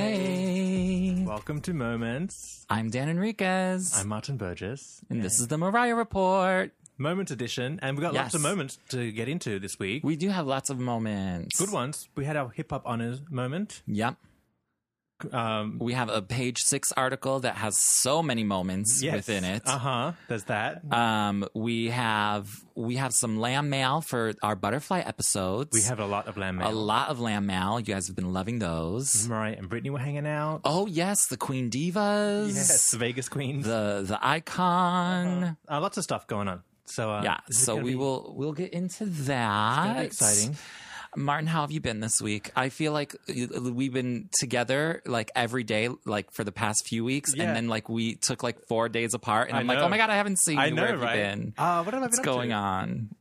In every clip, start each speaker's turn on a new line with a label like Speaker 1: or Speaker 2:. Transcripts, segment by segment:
Speaker 1: Hi.
Speaker 2: Welcome to Moments.
Speaker 1: I'm Dan Enriquez.
Speaker 2: I'm Martin Burgess.
Speaker 1: and this is the Mariah Report.
Speaker 2: Moment edition, and we've got lots of
Speaker 1: Yes.
Speaker 2: moments to get into this week.
Speaker 1: We do have lots of moments.
Speaker 2: Good ones. We had our hip hop honors moment.
Speaker 1: Yep.
Speaker 2: Um,
Speaker 1: We have a page six article that has so many moments
Speaker 2: yes.
Speaker 1: within it.
Speaker 2: Uh huh. There's that.
Speaker 1: Um, we have we have some lamb mail for our butterfly episodes.
Speaker 2: we have a lot of lamb
Speaker 1: a
Speaker 2: mail. Mm-hmm.
Speaker 1: lot of lamb mail. You guys have been loving those.
Speaker 2: Mariah and Brittany were hanging out.
Speaker 1: Oh yes, the Queen Divas.
Speaker 2: yes, the Vegas Queens.
Speaker 1: The the icon.
Speaker 2: uh, lots of stuff going on. So uh,
Speaker 1: Yeah.
Speaker 2: this is
Speaker 1: So
Speaker 2: gonna
Speaker 1: we
Speaker 2: be-
Speaker 1: will we'll get into
Speaker 2: it's
Speaker 1: that.
Speaker 2: gonna be exciting.
Speaker 1: Martin, how have you been this week? I feel like uh, we've been together like every day, like for the past few weeks,
Speaker 2: Yeah.
Speaker 1: and then like we took like four days apart, and
Speaker 2: I
Speaker 1: I am like,
Speaker 2: know.
Speaker 1: oh my god, I haven't seen
Speaker 2: I
Speaker 1: you.
Speaker 2: know,
Speaker 1: Where have
Speaker 2: right?
Speaker 1: you been?
Speaker 2: Uh, what have I
Speaker 1: What's
Speaker 2: been up
Speaker 1: going
Speaker 2: to?
Speaker 1: on?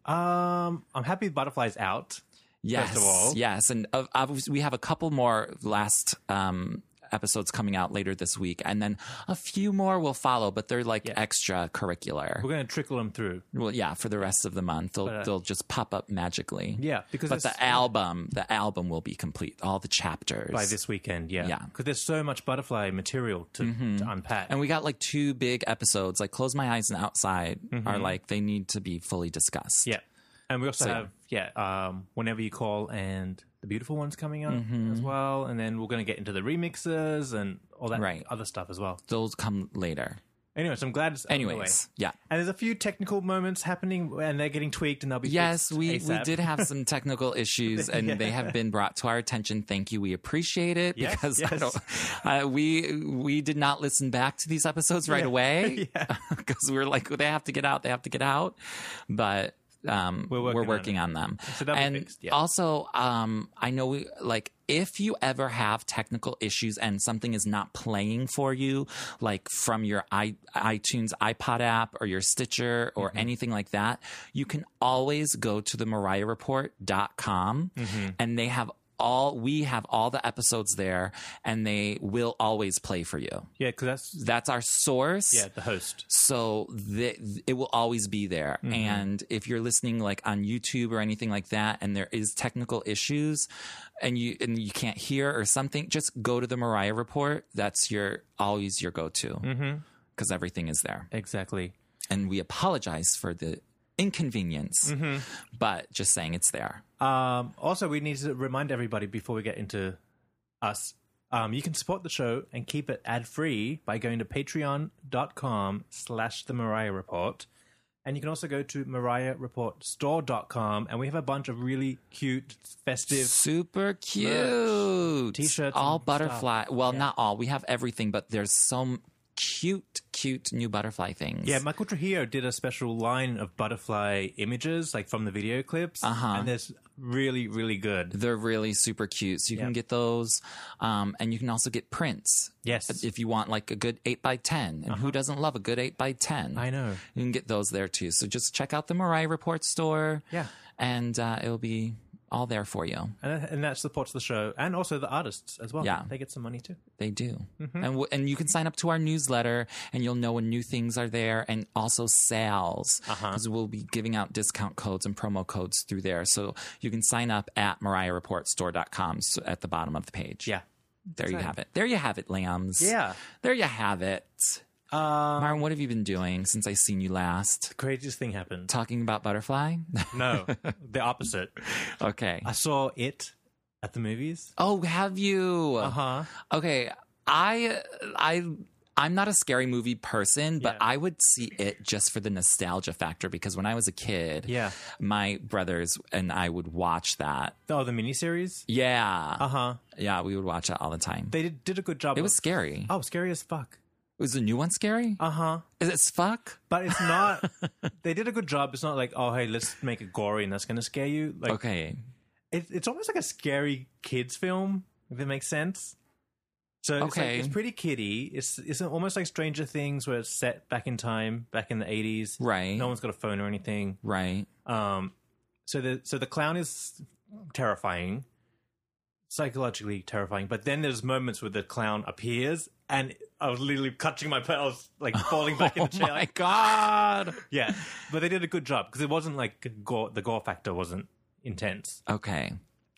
Speaker 2: Um, I'm happy Butterfly's out.
Speaker 1: Yes,
Speaker 2: of all.
Speaker 1: yes, and uh, obviously we have a couple more last um, episodes coming out later this week, and then a few more will follow, but they're like extra curricular.
Speaker 2: We're going to trickle them through.
Speaker 1: Well, yeah, for the rest of the month, they'll
Speaker 2: uh,
Speaker 1: they'll just pop up magically.
Speaker 2: Yeah, because
Speaker 1: but
Speaker 2: there's-
Speaker 1: the album, the album will be complete, all the chapters
Speaker 2: by this weekend. Yeah,
Speaker 1: Yeah. Mm-hmm.
Speaker 2: Because there's so much Butterfly material to, to unpack.
Speaker 1: And we got like two big episodes, like Close My Eyes and Outside are like they need to be fully discussed.
Speaker 2: Mm-hmm. Yeah. And we also
Speaker 1: So-
Speaker 2: have, yeah, um, Whenever You Call and The Beautiful One's coming up
Speaker 1: Mm-hmm.
Speaker 2: as well. And then we're going to get into the remixes and all that
Speaker 1: Right.
Speaker 2: other stuff as well.
Speaker 1: They'll come later.
Speaker 2: Anyways, I'm glad it's out of the way.
Speaker 1: Anyways, yeah.
Speaker 2: And there's a few technical moments happening and they're getting tweaked and they'll be
Speaker 1: Yes,
Speaker 2: fixed
Speaker 1: we, we
Speaker 2: ASAP.
Speaker 1: did have some technical issues and they have been brought to our attention. Thank you. We appreciate it
Speaker 2: Yes,
Speaker 1: because I
Speaker 2: yes.
Speaker 1: don't, uh, we we did not listen back to these episodes right away because we were like, they have to get out, they have to get out. But um, we're
Speaker 2: working
Speaker 1: working,
Speaker 2: on
Speaker 1: on, them.
Speaker 2: So that'll be
Speaker 1: and
Speaker 2: fixed, yeah.
Speaker 1: also, um, I know we like if you ever have technical issues and something is not playing for you, like from your i iTunes iPod app or your Stitcher or
Speaker 2: Mm-hmm.
Speaker 1: anything like that, you can always go to the MariahReport.com
Speaker 2: Mm-hmm.
Speaker 1: and they have all we have all the episodes there and they will always play for you.
Speaker 2: Yeah, because that's,
Speaker 1: That's our source
Speaker 2: yeah, the host.
Speaker 1: so the, it will always be there
Speaker 2: Mm-hmm.
Speaker 1: and if you're listening like on youtube or anything like that and there is technical issues and you and you can't hear or something just go to the mariah report that's your always your go-to because
Speaker 2: Mm-hmm.
Speaker 1: everything is there
Speaker 2: Exactly.
Speaker 1: and we apologize for the inconvenience
Speaker 2: Mm-hmm.
Speaker 1: but just saying it's there
Speaker 2: Um, also, we need to remind everybody before we get into us. Um, you can support the show and keep it ad free by going to patreon.com slash the Mariah Report. And you can also go to mariahreportstore.com. And we have a bunch of really cute, festive.
Speaker 1: super cute
Speaker 2: T-shirts
Speaker 1: all
Speaker 2: and
Speaker 1: butterfly well not all we have everything but there's some cute cute new butterfly things
Speaker 2: Yeah, Michael Trujillo did a special line of butterfly images, like from the video clips. Uh-huh. And there's really, really good.
Speaker 1: They're really super cute. So you can
Speaker 2: Yeah.
Speaker 1: get those. Um, and you can also get prints
Speaker 2: Yes. Uh-huh.
Speaker 1: if you want like a good 8 by 10 And who doesn't love a good 8 by 10
Speaker 2: I know.
Speaker 1: You can get those there too. So just check out the Mariah Report store.
Speaker 2: Yeah.
Speaker 1: And uh, it'll be all there for you.
Speaker 2: And, and that supports the show and also the artists as well.
Speaker 1: Yeah.
Speaker 2: They get some money too.
Speaker 1: They do.
Speaker 2: Mm-hmm.
Speaker 1: And, w- and you can sign up to our newsletter and you'll know when new things are there and also sales.
Speaker 2: Uh-huh.
Speaker 1: Because we'll be giving out discount codes and promo codes through there. So you can sign up at mariahreportstore.com so at the bottom of the page.
Speaker 2: Yeah.
Speaker 1: There you have it. There you have it, lambs.
Speaker 2: Yeah.
Speaker 1: There you have it.
Speaker 2: Um,
Speaker 1: Martin, what have you been doing since I seen you last?
Speaker 2: craziest thing happened.
Speaker 1: Talking about butterfly?
Speaker 2: No, the opposite.
Speaker 1: okay.
Speaker 2: I saw it at the movies.
Speaker 1: Oh, have you?
Speaker 2: Uh huh.
Speaker 1: Okay, I I I'm not a scary movie person, but
Speaker 2: Yeah.
Speaker 1: I would see it just for the nostalgia factor because when I was a kid,
Speaker 2: Yeah.
Speaker 1: my brothers and I would watch that.
Speaker 2: Oh, the miniseries.
Speaker 1: Yeah.
Speaker 2: Uh huh.
Speaker 1: Yeah, we would watch it all the time.
Speaker 2: They did, did a good job.
Speaker 1: It was
Speaker 2: of-
Speaker 1: scary.
Speaker 2: Oh, scary as fuck.
Speaker 1: Was the new one scary?
Speaker 2: Uh huh.
Speaker 1: Is it fuck?
Speaker 2: But it's not. they did a good job. It's not like, oh, hey, let's make it gory and that's gonna scare you. Like,
Speaker 1: okay.
Speaker 2: it, it's almost like a scary kids film. If that makes sense. So it's, like,
Speaker 1: Okay.
Speaker 2: it's pretty kiddie. It's it's almost like Stranger Things, where it's set back in time, back in the eighties.
Speaker 1: Right.
Speaker 2: No one's got a phone or anything.
Speaker 1: Right.
Speaker 2: Um, so the so the clown is terrifying, psychologically terrifying. But then there's moments where the clown appears, and I was literally clutching my pearls, like falling back in the
Speaker 1: oh
Speaker 2: chair.
Speaker 1: my god.
Speaker 2: Yeah, but they did a good job because it wasn't like gore, the gore factor wasn't intense.
Speaker 1: Okay.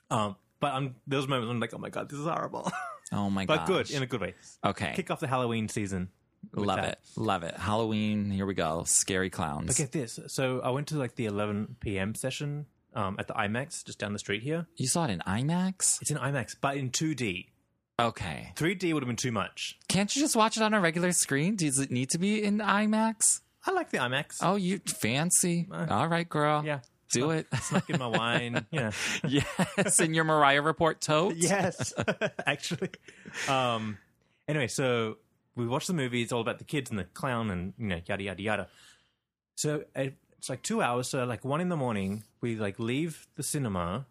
Speaker 2: Um, but I'm, those moments I'm like, oh my god, this is horrible,
Speaker 1: Oh my
Speaker 2: but
Speaker 1: god.
Speaker 2: good in a good way.
Speaker 1: Okay.
Speaker 2: Kick off the Halloween season. with
Speaker 1: Love
Speaker 2: that.
Speaker 1: it. Love it. Halloween, here we go. Scary clowns.
Speaker 2: But get this. So I went to like the 11 p.m. session um, at the IMAX just down the street here.
Speaker 1: You saw it in IMAX?
Speaker 2: It's in IMAX, but in 2D.
Speaker 1: Okay.
Speaker 2: 3D would have been too much.
Speaker 1: Can't you just watch it on a regular screen? Does it need to be in IMAX?
Speaker 2: I like the IMAX.
Speaker 1: Oh, you fancy. All right, girl.
Speaker 2: Uh. yeah.
Speaker 1: Do it.
Speaker 2: Snuck in my wine. Yeah.
Speaker 1: yes, in your Mariah Report tote.
Speaker 2: yes. Actually. Um, anyway, so we watched the movie. It's all about the kids and the clown and, you know, yada, yada, yada. So it, it's like two hours. So, like, one in the morning, we like leave the cinema.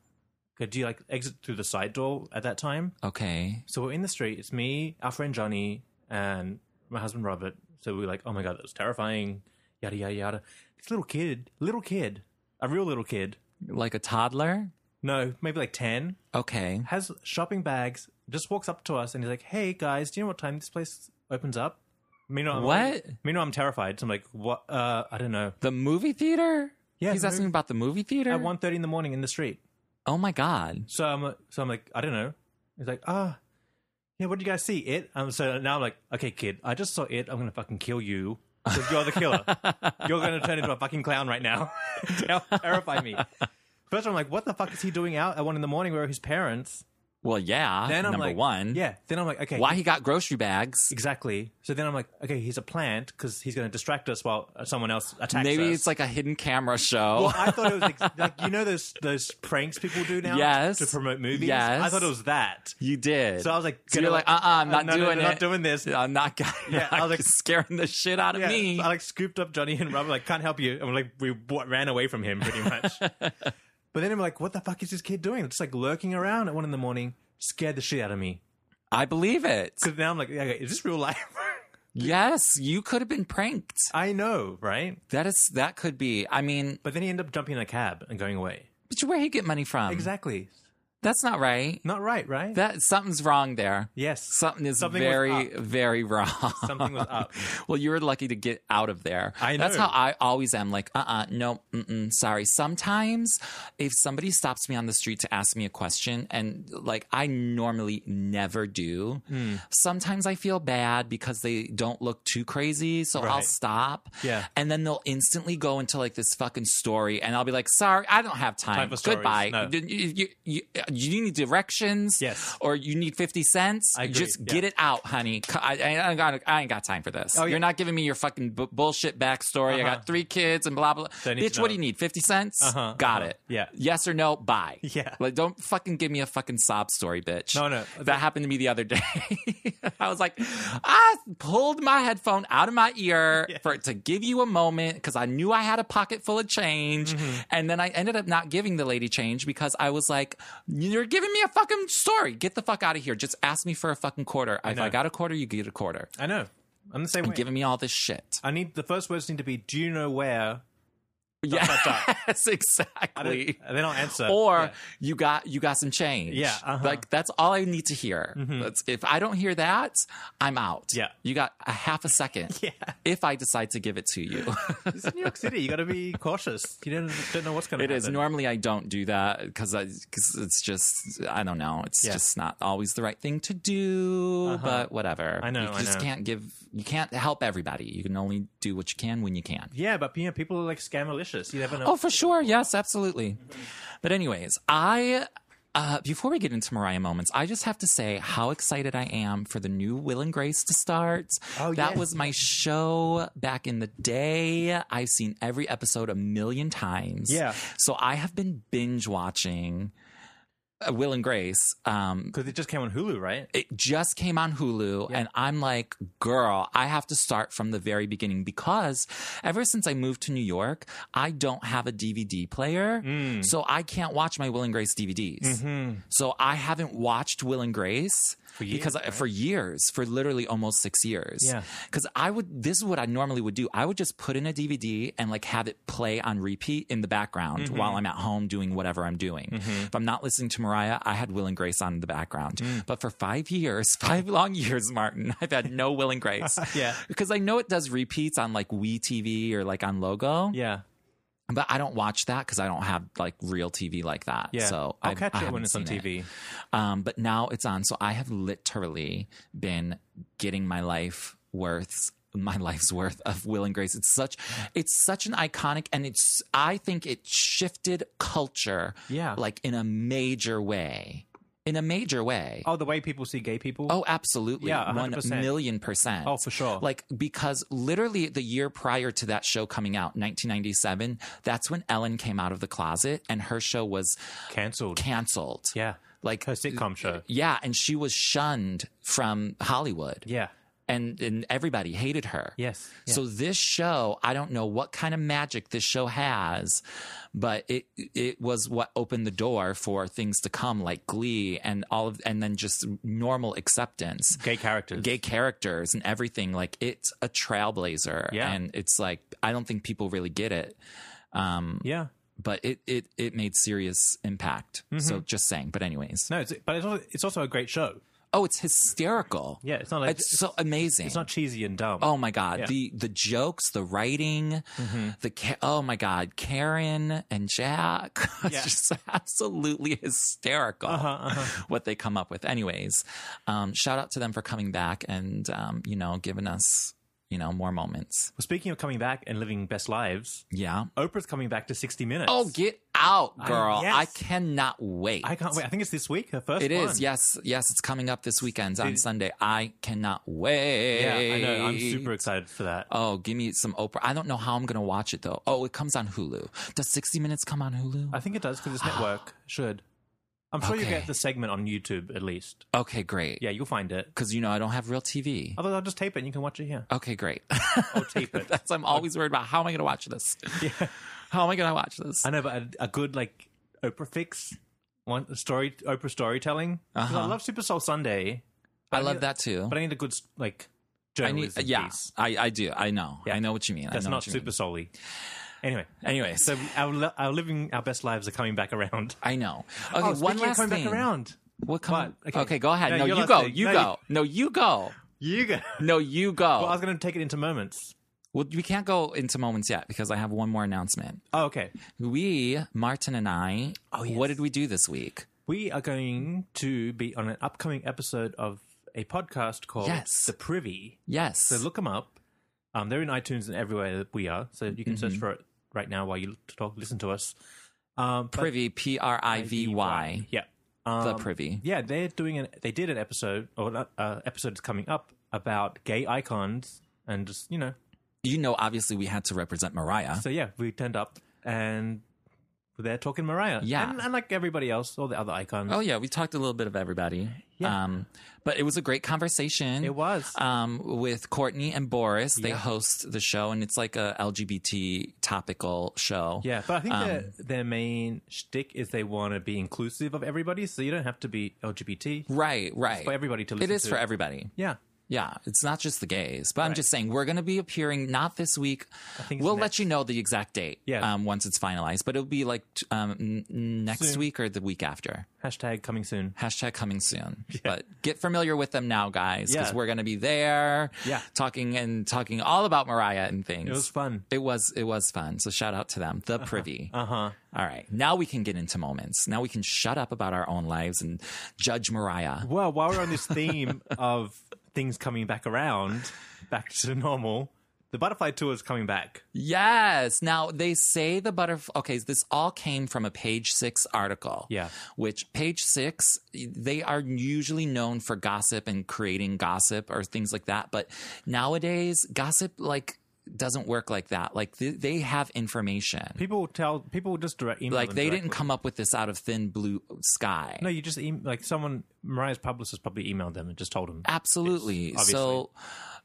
Speaker 2: Could you like exit through the side door at that time?
Speaker 1: Okay.
Speaker 2: So we're in the street. It's me, our friend Johnny, and my husband Robert. So we're like, oh my god, that was terrifying. Yada yada yada. This little kid, little kid, a real little kid.
Speaker 1: Like a toddler?
Speaker 2: No, maybe like ten.
Speaker 1: Okay.
Speaker 2: Has shopping bags. Just walks up to us and he's like, hey guys, do you know what time this place opens up? Meanwhile, I'm
Speaker 1: What?
Speaker 2: Like, meanwhile, I'm terrified. So I'm like, what? Uh, I don't know.
Speaker 1: The movie theater?
Speaker 2: Yeah,
Speaker 1: He's
Speaker 2: the
Speaker 1: asking
Speaker 2: movie-
Speaker 1: about the movie theater?
Speaker 2: At one thirty in the morning in the street.
Speaker 1: oh my God.
Speaker 2: So I'm so I'm like, I don't know. He's like, ah, yeah. What did you guys see? It. Um. So now I'm like, okay, kid. I just saw it. I'm gonna fucking kill you. 'Cause you're the killer. you're gonna turn into a fucking clown right now. Ter- Terrify me. First, I'm like, what the fuck is he doing out at one in the morning where his parents?
Speaker 1: Well, yeah.
Speaker 2: Then I'm
Speaker 1: number
Speaker 2: like,
Speaker 1: one.
Speaker 2: Yeah. Then I'm like, okay,
Speaker 1: Why he got grocery bags?
Speaker 2: Exactly. So then I'm like, okay, he's a plant because he's gonna distract us while uh, someone else attacks us.
Speaker 1: Maybe it's like a hidden camera show.
Speaker 2: Well, I thought it was ex- like you know those those pranks people do now
Speaker 1: Yes.
Speaker 2: to promote movies.
Speaker 1: Yes.
Speaker 2: I thought it was that.
Speaker 1: you did.
Speaker 2: So I was like,
Speaker 1: so
Speaker 2: gonna-
Speaker 1: you're like, uh uh-uh, i am not
Speaker 2: no, no,
Speaker 1: doing
Speaker 2: no,
Speaker 1: it.
Speaker 2: Not doing this.
Speaker 1: I'm not. Got,
Speaker 2: Yeah,
Speaker 1: I
Speaker 2: I was
Speaker 1: was
Speaker 2: like-
Speaker 1: scaring the shit out of
Speaker 2: Yeah,
Speaker 1: me.
Speaker 2: I like scooped up Johnny and Robert, like, can't help you. And we're like, we w- ran away from him pretty much. but then I'm like, what the fuck is this kid doing? It's like lurking around at one in the morning, scared the shit out of me.
Speaker 1: I believe it.
Speaker 2: Because now I'm like, yeah, okay, is this real life?
Speaker 1: Yes, you could have been pranked.
Speaker 2: I know, right?
Speaker 1: That is that could be. I mean,
Speaker 2: But then he ended up jumping in a cab and going away.
Speaker 1: but where he get money from?
Speaker 2: Exactly.
Speaker 1: That's not right.
Speaker 2: Not right, right?
Speaker 1: That something's wrong there.
Speaker 2: yes.
Speaker 1: Something is
Speaker 2: Something was
Speaker 1: very very wrong.
Speaker 2: Something was up.
Speaker 1: well, you were lucky to get out of there.
Speaker 2: I
Speaker 1: That's
Speaker 2: know.
Speaker 1: how I always am. Like, uh, uh no, mm-mm, sorry. Sometimes, if somebody stops me on the street to ask me a question, and like I normally never do,
Speaker 2: Hmm.
Speaker 1: sometimes I feel bad because they don't look too crazy, so I'll
Speaker 2: Right.
Speaker 1: stop.
Speaker 2: Yeah.
Speaker 1: and then they'll instantly go into like this fucking story, and I'll be like, sorry, I don't have time.
Speaker 2: Time for stories.
Speaker 1: Goodbye.
Speaker 2: No.
Speaker 1: You, you, you, you need directions.
Speaker 2: Yes.
Speaker 1: or you need fifty cents.
Speaker 2: I agree.
Speaker 1: Just
Speaker 2: Yeah.
Speaker 1: get it it out, honey. C- I, I- I ain't got, I ain't got time for this.
Speaker 2: Oh, yeah.
Speaker 1: You're not giving me your fucking b- bullshit backstory. I
Speaker 2: Uh-huh.
Speaker 1: got three kids and blah blah.
Speaker 2: Don't need
Speaker 1: Bitch,
Speaker 2: to
Speaker 1: what
Speaker 2: know.
Speaker 1: do you need? Fifty cents?
Speaker 2: Uh-huh,
Speaker 1: Got
Speaker 2: uh-huh.
Speaker 1: it.
Speaker 2: Yeah.
Speaker 1: Yes or no? Bye.
Speaker 2: Yeah.
Speaker 1: Like, don't fucking give me a fucking sob story, bitch.
Speaker 2: No, no.
Speaker 1: That happened to me the other day. I was like, I pulled my headphone out of my ear for to give you a moment because I knew I had a pocket full of change,
Speaker 2: Mm-hmm.
Speaker 1: and then I ended up not giving the lady change because I was like, "You're giving me a fucking story. Get the fuck out of here. Just ask me for a fucking quarter. if
Speaker 2: know.
Speaker 1: I got a quarter, you get a quarter.
Speaker 2: I know. I'm the same way.
Speaker 1: Giving me all this shit.
Speaker 2: I need the first words need to be, do you know where?
Speaker 1: yes,
Speaker 2: I don't-
Speaker 1: exactly.
Speaker 2: And then I'll answer.
Speaker 1: or
Speaker 2: Yeah.
Speaker 1: you got you got some change.
Speaker 2: Yeah, uh-huh. Mm-hmm.
Speaker 1: like that's all I need to hear. That's, if I don't hear that, I'm out.
Speaker 2: Yeah.
Speaker 1: you got a half a second.
Speaker 2: Yeah.
Speaker 1: if I decide to give it to you,
Speaker 2: This is New York City. You got to be cautious. You don't, don't know what's going to
Speaker 1: it
Speaker 2: happen.
Speaker 1: is. Normally, I don't do that because because it's just I don't know. It's
Speaker 2: Yeah. Uh-huh.
Speaker 1: just not always the right thing to do. But whatever,
Speaker 2: I know,
Speaker 1: You
Speaker 2: I
Speaker 1: just
Speaker 2: know.
Speaker 1: can't give you can't help everybody. You can only do what you can when you can.
Speaker 2: Yeah, but you know, people are like scamalicious. You never know.
Speaker 1: Oh, for sure. Yes, absolutely. But anyways, I uh, before we get into Mariah moments, I just have to say how excited I am for the new Will and Grace to start.
Speaker 2: Oh,
Speaker 1: that
Speaker 2: yes.
Speaker 1: was my show back in the day. I've seen every episode a million times.
Speaker 2: Yeah.
Speaker 1: So I have been binge watching uh, Will and Grace. Um,
Speaker 2: Because it just came on Hulu, right?
Speaker 1: it just came on Hulu and I'm like, girl, I have to start from the very beginning because ever since I moved to New York, I don't have a DVD player.
Speaker 2: Mm.
Speaker 1: So I can't watch my Will and Grace DVDs. So I haven't watched Will and Grace for
Speaker 2: Mm-hmm. years,
Speaker 1: because I, for years, for literally almost six years.
Speaker 2: Yeah.
Speaker 1: Cause I would, this is what I normally would do. I would just put in a DVD and like have it play on repeat in the background
Speaker 2: Mm-hmm.
Speaker 1: while I'm at home doing whatever I'm doing. If I'm not listening to Mariah, I had Will and Grace on in the background.
Speaker 2: Mm.
Speaker 1: But for five years, five long years, Martin, I've had no Will and Grace.
Speaker 2: Yeah.
Speaker 1: Because I know it does repeats on like Wii TV or like on Logo.
Speaker 2: Yeah.
Speaker 1: But I don't watch that because I don't have like real TV like that.
Speaker 2: Yeah.
Speaker 1: So
Speaker 2: I'll
Speaker 1: I-
Speaker 2: catch
Speaker 1: I
Speaker 2: it when
Speaker 1: haven't
Speaker 2: it's on
Speaker 1: seen it.
Speaker 2: TV.
Speaker 1: Um, but now it's on. So I have literally been getting my life worth my life's worth of Will and Grace. It's such it's such an iconic and it's I think it shifted culture
Speaker 2: Yeah.
Speaker 1: like in a major way. In a major way.
Speaker 2: Oh, the way people see gay people?
Speaker 1: Oh, absolutely.
Speaker 2: Yeah, 100%.
Speaker 1: 1 million percent.
Speaker 2: Oh, for sure.
Speaker 1: Like, because literally the year prior to that show coming out, 1997, that's when Ellen came out of the closet and her show was
Speaker 2: cancelled.
Speaker 1: canceled.
Speaker 2: Yeah.
Speaker 1: Like,
Speaker 2: Her sitcom show.
Speaker 1: yeah, and she was shunned from Hollywood.
Speaker 2: Yeah.
Speaker 1: And and everybody hated her.
Speaker 2: Yes. Yeah.
Speaker 1: So this show, I don't know what kind of magic this show has, but it it was what opened the door for things to come like Glee and all of and then just normal acceptance.
Speaker 2: Gay characters.
Speaker 1: Gay characters and everything like it's a trailblazer,
Speaker 2: Yeah.
Speaker 1: and it's like I don't think people really get it,
Speaker 2: Yeah.
Speaker 1: but it it it made serious impact. So just saying, but anyways,
Speaker 2: Mm-hmm. No, it's, but it's also, it's also a great show.
Speaker 1: Oh, it's hysterical.
Speaker 2: Yeah, it's not like-
Speaker 1: it's so amazing.
Speaker 2: It's not cheesy and dumb.
Speaker 1: Oh my god,
Speaker 2: Yeah. Mm-hmm.
Speaker 1: the the jokes, the writing, the ca- oh my god, Karen and Jack, it's
Speaker 2: Yeah. Uh-huh.
Speaker 1: just absolutely hysterical
Speaker 2: Uh,
Speaker 1: what they come up with. Anyways, um, shout out to them for coming back and um, you know giving us you know more moments.
Speaker 2: Well, speaking of coming back and living best lives,
Speaker 1: Yeah.
Speaker 2: Oprah's coming back to 60 Minutes.
Speaker 1: Oh, get out, girl!
Speaker 2: yes.
Speaker 1: I cannot wait.
Speaker 2: I can't wait. I think it's this week, her first
Speaker 1: It
Speaker 2: one.
Speaker 1: is, yes, yes. It's coming up this weekend on Sunday. I cannot wait.
Speaker 2: Yeah, I know. I'm super excited for that.
Speaker 1: Oh, give me some Oprah. I don't know how I'm going to watch it though. Oh, it comes on Hulu. Does 60 Minutes come on Hulu?
Speaker 2: I think it does because it's network. Should. I'm sure you
Speaker 1: Okay.
Speaker 2: get the segment on YouTube at least.
Speaker 1: Okay, great.
Speaker 2: Yeah, Oh. you'll find it.
Speaker 1: Because you know, I don't have real TV.
Speaker 2: Otherwise, I'll just tape it and you can watch it here.
Speaker 1: Okay, great.
Speaker 2: I'll tape it.
Speaker 1: That's, I'm always worried about how am I going to watch this? How am I going to watch this?
Speaker 2: I know, but a, a good like Oprah fix, one a story Oprah storytelling. 'Cause
Speaker 1: Uh-huh.
Speaker 2: I love Super Soul Sunday,
Speaker 1: I love that too.
Speaker 2: but I need a good like
Speaker 1: I need,
Speaker 2: journalism
Speaker 1: yeah,
Speaker 2: piece.
Speaker 1: I, I do. I know. I know what you mean.
Speaker 2: That's
Speaker 1: I know what
Speaker 2: not
Speaker 1: you mean.
Speaker 2: Super Soul-y. Anyway,
Speaker 1: Anyways,
Speaker 2: so our li- our living our best lives are coming back around.
Speaker 1: I know. Okay,
Speaker 2: Oh,
Speaker 1: one
Speaker 2: speaking of
Speaker 1: last
Speaker 2: coming
Speaker 1: thing.
Speaker 2: back around.
Speaker 1: What come?
Speaker 2: What?
Speaker 1: Okay.
Speaker 2: Okay.
Speaker 1: go ahead.
Speaker 2: No,
Speaker 1: No,
Speaker 2: your
Speaker 1: you
Speaker 2: last
Speaker 1: go.
Speaker 2: thing.
Speaker 1: You
Speaker 2: No,
Speaker 1: go. No, you go.
Speaker 2: You go.
Speaker 1: No, you go.
Speaker 2: Well, I was going to take it into moments.
Speaker 1: Well, we can't go into moments yet because I have one more announcement.
Speaker 2: Oh, okay.
Speaker 1: We, Martin and I,
Speaker 2: Oh, yes.
Speaker 1: what did we do this week?
Speaker 2: We are going to be on an upcoming episode of a podcast called
Speaker 1: Yes.
Speaker 2: The Privy.
Speaker 1: Yes.
Speaker 2: So look them up. Um, they're in iTunes and everywhere that we are. So you can search
Speaker 1: Mm-hmm.
Speaker 2: for it right now while you talk, listen to us. Um, but-
Speaker 1: Privy, P R I V Y.
Speaker 2: Yeah.
Speaker 1: The Privy.
Speaker 2: Um, Yeah, they're doing an. They did an episode, or an uh, episode is coming up about gay icons, and just you know.
Speaker 1: You know, obviously, we had to represent Mariah.
Speaker 2: So yeah, we turned up and they're talking Mariah.
Speaker 1: Yeah.
Speaker 2: and, and like everybody else, all the other icons.
Speaker 1: Oh, yeah. We talked a little bit of everybody.
Speaker 2: Yeah.
Speaker 1: Um, but it was a great conversation.
Speaker 2: It was.
Speaker 1: Um, with Courtney and Boris. They
Speaker 2: Yeah.
Speaker 1: host the show, and it's like a LGBT topical show.
Speaker 2: Yeah, but I think their,
Speaker 1: Um,
Speaker 2: their main shtick is they want to be inclusive of everybody, so you don't have to be LGBT.
Speaker 1: Right, right.
Speaker 2: for everybody to
Speaker 1: It
Speaker 2: listen
Speaker 1: is
Speaker 2: to.
Speaker 1: for everybody.
Speaker 2: Yeah,
Speaker 1: Yeah, it's not just the gays, but I'm just saying we're going to be appearing not this week.
Speaker 2: think it's
Speaker 1: We'll let
Speaker 2: next.
Speaker 1: you know the exact date
Speaker 2: Yeah.
Speaker 1: um, once it's finalized, but it'll be like t- um, n- n- next
Speaker 2: Soon.
Speaker 1: week or the week after.
Speaker 2: hashtag coming soon.
Speaker 1: Hashtag coming soon. But get familiar with them now, guys, because
Speaker 2: Yeah.
Speaker 1: we're going to be there
Speaker 2: Yeah.
Speaker 1: talking and talking all about Mariah and things.
Speaker 2: It was fun. Uh-huh.
Speaker 1: It was it was fun. So shout out to them, the privy. Uh huh. All right, now we can get into moments. Now we can shut up about our own lives and judge Mariah.
Speaker 2: Well, while we're on this theme of things coming back around, back to normal, the butterfly tour is coming back.
Speaker 1: Yes. Now they say the butterfly. Okay, this all came from a page six article.
Speaker 2: Yeah.
Speaker 1: Which page six, they are usually known for gossip and creating gossip or things like that. But nowadays, gossip like doesn't work like that. Like th- they have information.
Speaker 2: People tell people just direct email.
Speaker 1: like
Speaker 2: them
Speaker 1: they
Speaker 2: directly.
Speaker 1: didn't come up with this out of thin blue sky.
Speaker 2: No, you just em like someone Mariah's publicist probably emailed them and just told them.
Speaker 1: Absolutely.
Speaker 2: Yes,
Speaker 1: so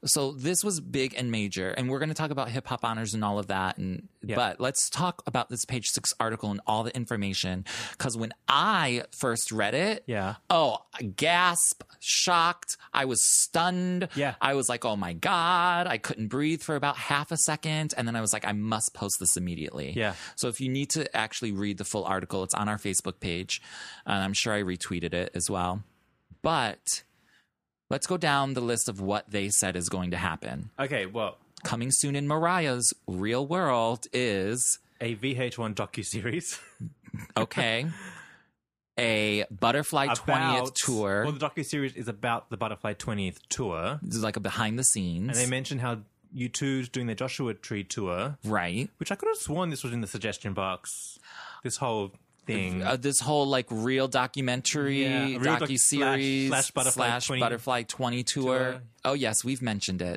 Speaker 1: so this was big and major and we're going to talk about hip hop honors and all of that and but let's talk about this page 6 article and all the information cuz when I first read it
Speaker 2: Yeah.
Speaker 1: oh gasp shocked I was stunned
Speaker 2: Yeah.
Speaker 1: I was like oh my god I couldn't breathe for about half a second and then I was like I must post this immediately
Speaker 2: Yeah.
Speaker 1: so if you need to actually read the full article, it's on our Facebook page. And I'm sure I retweeted it as well. But let's go down the list of what they said is going to happen.
Speaker 2: Okay, well,
Speaker 1: Coming soon in Mariah's real world is
Speaker 2: a VH1 docu series
Speaker 1: okay, a Butterfly 20th tour.
Speaker 2: Well, the docu series is about the Butterfly twentieth tour,
Speaker 1: this is like a behind the scenes.
Speaker 2: and they mentioned how you two's doing the Joshua Tree tour,
Speaker 1: right.
Speaker 2: which I could have sworn this was in the suggestion box. This whole thing.
Speaker 1: Uh, this whole like real documentary
Speaker 2: Yeah, real doc-
Speaker 1: docu series
Speaker 2: slash- slash Butterfly 20
Speaker 1: Butterfly 20 tour.
Speaker 2: tour. Mm-hmm,
Speaker 1: Oh yes, we've mentioned it.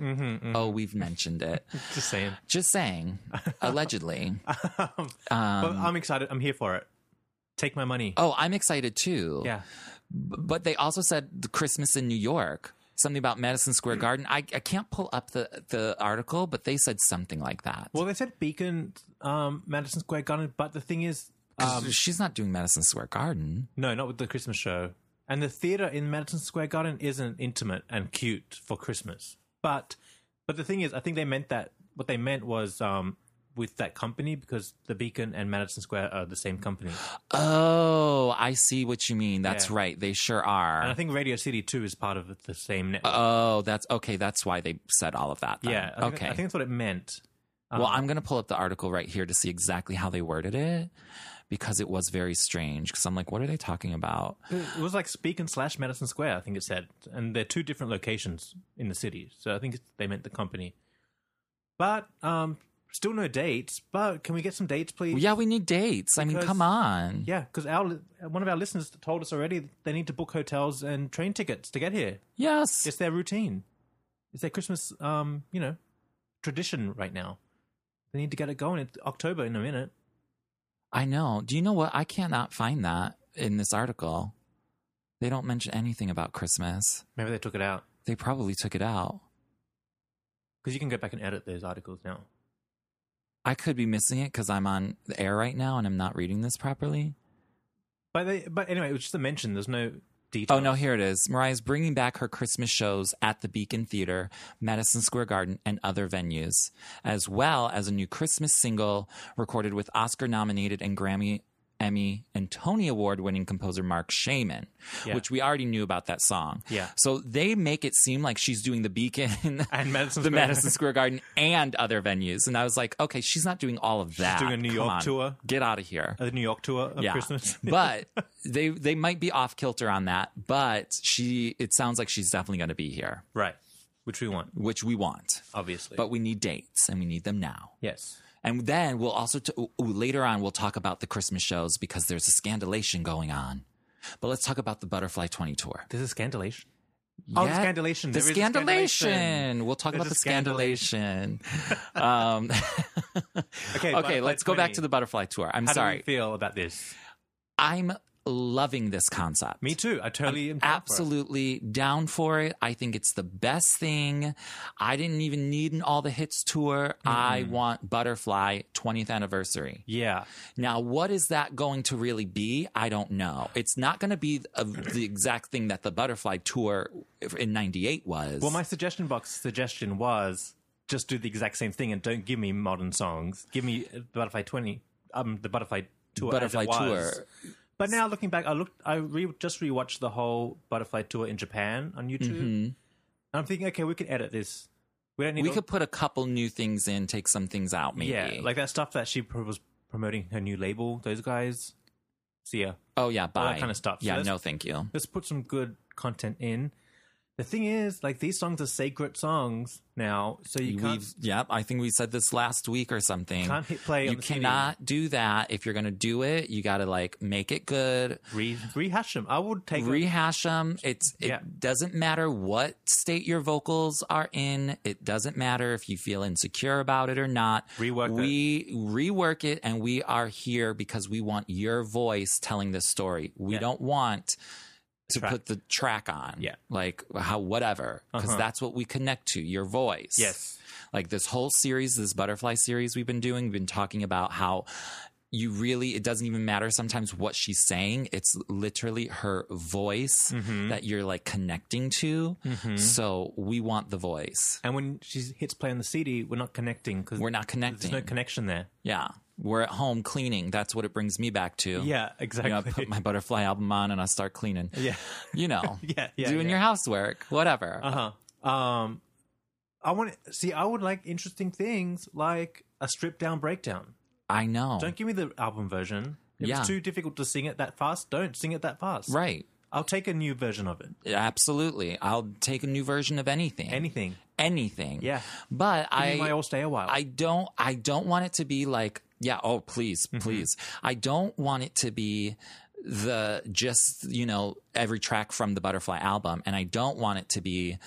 Speaker 1: Oh, we've mentioned it.
Speaker 2: just saying.
Speaker 1: Just saying, allegedly.
Speaker 2: but I'm excited. I'm here for it. Take my money.
Speaker 1: Oh, I'm excited too.
Speaker 2: yeah.
Speaker 1: But they also said the Christmas in New York, something about Madison Square Garden. I, I can't pull up the, the article, but they said something like that.
Speaker 2: Well, they said Beacon, um, Madison Square Garden, but the thing is, um,
Speaker 1: 'Cause Um, she's not doing Madison Square Garden.
Speaker 2: No, not with the Christmas show. And the theater in Madison Square Garden isn't intimate and cute for Christmas. But but the thing is, I think they meant that what they meant was um, with that company because the Beacon and Madison Square are the same company.
Speaker 1: Oh, I see what you mean. That's
Speaker 2: Yeah.
Speaker 1: right. They sure
Speaker 2: And I
Speaker 1: are.
Speaker 2: think Radio City too is part of the same network.
Speaker 1: Oh, that's okay. That's why they said all of that. then.
Speaker 2: yeah. I think,
Speaker 1: okay.
Speaker 2: I think uh, that's what it meant.
Speaker 1: well, I'm going to pull up the article right here to see exactly how they worded it because it was very strange. Because I'm like, what are they talking about?
Speaker 2: It was like Beacon slash Madison Square, I think it said. And they're two different locations in the city. So I think it's- they meant the company. But um, still no dates. But can we get some dates, please?
Speaker 1: Yeah, we need dates. I mean,
Speaker 2: Because-
Speaker 1: come on.
Speaker 2: Yeah, because our one of our listeners told us already that they need to book hotels and train tickets to get here.
Speaker 1: Yes.
Speaker 2: It's their routine. It's their Christmas, um, you know, tradition right now. They need to get it going. It's October in a minute.
Speaker 1: I know. Do you know what? I cannot find that in this article. They don't mention anything about Christmas.
Speaker 2: Maybe they took it out
Speaker 1: They probably took it out.
Speaker 2: because you can go back and edit those articles now.
Speaker 1: I could be missing it because I'm on the air right now and I'm not reading this properly.
Speaker 2: But they, but anyway, it was just a mention. There's no detail.
Speaker 1: Oh, no, here it is. Mariah's bringing back her Christmas shows at the Beacon Theater, Madison Square Garden, and other venues, as well as a new Christmas single recorded with Oscar nominated and Grammy, Emmy, and Tony Award winning composer Mark Shaman,
Speaker 2: Yeah.
Speaker 1: which we already knew about that song.
Speaker 2: Yeah.
Speaker 1: So they make it seem like she's doing the Beacon.
Speaker 2: And Madison
Speaker 1: the
Speaker 2: Square-
Speaker 1: Madison Square Garden and other venues, and I was like, okay, she's not doing all of that.
Speaker 2: doing a New
Speaker 1: Come
Speaker 2: York
Speaker 1: on.
Speaker 2: tour.
Speaker 1: Get out of here
Speaker 2: Uh, the New York tour of Christmas.
Speaker 1: but they they might be off kilter on that, but she it sounds like she's definitely going to be here,
Speaker 2: right, which we want,
Speaker 1: which we want.
Speaker 2: obviously.
Speaker 1: But we need dates and we need them now.
Speaker 2: yes,
Speaker 1: And then we'll also t- ooh, ooh, later on we'll talk about the Christmas shows because there's a scandalation going on. But let's talk about the Butterfly 20 tour.
Speaker 2: there's a scandalation. Oh, the scandalation.
Speaker 1: The
Speaker 2: There is a
Speaker 1: scandalation.
Speaker 2: scandalation.
Speaker 1: We'll talk
Speaker 2: There's
Speaker 1: about the
Speaker 2: a
Speaker 1: scandalation. um, okay,
Speaker 2: Okay, Butterfly
Speaker 1: let's go back
Speaker 2: 20.
Speaker 1: to the Butterfly tour. I'm
Speaker 2: How do
Speaker 1: sorry.
Speaker 2: you feel about this?
Speaker 1: I'm loving this concept.
Speaker 2: Me too. I totally am down for it.
Speaker 1: absolutely down for it. I think it's the best thing. I didn't even need an all the hits tour. I
Speaker 2: Mm-hmm.
Speaker 1: want Butterfly 20th anniversary.
Speaker 2: Yeah.
Speaker 1: Now, what is that going to really be? I don't know. It's not going to be a, the exact thing that the Butterfly tour in 98 was.
Speaker 2: Well, my suggestion box suggestion was just do the exact same thing and don't give me modern songs. Give me uh, Butterfly Twenty, um, the Butterfly Tour. as it
Speaker 1: Butterfly
Speaker 2: was.
Speaker 1: tour.
Speaker 2: But now looking back, I looked. I re- just rewatched the whole Butterfly Tour in Japan on YouTube. And I'm thinking, okay, we can edit this. We don't need.
Speaker 1: Mm-hmm. we
Speaker 2: all-
Speaker 1: could put a couple new things in, take some things out, maybe.
Speaker 2: yeah, like that stuff that she pro- was promoting her new label. Those guys. See ya.
Speaker 1: oh, yeah, bye.
Speaker 2: kind of stuff. So
Speaker 1: Yeah,
Speaker 2: that's-
Speaker 1: no, thank you.
Speaker 2: Let's put some good content in. The thing is, like these songs are sacred songs now, so you can't
Speaker 1: We've, yep, I think we said this last week or something.
Speaker 2: Can't hit play on
Speaker 1: You
Speaker 2: the CD.
Speaker 1: cannot do that. If you're going to do it, you got to like make it good,
Speaker 2: re- rehash them. I would take
Speaker 1: rehash them. It's, it
Speaker 2: Yeah.
Speaker 1: doesn't matter what state your vocals are in. It doesn't matter if you feel insecure about it or not.
Speaker 2: Rework it.
Speaker 1: we rework it and we are here because we want your voice telling this story. We
Speaker 2: Yeah.
Speaker 1: don't want to
Speaker 2: Track.
Speaker 1: put the track on.
Speaker 2: Yeah.
Speaker 1: Like how whatever. Because
Speaker 2: Uh-huh.
Speaker 1: that's what we connect to, your voice
Speaker 2: yes,
Speaker 1: like this whole series this butterfly series we've been doing we've been talking about how you really it doesn't even matter sometimes what she's saying it's literally her voice
Speaker 2: Mm-hmm.
Speaker 1: that you're like connecting to so we want the voice
Speaker 2: and when she hits play on the CD, we're not connecting because
Speaker 1: we're not
Speaker 2: There's
Speaker 1: connecting
Speaker 2: no connection there.
Speaker 1: yeah we're at home cleaning that's what it brings me back to
Speaker 2: Yeah,
Speaker 1: you know, I
Speaker 2: exactly.
Speaker 1: put my butterfly album on and I start cleaning.
Speaker 2: Yeah.
Speaker 1: You know,
Speaker 2: Yeah, yeah,
Speaker 1: doing
Speaker 2: yeah.
Speaker 1: your housework, whatever.
Speaker 2: Uh huh. Um, I want to see. I would like interesting things like a stripped down breakdown.
Speaker 1: I know.
Speaker 2: Don't give me the album version. It
Speaker 1: Yeah.
Speaker 2: was too difficult to sing it that fast. Don't sing it that fast.
Speaker 1: right.
Speaker 2: I'll take a new version of it.
Speaker 1: Absolutely. I'll take a new version of anything.
Speaker 2: Anything.
Speaker 1: anything.
Speaker 2: Yeah.
Speaker 1: But
Speaker 2: I,
Speaker 1: I
Speaker 2: might all stay a while.
Speaker 1: I don't I don't want it to be like yeah, oh please,
Speaker 2: Mm-hmm.
Speaker 1: please. I don't want it to be the just, you know, every track from the Butterfly album and I don't want it to be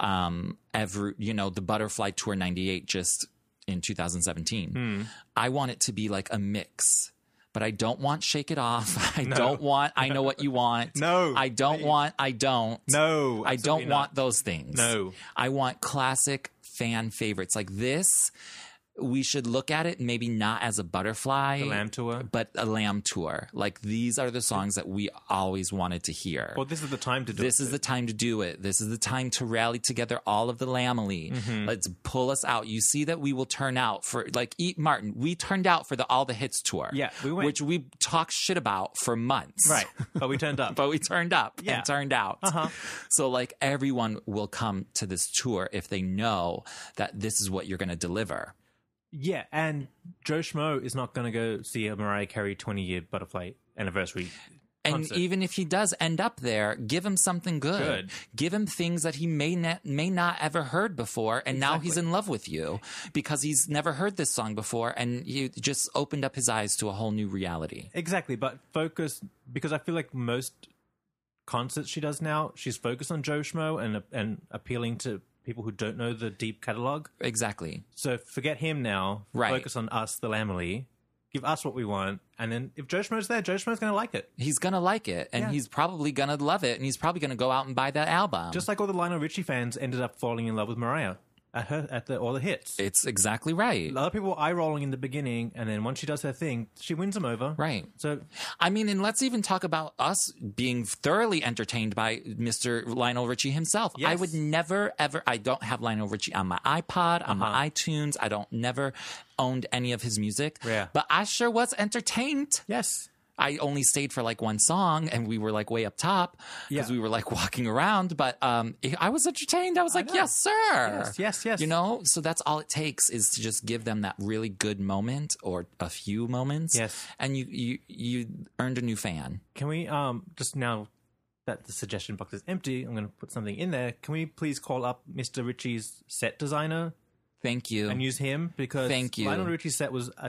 Speaker 1: um every, you know, the Butterfly Tour 98 just in 2017.
Speaker 2: Hmm.
Speaker 1: I want it to be like a mix. But I don't want Shake It Off. I don't want I Know What You Want.
Speaker 2: No,
Speaker 1: I don't want I Don't.
Speaker 2: no,
Speaker 1: I
Speaker 2: absolutely
Speaker 1: don't
Speaker 2: not.
Speaker 1: want those things.
Speaker 2: No.
Speaker 1: I want classic fan favorites like this. We should look at it maybe not as a butterfly,
Speaker 2: Lamb Tour.
Speaker 1: but a lamb tour. Like these are the songs that we always wanted to hear.
Speaker 2: Well, this is the time to do
Speaker 1: this
Speaker 2: it.
Speaker 1: is the time to do it. This is the time to rally together all of the lamely.
Speaker 2: Mm-hmm.
Speaker 1: Let's pull us out. You see that we will turn out for like Eat Martin. We turned out for the All the Hits tour.
Speaker 2: Yeah, we went.
Speaker 1: which we talked shit about for months.
Speaker 2: right, but we turned up.
Speaker 1: but we turned up
Speaker 2: Yeah. Uh-huh.
Speaker 1: and turned out. So like everyone will come to this tour if they know that this is what you're going to deliver.
Speaker 2: yeah, and Joe Schmo is not going to go see a Mariah Carey 20 year butterfly anniversary.
Speaker 1: And
Speaker 2: Concert.
Speaker 1: even if he does end up there, give him something good.
Speaker 2: Good.
Speaker 1: Give him things that he may not, may not ever heard before, and now he's in love with you because he's never heard this song before, and you just opened up his eyes to a whole new reality.
Speaker 2: Exactly, but focus because I feel like most concerts she does now, she's focused on Joe Schmo and and appealing to people who don't know the deep catalog.
Speaker 1: Exactly.
Speaker 2: So forget him now.
Speaker 1: Right.
Speaker 2: Focus on us, the Lamely. Give us what we want, and then if Joe Schmo's there, Joe Schmo's going to like it.
Speaker 1: He's gonna like it, and
Speaker 2: Yeah.
Speaker 1: he's probably gonna love it, and he's probably gonna go out and buy that album.
Speaker 2: Just like all the Lionel Richie fans ended up falling in love with Mariah at her at the all the hits.
Speaker 1: it's exactly right.
Speaker 2: a lot of people were eye rolling in the beginning, and then once she does her thing, she wins them over.
Speaker 1: Right.
Speaker 2: So
Speaker 1: I mean, and let's even talk about us being thoroughly entertained by Mr. Lionel Richie himself. I
Speaker 2: Yes.
Speaker 1: would never, ever, I don't have Lionel Richie on my iPod, on
Speaker 2: Uh-huh.
Speaker 1: my iTunes. I don't never owned any of his music.
Speaker 2: Yeah.
Speaker 1: But I sure was entertained.
Speaker 2: yes,
Speaker 1: I only stayed for like one song and we were like way up top because
Speaker 2: Yeah.
Speaker 1: we were like walking around, but um, I was entertained. I was like,
Speaker 2: know.
Speaker 1: yes, sir.
Speaker 2: Yes, yes, yes.
Speaker 1: You know, so that's all it takes is to just give them that really good moment or a few moments.
Speaker 2: Yes.
Speaker 1: And you, you, you earned a new fan.
Speaker 2: Can we um just now that the suggestion box is empty, I'm going to put something in there. Can we please call up Mr. Ritchie's set designer
Speaker 1: Thank you.
Speaker 2: and use him because
Speaker 1: Thank you.
Speaker 2: Lionel Richie's set was uh,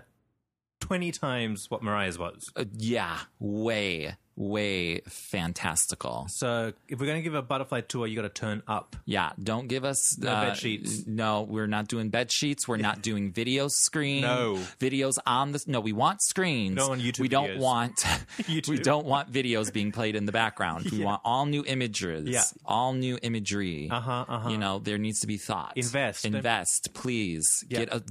Speaker 2: 20 times what Mariah's was.
Speaker 1: Uh, yeah. Way, way fantastical.
Speaker 2: So if we're going to give a butterfly tour, you got to turn up.
Speaker 1: Yeah, don't give us uh,
Speaker 2: No bed sheets.
Speaker 1: No, we're not doing bed sheets. We're not doing video screen.
Speaker 2: No.
Speaker 1: videos on the. No, we want screens.
Speaker 2: No on YouTube
Speaker 1: We don't
Speaker 2: videos.
Speaker 1: want. We
Speaker 2: YouTube.
Speaker 1: don't want videos being played in the background. We want all new images.
Speaker 2: Yeah.
Speaker 1: all new imagery. Uh
Speaker 2: Uh-huh, uh-huh.
Speaker 1: You know, there needs to be thought.
Speaker 2: Invest.
Speaker 1: invest, please.
Speaker 2: Yeah.
Speaker 1: Get a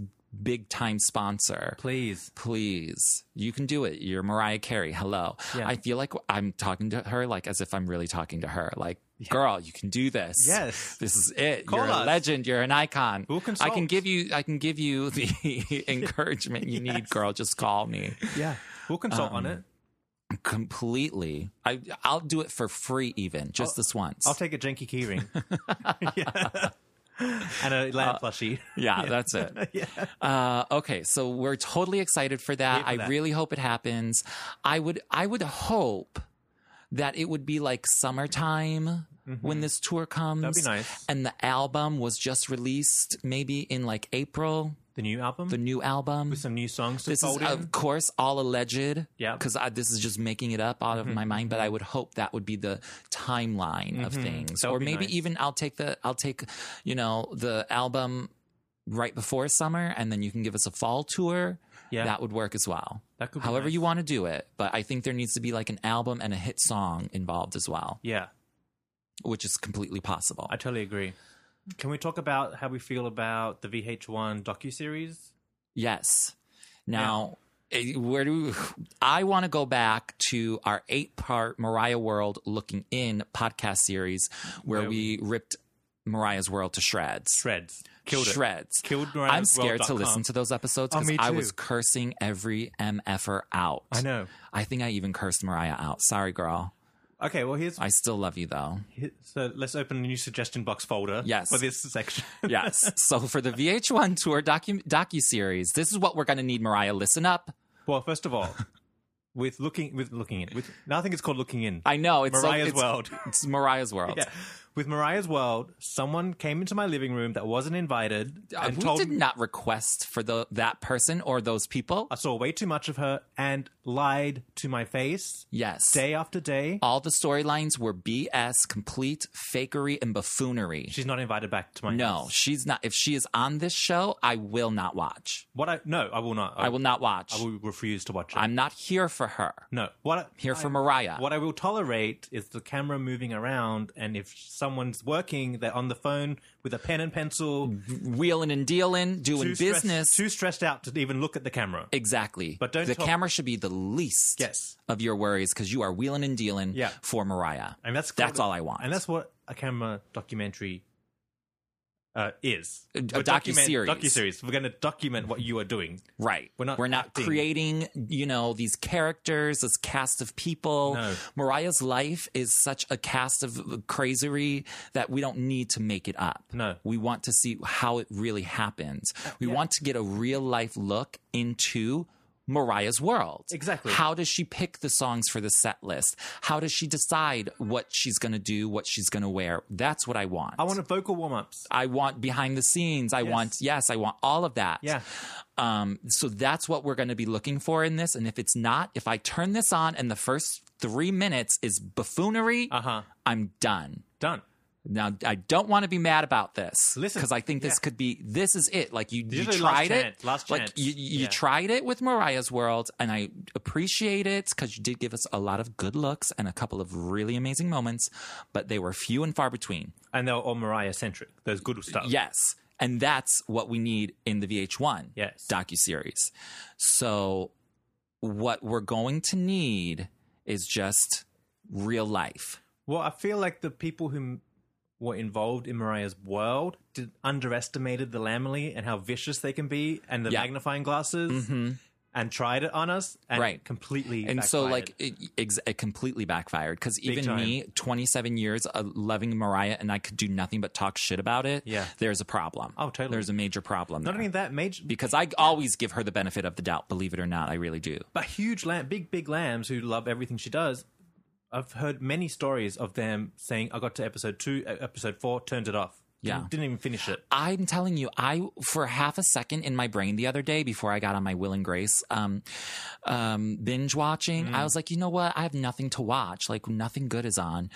Speaker 1: big time sponsor
Speaker 2: Please.
Speaker 1: please you can do it you're mariah carey hello
Speaker 2: Yeah.
Speaker 1: i feel like i'm talking to her like as if i'm really talking to her like girl you can do this
Speaker 2: Yes.
Speaker 1: this is it
Speaker 2: Call
Speaker 1: you're a
Speaker 2: us.
Speaker 1: legend you're an icon
Speaker 2: We'll
Speaker 1: i can
Speaker 2: consult.
Speaker 1: give you i can give you the encouragement you need girl just call me
Speaker 2: Yeah. We'll consult on
Speaker 1: Um,
Speaker 2: it.
Speaker 1: completely i i'll do it for free even just this once
Speaker 2: I'll take a janky keyring. yeah. And a
Speaker 1: Uh,
Speaker 2: lamp plushie.
Speaker 1: yeah, that's it. uh, okay, so we're totally excited for that.
Speaker 2: for
Speaker 1: I
Speaker 2: that.
Speaker 1: really hope it happens. I would, I would hope that it would be like summertime when this tour comes.
Speaker 2: Mm-hmm. That'd be nice.
Speaker 1: And the album was just released maybe in like April,
Speaker 2: The new album
Speaker 1: the new album.
Speaker 2: with some new songs to
Speaker 1: This is,
Speaker 2: fold in.
Speaker 1: of course, all alleged.
Speaker 2: Yeah. Mm-hmm.
Speaker 1: Because this is just making it up out of my mind, but I would hope that would be the timeline of things.
Speaker 2: That
Speaker 1: or
Speaker 2: would be
Speaker 1: maybe
Speaker 2: nice.
Speaker 1: even I'll take the, I'll take, you know, the album right before summer and then you can give us a fall tour.
Speaker 2: Yeah.
Speaker 1: That would work as well.
Speaker 2: That could be
Speaker 1: However
Speaker 2: nice.
Speaker 1: you want to do it. But I think there needs to be like an album and a hit song involved as well,
Speaker 2: yeah,
Speaker 1: which is completely possible.
Speaker 2: I totally agree. Can we talk about how we feel about the VH1 docu series?
Speaker 1: Yes. Now, eh, where do we, I want to go back to our eight part Mariah World Looking In podcast series where
Speaker 2: Where
Speaker 1: we ripped Mariah's world to shreds.
Speaker 2: Shreds killed it.
Speaker 1: Shreds.
Speaker 2: Killed Mariah's
Speaker 1: I'm scared to
Speaker 2: World.com.
Speaker 1: listen to those episodes
Speaker 2: Oh,
Speaker 1: because
Speaker 2: me
Speaker 1: I
Speaker 2: too.
Speaker 1: was cursing every MFer out.
Speaker 2: I know.
Speaker 1: I think I even cursed Mariah out. Sorry, girl.
Speaker 2: Okay, well here's
Speaker 1: I still love you though.
Speaker 2: he- so let's open a new suggestion box folder.
Speaker 1: Yes.
Speaker 2: for this section.
Speaker 1: Yes. so for the VH1 tour docu docuseries, this is what we're going to need, Mariah. Listen up.
Speaker 2: well, first of all, with looking with looking in with now I think it's called looking in.
Speaker 1: I know it's so-
Speaker 2: Mariah's
Speaker 1: it's-
Speaker 2: world.
Speaker 1: It's Mariah's world.
Speaker 2: Yeah. With Mariah's world, someone came into my living room that wasn't invited
Speaker 1: Uh,
Speaker 2: and
Speaker 1: we
Speaker 2: told
Speaker 1: did not request for the that person or those people.
Speaker 2: I saw way too much of her and lied to my face
Speaker 1: yes.
Speaker 2: day after day.
Speaker 1: All the storylines were BS, complete fakery and buffoonery.
Speaker 2: She's not invited back to my
Speaker 1: No,
Speaker 2: house.
Speaker 1: she's not. If she is on this show, I will not watch.
Speaker 2: What I no, I will not.
Speaker 1: I will not watch.
Speaker 2: I will refuse to watch it.
Speaker 1: I'm not here for her.
Speaker 2: no. What I,
Speaker 1: Here for
Speaker 2: I-
Speaker 1: Mariah.
Speaker 2: What I will tolerate is the camera moving around, and if someone's working, they're on the phone with a pen and pencil,
Speaker 1: Wheeling and dealing, doing
Speaker 2: too stressed-
Speaker 1: business.
Speaker 2: too stressed out to even look at the camera.
Speaker 1: exactly.
Speaker 2: But don't
Speaker 1: the
Speaker 2: talk-
Speaker 1: camera should be the least
Speaker 2: Yes.
Speaker 1: of your worries because you are wheeling and dealing
Speaker 2: Yeah.
Speaker 1: for Mariah.
Speaker 2: and that's
Speaker 1: That's all I want.
Speaker 2: And that's what a camera documentary uh, is.
Speaker 1: A- a
Speaker 2: We're document-
Speaker 1: docuseries.
Speaker 2: Docuseries. We're going to document what you are doing.
Speaker 1: Right.
Speaker 2: We're not acting.
Speaker 1: creating, you know, these characters, this cast of people.
Speaker 2: No.
Speaker 1: Mariah's life is such a cast of crazery that we don't need to make it up.
Speaker 2: No.
Speaker 1: We want to see how it really happens. We want to get a real life look into Mariah's world.
Speaker 2: Exactly.
Speaker 1: How does she pick the songs for the set list? How does she decide what she's going to do, what she's going to wear? That's what I want.
Speaker 2: I want a vocal warm ups.
Speaker 1: I want behind the scenes. I want yes, I want all of that.
Speaker 2: Yeah.
Speaker 1: Um, so that's what we're going to be looking for in this. And if it's not, if I turn this on and the first three minutes is buffoonery,
Speaker 2: Uh-huh.
Speaker 1: I'm done.
Speaker 2: Done.
Speaker 1: Now I don't want to be mad about this
Speaker 2: Listen,
Speaker 1: because I think this
Speaker 2: yeah.
Speaker 1: could be this is it. Like you, you
Speaker 2: is your
Speaker 1: tried
Speaker 2: last
Speaker 1: it,
Speaker 2: chance, last
Speaker 1: like
Speaker 2: chance.
Speaker 1: you, you
Speaker 2: Yeah.
Speaker 1: tried it with Mariah's World, and I appreciate it because you did give us a lot of good looks and a couple of really amazing moments, but they were few and far between.
Speaker 2: And they're all Mariah centric. Those good stuff.
Speaker 1: Yes. And that's what we need in the VH1
Speaker 2: Yes.
Speaker 1: docuseries. So what we're going to need is just real life.
Speaker 2: Well, I feel like the people who m- were involved in Mariah's world did, underestimated the lamely and how vicious they can be, and the
Speaker 1: Yeah. Mm-hmm.
Speaker 2: magnifying glasses, and tried it on us, and
Speaker 1: Right.
Speaker 2: completely.
Speaker 1: And so
Speaker 2: backfired.
Speaker 1: like it, ex- it completely backfired cuz even
Speaker 2: time.
Speaker 1: me 27 years of loving Mariah and I could do nothing but talk shit about it.
Speaker 2: Yeah.
Speaker 1: There's a problem.
Speaker 2: Oh, totally.
Speaker 1: There's a major problem.
Speaker 2: not
Speaker 1: there.
Speaker 2: only that, major,
Speaker 1: because I always give her the benefit of the doubt, believe it or not, I really do.
Speaker 2: but huge lamb, big big lambs who love everything she does. I've heard many stories of them saying, "I got to episode two, uh, episode four, turned it off.
Speaker 1: Yeah.
Speaker 2: didn't, didn't even finish it."
Speaker 1: I'm telling you, I for half a second in my brain the other day before I got on my Will and Grace um, um, binge watching, I
Speaker 2: Mm.
Speaker 1: was like, you know what? I have nothing to watch. Like nothing good is on.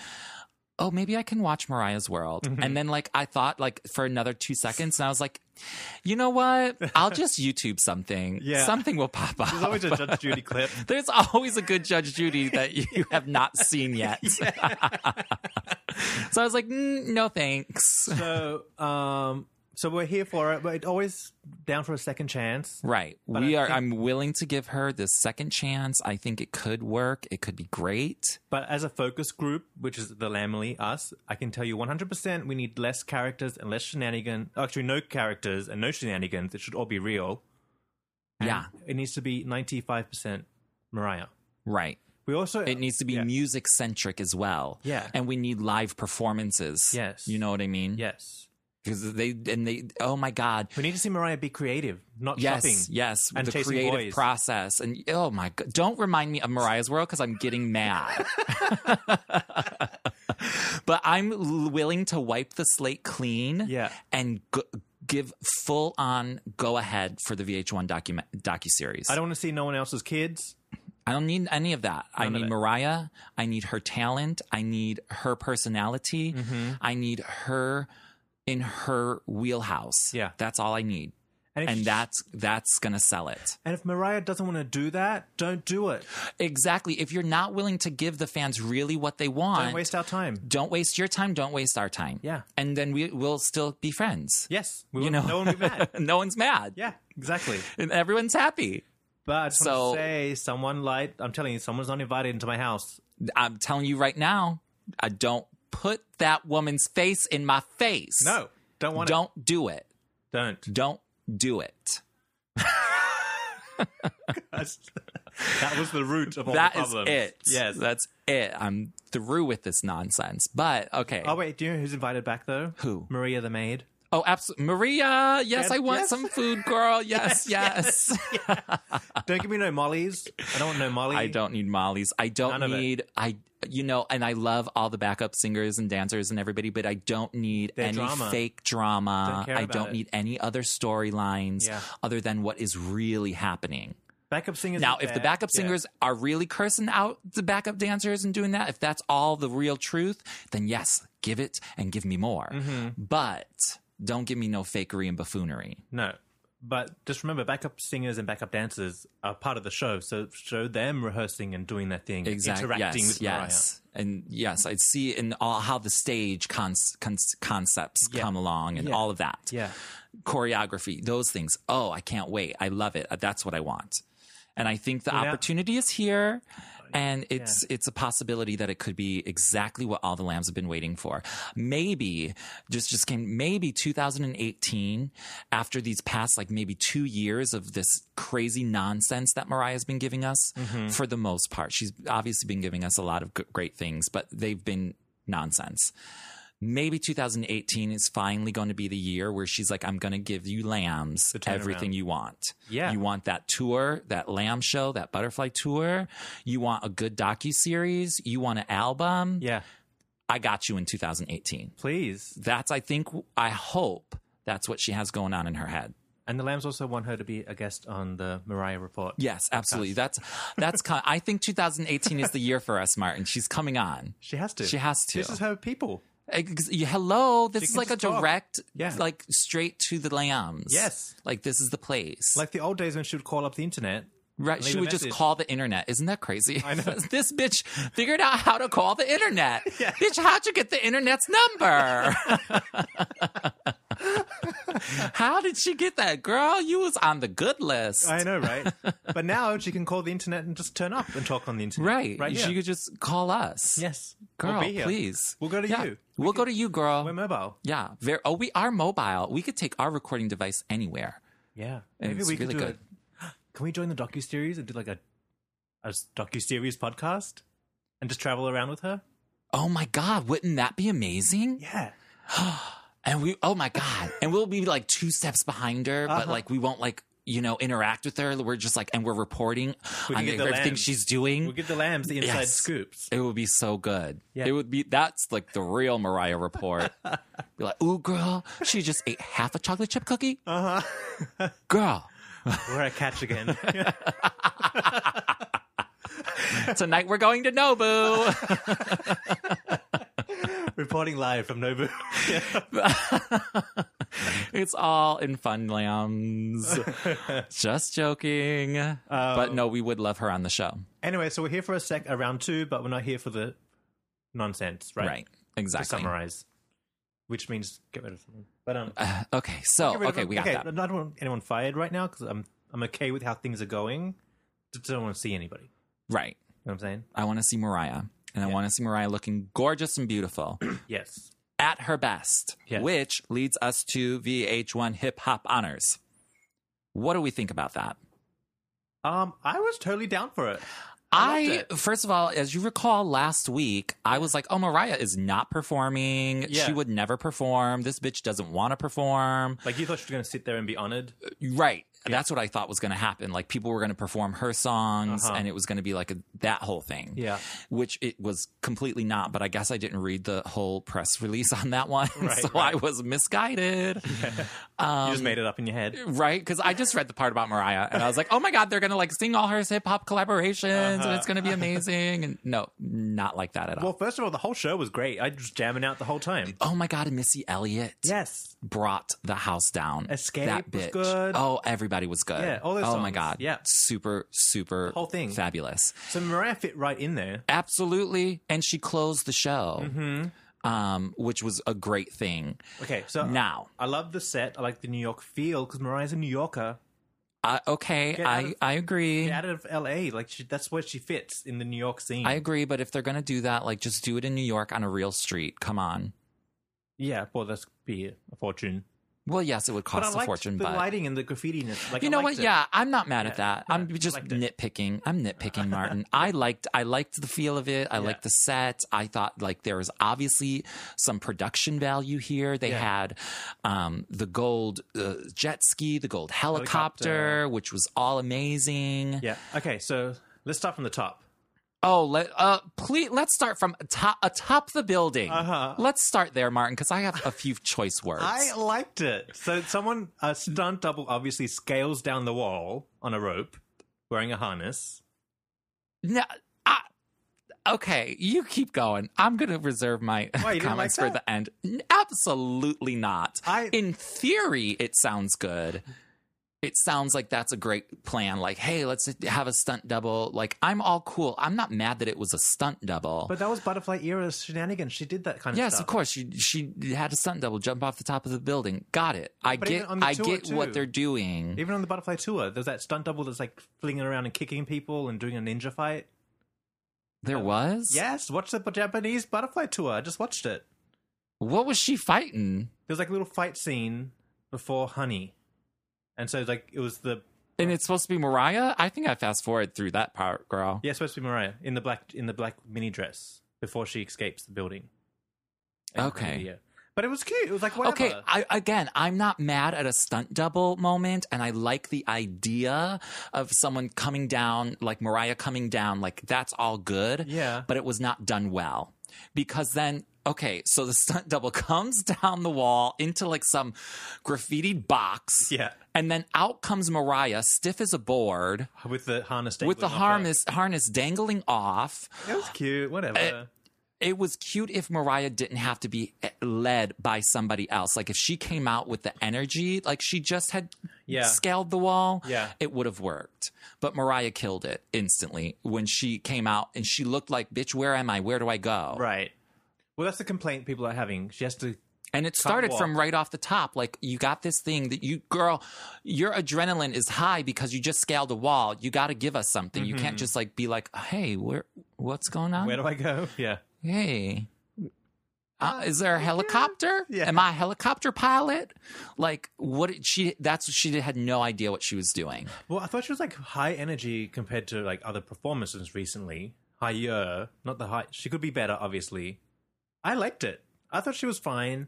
Speaker 1: Oh, maybe I can watch Mariah's World. And then like I thought like for another two seconds, and I was like, you know what? I'll just YouTube something.
Speaker 2: Yeah.
Speaker 1: something will pop up.
Speaker 2: There's always a Judge Judy clip.
Speaker 1: There's always a good Judge Judy that you have not seen yet. so I was like, mm, no thanks.
Speaker 2: So, um, so we're here for it, but it's always down for a second chance.
Speaker 1: Right. we
Speaker 2: I
Speaker 1: are
Speaker 2: think-
Speaker 1: I'm willing to give her this second chance. I think it could work. It could be great.
Speaker 2: But as a focus group, which is the Lamely, us, I can tell you 100% we need less characters and less shenanigans. Actually, no characters and no shenanigans. It should all be real. And
Speaker 1: Yeah.
Speaker 2: It needs to be 95% Mariah.
Speaker 1: Right.
Speaker 2: We also.
Speaker 1: It needs to be
Speaker 2: Yeah.
Speaker 1: music centric as well.
Speaker 2: Yeah.
Speaker 1: And we need live performances.
Speaker 2: Yes.
Speaker 1: You know what I mean?
Speaker 2: Yes.
Speaker 1: Because they and they oh my God.
Speaker 2: We need to see Mariah be creative, not
Speaker 1: Yes,
Speaker 2: shopping.
Speaker 1: yes,
Speaker 2: and
Speaker 1: the
Speaker 2: chasing
Speaker 1: creative
Speaker 2: boys.
Speaker 1: process, and oh my god! Don't remind me of Mariah's World because I'm getting mad. but I'm l- willing to wipe the slate clean
Speaker 2: Yeah.
Speaker 1: and g- give full on go ahead for the VH1 docu docuseries.
Speaker 2: I don't want to see no one else's kids.
Speaker 1: I don't need any of that. I
Speaker 2: None of
Speaker 1: need
Speaker 2: it.
Speaker 1: Mariah. I need her talent. I need her personality.
Speaker 2: Mm-hmm.
Speaker 1: I need her in her wheelhouse.
Speaker 2: Yeah.
Speaker 1: That's all I need.
Speaker 2: And if,
Speaker 1: And that's that's gonna sell it.
Speaker 2: and if Mariah doesn't want to do that, don't do it.
Speaker 1: Exactly. If you're not willing to give the fans really what they want,
Speaker 2: Don't waste our time.
Speaker 1: don't waste your time, don't waste our time.
Speaker 2: Yeah.
Speaker 1: And then we will still be friends.
Speaker 2: Yes, we
Speaker 1: You
Speaker 2: will,
Speaker 1: know.
Speaker 2: no one will be mad.
Speaker 1: no one's mad.
Speaker 2: Yeah, exactly.
Speaker 1: And everyone's happy.
Speaker 2: But I just
Speaker 1: So-
Speaker 2: want to say, someone like I'm telling you, someone's not invited into my house.
Speaker 1: I'm telling you right now, I don't put that woman's face in my face.
Speaker 2: No, don't want
Speaker 1: Don't do it.
Speaker 2: it. Don't.
Speaker 1: Don't do it.
Speaker 2: That's- that was the root of all
Speaker 1: That
Speaker 2: the
Speaker 1: is
Speaker 2: problems.
Speaker 1: it.
Speaker 2: Yes.
Speaker 1: That's it. I'm through with this nonsense. But okay.
Speaker 2: Oh wait, do you know who's invited back though?
Speaker 1: Who?
Speaker 2: Maria the maid.
Speaker 1: Oh, absolutely. Maria, yes,
Speaker 2: Yes,
Speaker 1: I want
Speaker 2: yes.
Speaker 1: some food, girl. Yes, yes.
Speaker 2: Don't give me no mollies. I don't want no molly.
Speaker 1: I don't need Molly's. I don't
Speaker 2: None of it.
Speaker 1: need I you know, and I love all the backup singers and dancers and everybody, but I don't need
Speaker 2: Their
Speaker 1: any
Speaker 2: drama.
Speaker 1: fake drama.
Speaker 2: Don't care
Speaker 1: I
Speaker 2: about
Speaker 1: don't
Speaker 2: it.
Speaker 1: need any other storylines
Speaker 2: Yeah.
Speaker 1: other than what is really happening.
Speaker 2: Backup singers.
Speaker 1: Now,
Speaker 2: are
Speaker 1: if the
Speaker 2: there.
Speaker 1: backup
Speaker 2: Yeah.
Speaker 1: singers are really cursing out the backup dancers and doing that, if that's all the real truth, then yes, give it and give me more.
Speaker 2: Mm-hmm.
Speaker 1: But don't give me no fakery and buffoonery.
Speaker 2: No. But just remember, backup singers and backup dancers are part of the show. So show them rehearsing and doing their thing,
Speaker 1: Exactly. Yes.
Speaker 2: interacting with Mariah.
Speaker 1: yes. And yes, I see in all how the stage cons- cons- concepts come along and
Speaker 2: Yeah.
Speaker 1: all of that.
Speaker 2: Yeah.
Speaker 1: Choreography, those things. Oh, I can't wait. I love it. Uh, That's what I want. And I think the
Speaker 2: now-
Speaker 1: opportunity is here and it's it's a possibility that it could be exactly what all the lambs have been waiting for. Maybe just just came maybe 2018 after these past like maybe 2 years of this crazy nonsense that Mariah's been giving us for the most part. She's obviously been giving us a lot of g- great things, but they've been nonsense maybe 2018 is finally going to be the year where she's like, I'm going to give you lambs
Speaker 2: turnaround.
Speaker 1: everything you want.
Speaker 2: Yeah.
Speaker 1: You want that tour, that lamb show, that butterfly tour. You want a good docu series. You want an album.
Speaker 2: Yeah.
Speaker 1: I got you in 2018.
Speaker 2: Please.
Speaker 1: That's, I think, I hope that's what she has going on in her head.
Speaker 2: And the Lambs also want her to be a guest on the Mariah Report.
Speaker 1: Yes, absolutely. That's, that's, kind I think 2018 is the year for us, Martin. She's coming on.
Speaker 2: She has to.
Speaker 1: She has to.
Speaker 2: This is her people.
Speaker 1: Ex- Hello, this
Speaker 2: She
Speaker 1: is
Speaker 2: can
Speaker 1: like a
Speaker 2: just talk.
Speaker 1: direct,
Speaker 2: Yeah.
Speaker 1: like straight to the lambs.
Speaker 2: Yes.
Speaker 1: like this is the place.
Speaker 2: Like the old days when she would call up the internet.
Speaker 1: right?
Speaker 2: leave
Speaker 1: She
Speaker 2: a
Speaker 1: would just
Speaker 2: message.
Speaker 1: call the internet. Isn't that crazy?
Speaker 2: I know.
Speaker 1: this bitch figured out how to call the internet. Bitch, how'd you get the internet's number? how did she get that, girl? You was on the good list,
Speaker 2: I know, right? but now she can call the internet and just turn up and talk on the internet.
Speaker 1: right?
Speaker 2: Right.
Speaker 1: She
Speaker 2: here.
Speaker 1: could just call us.
Speaker 2: yes. We'll
Speaker 1: girl,
Speaker 2: be here.
Speaker 1: please.
Speaker 2: We'll go to
Speaker 1: Yeah.
Speaker 2: you.
Speaker 1: We'll go to you, girl.
Speaker 2: We're mobile.
Speaker 1: Yeah. Very, oh, we are mobile. We could take our recording device anywhere.
Speaker 2: Yeah.
Speaker 1: And
Speaker 2: Maybe
Speaker 1: it's
Speaker 2: we could
Speaker 1: really
Speaker 2: do
Speaker 1: good.
Speaker 2: a- Can we join the docu series and do like a a docu series podcast and just travel around with her?
Speaker 1: Oh my God, wouldn't that be amazing?
Speaker 2: Yeah.
Speaker 1: And we, oh my God. and we'll be like two steps behind her,
Speaker 2: Uh-huh.
Speaker 1: but like we won't like, you know, interact with her. We're just like, and we're reporting
Speaker 2: We can
Speaker 1: on
Speaker 2: get the
Speaker 1: everything
Speaker 2: lambs.
Speaker 1: she's doing.
Speaker 2: We'll give the lambs the inside
Speaker 1: Yes.
Speaker 2: scoops.
Speaker 1: it would be so good.
Speaker 2: Yeah.
Speaker 1: It would be, that's like the real Mariah report. be like, ooh, girl, she just ate half a chocolate chip cookie. Uh
Speaker 2: Uh-huh.
Speaker 1: huh. girl,
Speaker 2: We're a catch again.
Speaker 1: tonight we're going to Nobu.
Speaker 2: Reporting live from Nobu.
Speaker 1: It's all in fun lambs. Just joking.
Speaker 2: Oh.
Speaker 1: but no, we would love her on the show.
Speaker 2: anyway, so we're here for a sec around two, but we're not here for the nonsense, right?
Speaker 1: Right.
Speaker 2: To
Speaker 1: Exactly.
Speaker 2: summarize. Which means get rid of something. But um
Speaker 1: Okay. So,
Speaker 2: get rid of
Speaker 1: okay,
Speaker 2: them.
Speaker 1: we got
Speaker 2: okay, I
Speaker 1: that.
Speaker 2: don't want anyone fired right now because I'm I'm okay with how things are going. Just don't want to see anybody. You
Speaker 1: Right.
Speaker 2: know what I'm saying?
Speaker 1: I want to see Mariah. And I want to see Mariah looking gorgeous and beautiful
Speaker 2: Yes.
Speaker 1: at her best,
Speaker 2: Yes.
Speaker 1: which leads us to VH1 Hip Hop Honors. What do we think about that?
Speaker 2: Um, I was totally down for it.
Speaker 1: I,
Speaker 2: loved it.
Speaker 1: first of all, as you recall last week, I was like, oh, Mariah is not performing.
Speaker 2: Yeah.
Speaker 1: She would never perform. This bitch doesn't want to perform.
Speaker 2: Like you thought she was going to sit there and be honored.
Speaker 1: Right. That's what I thought was going to happen. Like people were going to perform her songs
Speaker 2: Uh-huh.
Speaker 1: and it was going to be like a, that whole thing.
Speaker 2: Yeah.
Speaker 1: Which it was completely not, but I guess I didn't read the whole press release on that one.
Speaker 2: Right,
Speaker 1: so
Speaker 2: right.
Speaker 1: I was misguided.
Speaker 2: you
Speaker 1: Um,
Speaker 2: just made it up in your head.
Speaker 1: Right? Because I just read the part about Mariah and I was like, oh my God, they're going to like sing all her hip hop collaborations and it's going to be amazing. And no, not like that at all.
Speaker 2: Uh-huh. Well, first of all, the whole show was great. I was jamming out the whole time.
Speaker 1: Oh my God, Missy Elliott
Speaker 2: Yes.
Speaker 1: brought the house down.
Speaker 2: Escape
Speaker 1: that
Speaker 2: was
Speaker 1: bitch.
Speaker 2: good.
Speaker 1: Oh, everybody was good.
Speaker 2: Yeah, all those
Speaker 1: oh my
Speaker 2: songs.
Speaker 1: God.
Speaker 2: Yeah.
Speaker 1: Super, super
Speaker 2: Whole thing.
Speaker 1: fabulous.
Speaker 2: So Mariah fit right in there.
Speaker 1: Absolutely. And she closed the show,
Speaker 2: Mm-hmm.
Speaker 1: um, which was a great thing.
Speaker 2: Okay, so
Speaker 1: Now.
Speaker 2: I love the set. I like the New York feel because Mariah's a New Yorker.
Speaker 1: Uh, okay,
Speaker 2: out
Speaker 1: I,
Speaker 2: of-
Speaker 1: I agree.
Speaker 2: Out of LA, like she, that's where she fits in the New York scene.
Speaker 1: I agree, but if they're going to do that, like just do it in New York on a real street. Come on.
Speaker 2: yeah, well, that's be a fortune.
Speaker 1: Well, yes, it would
Speaker 2: But I
Speaker 1: cost a
Speaker 2: liked
Speaker 1: fortune,
Speaker 2: the
Speaker 1: but
Speaker 2: lighting and the graffitiness. Like
Speaker 1: you
Speaker 2: I
Speaker 1: know
Speaker 2: liked
Speaker 1: what?
Speaker 2: it.
Speaker 1: Yeah, I'm not mad at that.
Speaker 2: yeah,
Speaker 1: I'm
Speaker 2: I
Speaker 1: just
Speaker 2: liked it.
Speaker 1: nitpicking. I'm nitpicking, Martin. I liked I liked the feel of it. I liked the set. I thought like there was obviously some production value here. They
Speaker 2: Yeah.
Speaker 1: had um, the gold uh, jet ski, the gold helicopter,
Speaker 2: Helicopter.
Speaker 1: which was all amazing.
Speaker 2: yeah. Okay, so let's start from the top.
Speaker 1: Oh, let uh, please let's start from atop, atop the building. Uh-huh. Let's start there, Martin, because I have a few choice words.
Speaker 2: I liked it. So someone, a stunt double, obviously scales down the wall on a rope, wearing a harness.
Speaker 1: No, I, okay, you keep going. I'm going to reserve my
Speaker 2: you didn't
Speaker 1: comments
Speaker 2: like
Speaker 1: for
Speaker 2: that?
Speaker 1: the end. N- Absolutely not.
Speaker 2: I-
Speaker 1: In theory, it sounds good. It sounds like that's a great plan. Like, hey, let's have a stunt double. Like, I'm all cool. I'm not mad that it was a stunt double.
Speaker 2: But that was butterfly era shenanigans. She did that kind of
Speaker 1: yes,
Speaker 2: stuff.
Speaker 1: of course. She she had a stunt double jump off the top of the building. Got it. I
Speaker 2: But even
Speaker 1: get
Speaker 2: on the
Speaker 1: I
Speaker 2: tour,
Speaker 1: get what
Speaker 2: too.
Speaker 1: they're doing.
Speaker 2: Even on the butterfly tour, there's that stunt double that's like flinging around and kicking people and doing a ninja fight.
Speaker 1: there was?
Speaker 2: Yes, watch the Japanese butterfly tour. I just watched it.
Speaker 1: What was she fighting?
Speaker 2: There's like a little fight scene before Honey, and so like it was the
Speaker 1: And it's supposed to be Mariah? I think I fast forward through that part, girl.
Speaker 2: yeah it's supposed to be Mariah in the black in the black mini dress before she escapes the building. And
Speaker 1: Okay.
Speaker 2: the video. but it was cute. It was like whatever.
Speaker 1: Okay, I, again, I'm not mad at a stunt double moment, and I like the idea of someone coming down, like Mariah coming down, like that's all good.
Speaker 2: Yeah.
Speaker 1: But it was not done well. Because then, okay, so the stunt double comes down the wall into like some graffitied box.
Speaker 2: Yeah.
Speaker 1: And then out comes Mariah, stiff as a board,
Speaker 2: with the harness
Speaker 1: with the
Speaker 2: dangling off her.
Speaker 1: harness, harness dangling off.
Speaker 2: It was cute. Whatever.
Speaker 1: Uh, it was cute if Mariah didn't have to be eh, led by somebody else. Like if she came out with the energy, like she just had
Speaker 2: Yeah.
Speaker 1: scaled the wall,
Speaker 2: Yeah.
Speaker 1: it would have worked. But Mariah killed it instantly when she came out and she looked like, bitch, where am I? Where do I go?
Speaker 2: right. Well, that's the complaint people are having. She has to.
Speaker 1: And it started
Speaker 2: walk.
Speaker 1: from right off the top. Like you got this thing that you, girl, your adrenaline is high because you just scaled a wall. You got to give us something. You
Speaker 2: Mm-hmm.
Speaker 1: can't just like be like, hey, where, what's going on?
Speaker 2: Where do I go? Yeah.
Speaker 1: hey uh, is there a helicopter
Speaker 2: Yeah.
Speaker 1: am i a helicopter pilot like what did she that's she had no idea what she was doing
Speaker 2: Well, I thought she was like high energy compared to like other performances recently. Higher, not the high. She could be better, obviously. I liked it. I thought she was fine.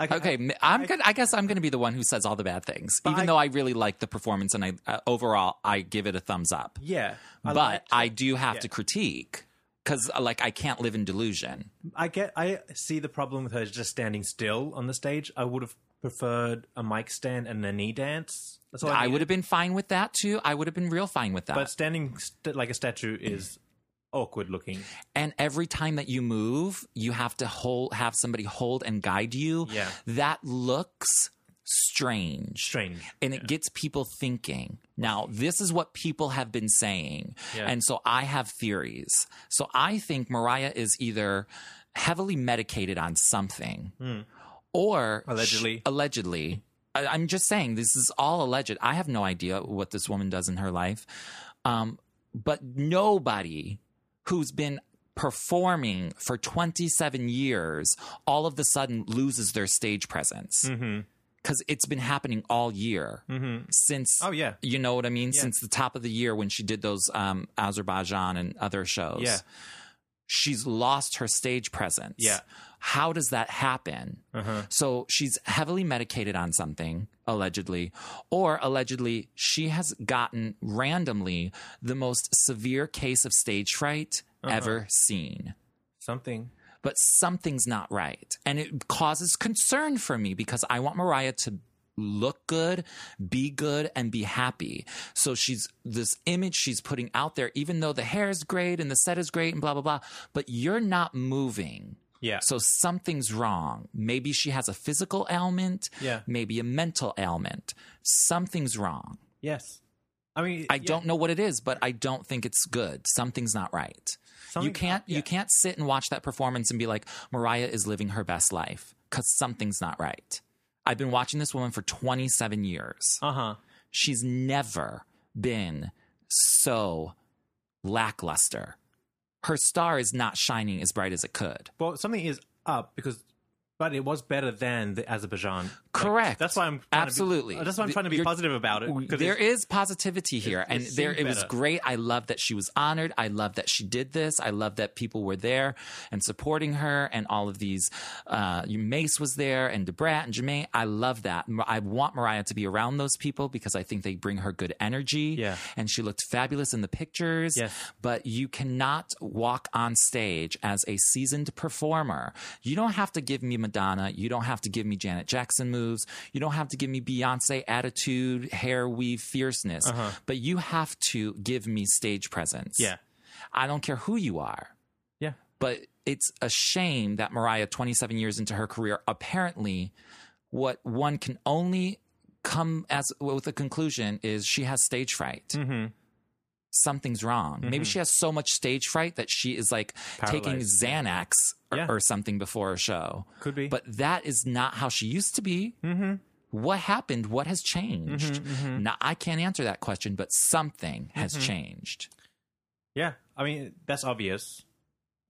Speaker 2: Like,
Speaker 1: okay m- i'm good i guess i'm gonna be the one who says all the bad things even
Speaker 2: I-
Speaker 1: though i really like the performance and i uh, overall i give it a thumbs up
Speaker 2: yeah, I
Speaker 1: but
Speaker 2: liked-
Speaker 1: i do have
Speaker 2: Yeah.
Speaker 1: to critique because like i can't live in delusion
Speaker 2: I get. I see the problem with her just standing still on the stage. I would have preferred a mic stand and a knee dance. That's all I,
Speaker 1: i would
Speaker 2: needed.
Speaker 1: have been fine with that too i would have been real fine with that
Speaker 2: But standing st- like a statue is awkward looking.
Speaker 1: and every time that you move you have to hold have somebody hold and guide you
Speaker 2: Yeah.
Speaker 1: that looks strange
Speaker 2: Strange.
Speaker 1: and it gets people thinking now this is what people have been saying
Speaker 2: Yeah.
Speaker 1: and so i have theories so i think mariah is either heavily medicated on something or she-
Speaker 2: Hmm. Allegedly.
Speaker 1: allegedly I, i'm just saying this is all alleged i have no idea what this woman does in her life um, but nobody who's been performing for 27 years all of the sudden loses their stage presence
Speaker 2: Hmm.
Speaker 1: because it's been happening all year since
Speaker 2: Oh, yeah.
Speaker 1: you know what i mean since the top of the year when she did those um, azerbaijan and other shows
Speaker 2: Yeah.
Speaker 1: she's lost her stage presence.
Speaker 2: Yeah.
Speaker 1: How does that happen?
Speaker 2: Uh-huh.
Speaker 1: So she's heavily medicated on something, allegedly, or allegedly she has gotten randomly the most severe case of stage fright
Speaker 2: Uh-huh.
Speaker 1: ever seen.
Speaker 2: Something.
Speaker 1: But something's not right. And it causes concern for me because I want Mariah to look good, be good, and be happy. So she's this image she's putting out there, even though the hair is great and the set is great and blah, blah, blah, but you're not moving.
Speaker 2: Yeah.
Speaker 1: So something's wrong. Maybe she has a physical ailment.
Speaker 2: Yeah.
Speaker 1: Maybe a mental ailment. Something's wrong.
Speaker 2: yes. I mean,
Speaker 1: I
Speaker 2: yeah,
Speaker 1: don't know what it is, but I don't think it's good. Something's not right. you
Speaker 2: Something-
Speaker 1: can't
Speaker 2: yeah.
Speaker 1: you can't sit and watch that performance and be like Mariah is living her best life cuz something's not right. I've been watching this woman for 27 years.
Speaker 2: Uh huh.
Speaker 1: She's never been so lackluster. Her star is not shining as bright as it could.
Speaker 2: Well, something is up because, but it was better than the Azerbaijan. Like,
Speaker 1: Correct.
Speaker 2: that's why I'm trying to be- uh,
Speaker 1: Absolutely.
Speaker 2: that's why I'm trying to be
Speaker 1: You're-
Speaker 2: positive about it. 'cause
Speaker 1: There
Speaker 2: it's-
Speaker 1: is positivity here, and
Speaker 2: it
Speaker 1: there
Speaker 2: seemed
Speaker 1: it was
Speaker 2: better.
Speaker 1: great. I love that she was honored. I love that she did this. I love that people were there and supporting her, and all of these. Uh, Mace was there, and Debrat and Jermaine. I love that. Mar- I want Mariah to be around those people because I think they bring her good energy.
Speaker 2: Yeah.
Speaker 1: and she looked fabulous in the pictures.
Speaker 2: Yes.
Speaker 1: but you cannot walk on stage as a seasoned performer. You don't have to give me Madonna. You don't have to give me Janet Jackson moves. You don't have to give me Beyonce attitude, hair weave, fierceness. But you have to give me stage presence.
Speaker 2: Yeah.
Speaker 1: I don't care who you are.
Speaker 2: Yeah.
Speaker 1: But it's a shame that Mariah, 27 years into her career, apparently, what one can only come as with a conclusion is she has stage fright
Speaker 2: Mm-hmm.
Speaker 1: something's wrong. Maybe she has so much stage fright that she is like taking
Speaker 2: Paralyzed,
Speaker 1: Xanax or,
Speaker 2: Yeah.
Speaker 1: or something before a show.
Speaker 2: Could be.
Speaker 1: But that is not how she used to be.
Speaker 2: Mm-hmm.
Speaker 1: What happened? What has changed? Now, I can't answer that question, but something has
Speaker 2: Mm-hmm.
Speaker 1: changed.
Speaker 2: Yeah. I mean, that's obvious.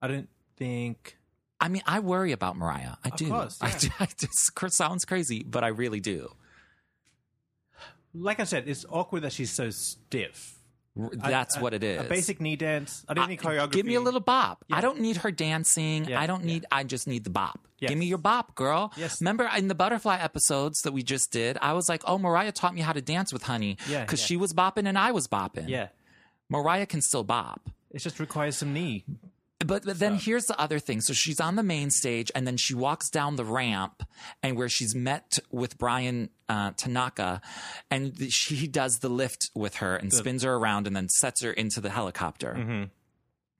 Speaker 2: I don't think.
Speaker 1: I mean, I worry about Mariah. I do.
Speaker 2: course,
Speaker 1: I
Speaker 2: yeah.
Speaker 1: do. I just, it sounds crazy, but I really do.
Speaker 2: Like I said, it's awkward that she's so stiff.
Speaker 1: R-
Speaker 2: I-
Speaker 1: That's
Speaker 2: I-
Speaker 1: what it is.
Speaker 2: A basic knee dance. I don't need
Speaker 1: I-
Speaker 2: choreography.
Speaker 1: Uh, Give me a little bop.
Speaker 2: Yeah.
Speaker 1: I don't need her dancing.
Speaker 2: Yeah,
Speaker 1: I don't
Speaker 2: yeah.
Speaker 1: need. I just need the bop.
Speaker 2: Yes.
Speaker 1: Give me your bop, girl.
Speaker 2: Yes.
Speaker 1: Remember in the butterfly episodes that we just did, I was like, "Oh, Mariah taught me how to dance with Honey."
Speaker 2: Yeah,
Speaker 1: Because
Speaker 2: yeah.
Speaker 1: she was bopping and I was bopping.
Speaker 2: Yeah.
Speaker 1: Mariah can still bop.
Speaker 2: It just requires some knee.
Speaker 1: But, but then here's the other thing. So she's on the main stage, and then she walks down the ramp, and where she's met with Brian uh, Tanaka, and th- she, he does the lift with her and spins her around, and then sets her into the helicopter.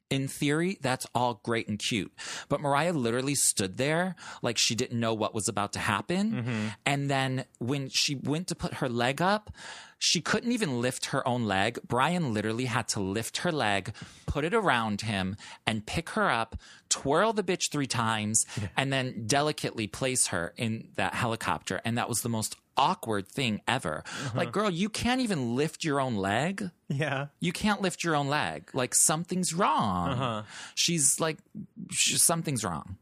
Speaker 1: In theory, that's all great and cute, but Mariah literally stood there like she didn't know what was about to happen, and then when she went to put her leg up. She couldn't even lift her own leg. Brian literally had to lift her leg, put it around him, and pick her up, twirl the bitch three times, and then delicately place her in that helicopter. And that was the most awkward thing ever. Like, girl, you can't even lift your own leg.
Speaker 2: Yeah.
Speaker 1: You can't lift your own leg. Like, something's wrong.
Speaker 2: Uh-huh.
Speaker 1: She's like, sh something's wrong.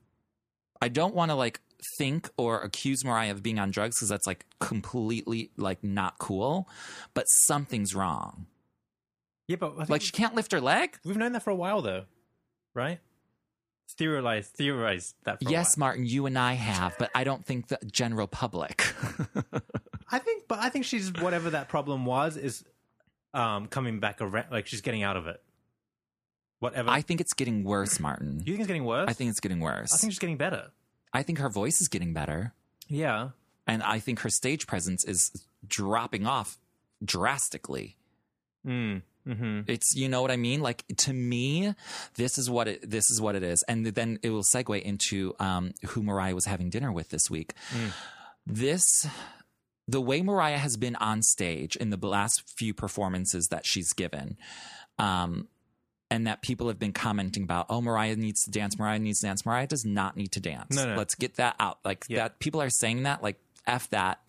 Speaker 1: I don't want to like think or accuse Mariah of being on drugs because that's like completely like not cool, but something's wrong.
Speaker 2: Yeah, but I think
Speaker 1: Like she can't lift her leg?
Speaker 2: we've known that for a while, though, right? Theorized, theorized that. For a
Speaker 1: Yes,
Speaker 2: while.
Speaker 1: Martin, you and I have, but I don't think the general public.
Speaker 2: I think, but I think she's whatever that problem was is um, coming back around. Like she's getting out of it. Whatever.
Speaker 1: I think it's getting worse, Martin.
Speaker 2: you think it's getting worse?
Speaker 1: I think it's getting worse.
Speaker 2: I think she's getting better.
Speaker 1: I think her voice is getting better.
Speaker 2: Yeah.
Speaker 1: And I think her stage presence is dropping off drastically.
Speaker 2: Mm. Hmm.
Speaker 1: It's you know what I mean. Like to me, this is what it this is what it is, and then it will segue into um, who Mariah was having dinner with this week.
Speaker 2: Mm.
Speaker 1: This. The way Mariah has been on stage in the last few performances that she's given, um, and that people have been commenting about, oh, Mariah needs to dance, Mariah needs to dance. Mariah does not need to dance.
Speaker 2: No, no.
Speaker 1: Let's get that out. Like
Speaker 2: Yeah.
Speaker 1: that, people are saying that, like, F that.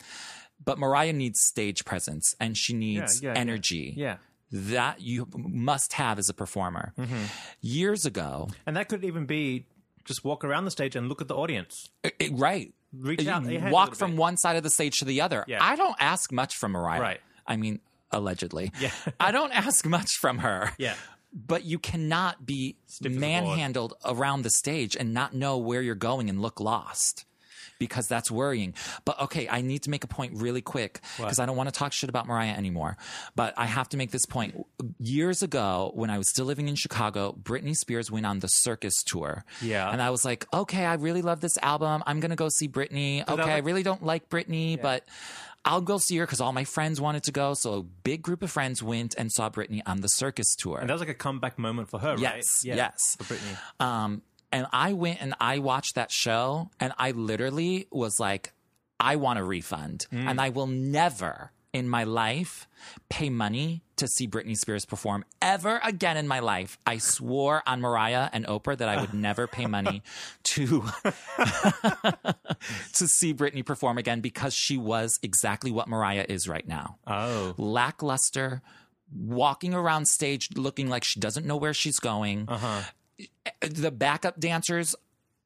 Speaker 1: But Mariah needs stage presence and she needs
Speaker 2: yeah, yeah.
Speaker 1: energy
Speaker 2: Yeah.
Speaker 1: that you must have as a performer.
Speaker 2: Mm-hmm.
Speaker 1: Years ago,
Speaker 2: And that could even be just walk around the stage and look at the audience.
Speaker 1: i- i- right?
Speaker 2: Reach
Speaker 1: You
Speaker 2: out. your hand a
Speaker 1: walk
Speaker 2: little
Speaker 1: from
Speaker 2: bit.
Speaker 1: one side of the stage to the other.
Speaker 2: Yeah.
Speaker 1: I don't ask much from Mariah.
Speaker 2: Right.
Speaker 1: I mean, allegedly.
Speaker 2: Yeah.
Speaker 1: I don't ask much from her.
Speaker 2: Yeah.
Speaker 1: but you cannot be
Speaker 2: Stiff as a board.
Speaker 1: manhandled around the stage and not know where you're going and look lost because that's worrying. But okay, I need to make a point really quick because I don't want to talk shit about Mariah anymore. But I have to make this point. Years ago, when I was still living in Chicago, Britney Spears went on the circus tour.
Speaker 2: Yeah.
Speaker 1: And I was like, okay, I really love this album. I'm going to go see Britney. Okay, I really don't like Britney, but I'll go see her because all my friends wanted to go. So a big group of friends went and saw Britney on the circus tour.
Speaker 2: And that was like a comeback moment for her, right?
Speaker 1: Yes, yes.
Speaker 2: For Britney.
Speaker 1: Um, and I went and I watched that show, and I literally was like, I want a refund, and I will never in my life pay money to see Britney Spears perform ever again in my life. I swore on Mariah and Oprah that I would never pay money to to see Britney perform again because she was exactly what Mariah is right now
Speaker 2: Oh.
Speaker 1: lackluster, walking around stage looking like she doesn't know where she's going.
Speaker 2: Uh-huh.
Speaker 1: The backup dancers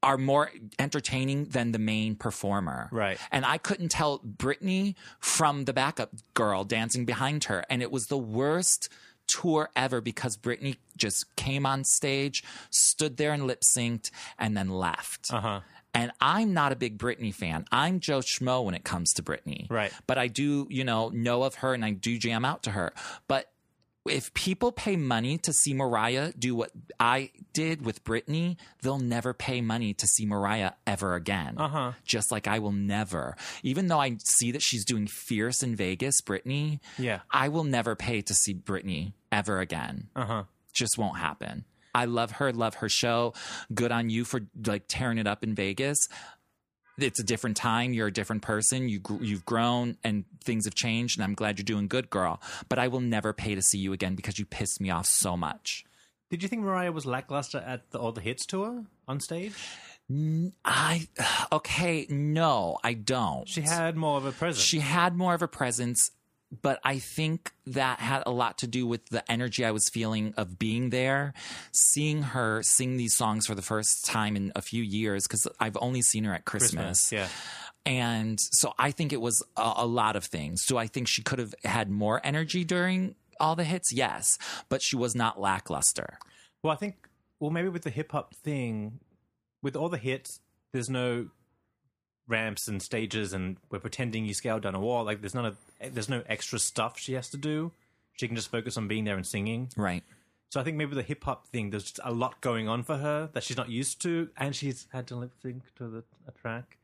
Speaker 1: are more entertaining than the main performer.
Speaker 2: Right.
Speaker 1: And I couldn't tell Brittany from the backup girl dancing behind her. And it was the worst tour ever because Britney just came on stage, stood there and lip synced, and then left.
Speaker 2: Uh-huh.
Speaker 1: And I'm not a big Britney fan. I'm Joe Schmo when it comes to Britney.
Speaker 2: Right.
Speaker 1: But I do, you know, know of her and I do jam out to her. But if people pay money to see Mariah do what I did with Britney, they'll never pay money to see Mariah ever again. Uh-huh. Just like I will never. Even though I see that she's doing fierce in Vegas, Britney,
Speaker 2: Yeah.
Speaker 1: I will never pay to see Britney ever again.
Speaker 2: Uh-huh.
Speaker 1: Just won't happen. I love her, love her show. Good on you for like tearing it up in Vegas. It's a different time. You're a different person. You gr- you've grown and things have changed, and I'm glad you're doing good, girl. But I will never pay to see you again because you pissed me off so much.
Speaker 2: Did you think Mariah was lackluster at the All the Hits tour on stage?
Speaker 1: I okay, no, I don't.
Speaker 2: She had more of a presence.
Speaker 1: She had more of a presence, but I think that had a lot to do with the energy I was feeling of being there, seeing her sing these songs for the first time in a few years because I've only seen her at Christmas.
Speaker 2: Yeah.
Speaker 1: And so I think it was a, a lot of things. Do I think she could have had more energy during all the hits? Yes, but she was not lackluster.
Speaker 2: Well, I think well maybe with the hip hop thing, with all the hits, there's no ramps and stages, and we're pretending you scaled down a wall. Like there's none of there's no extra stuff she has to do. She can just focus on being there and singing.
Speaker 1: Right.
Speaker 2: So I think maybe the hip hop thing, there's just a lot going on for her that she's not used to, and she's had to lip sync to the a track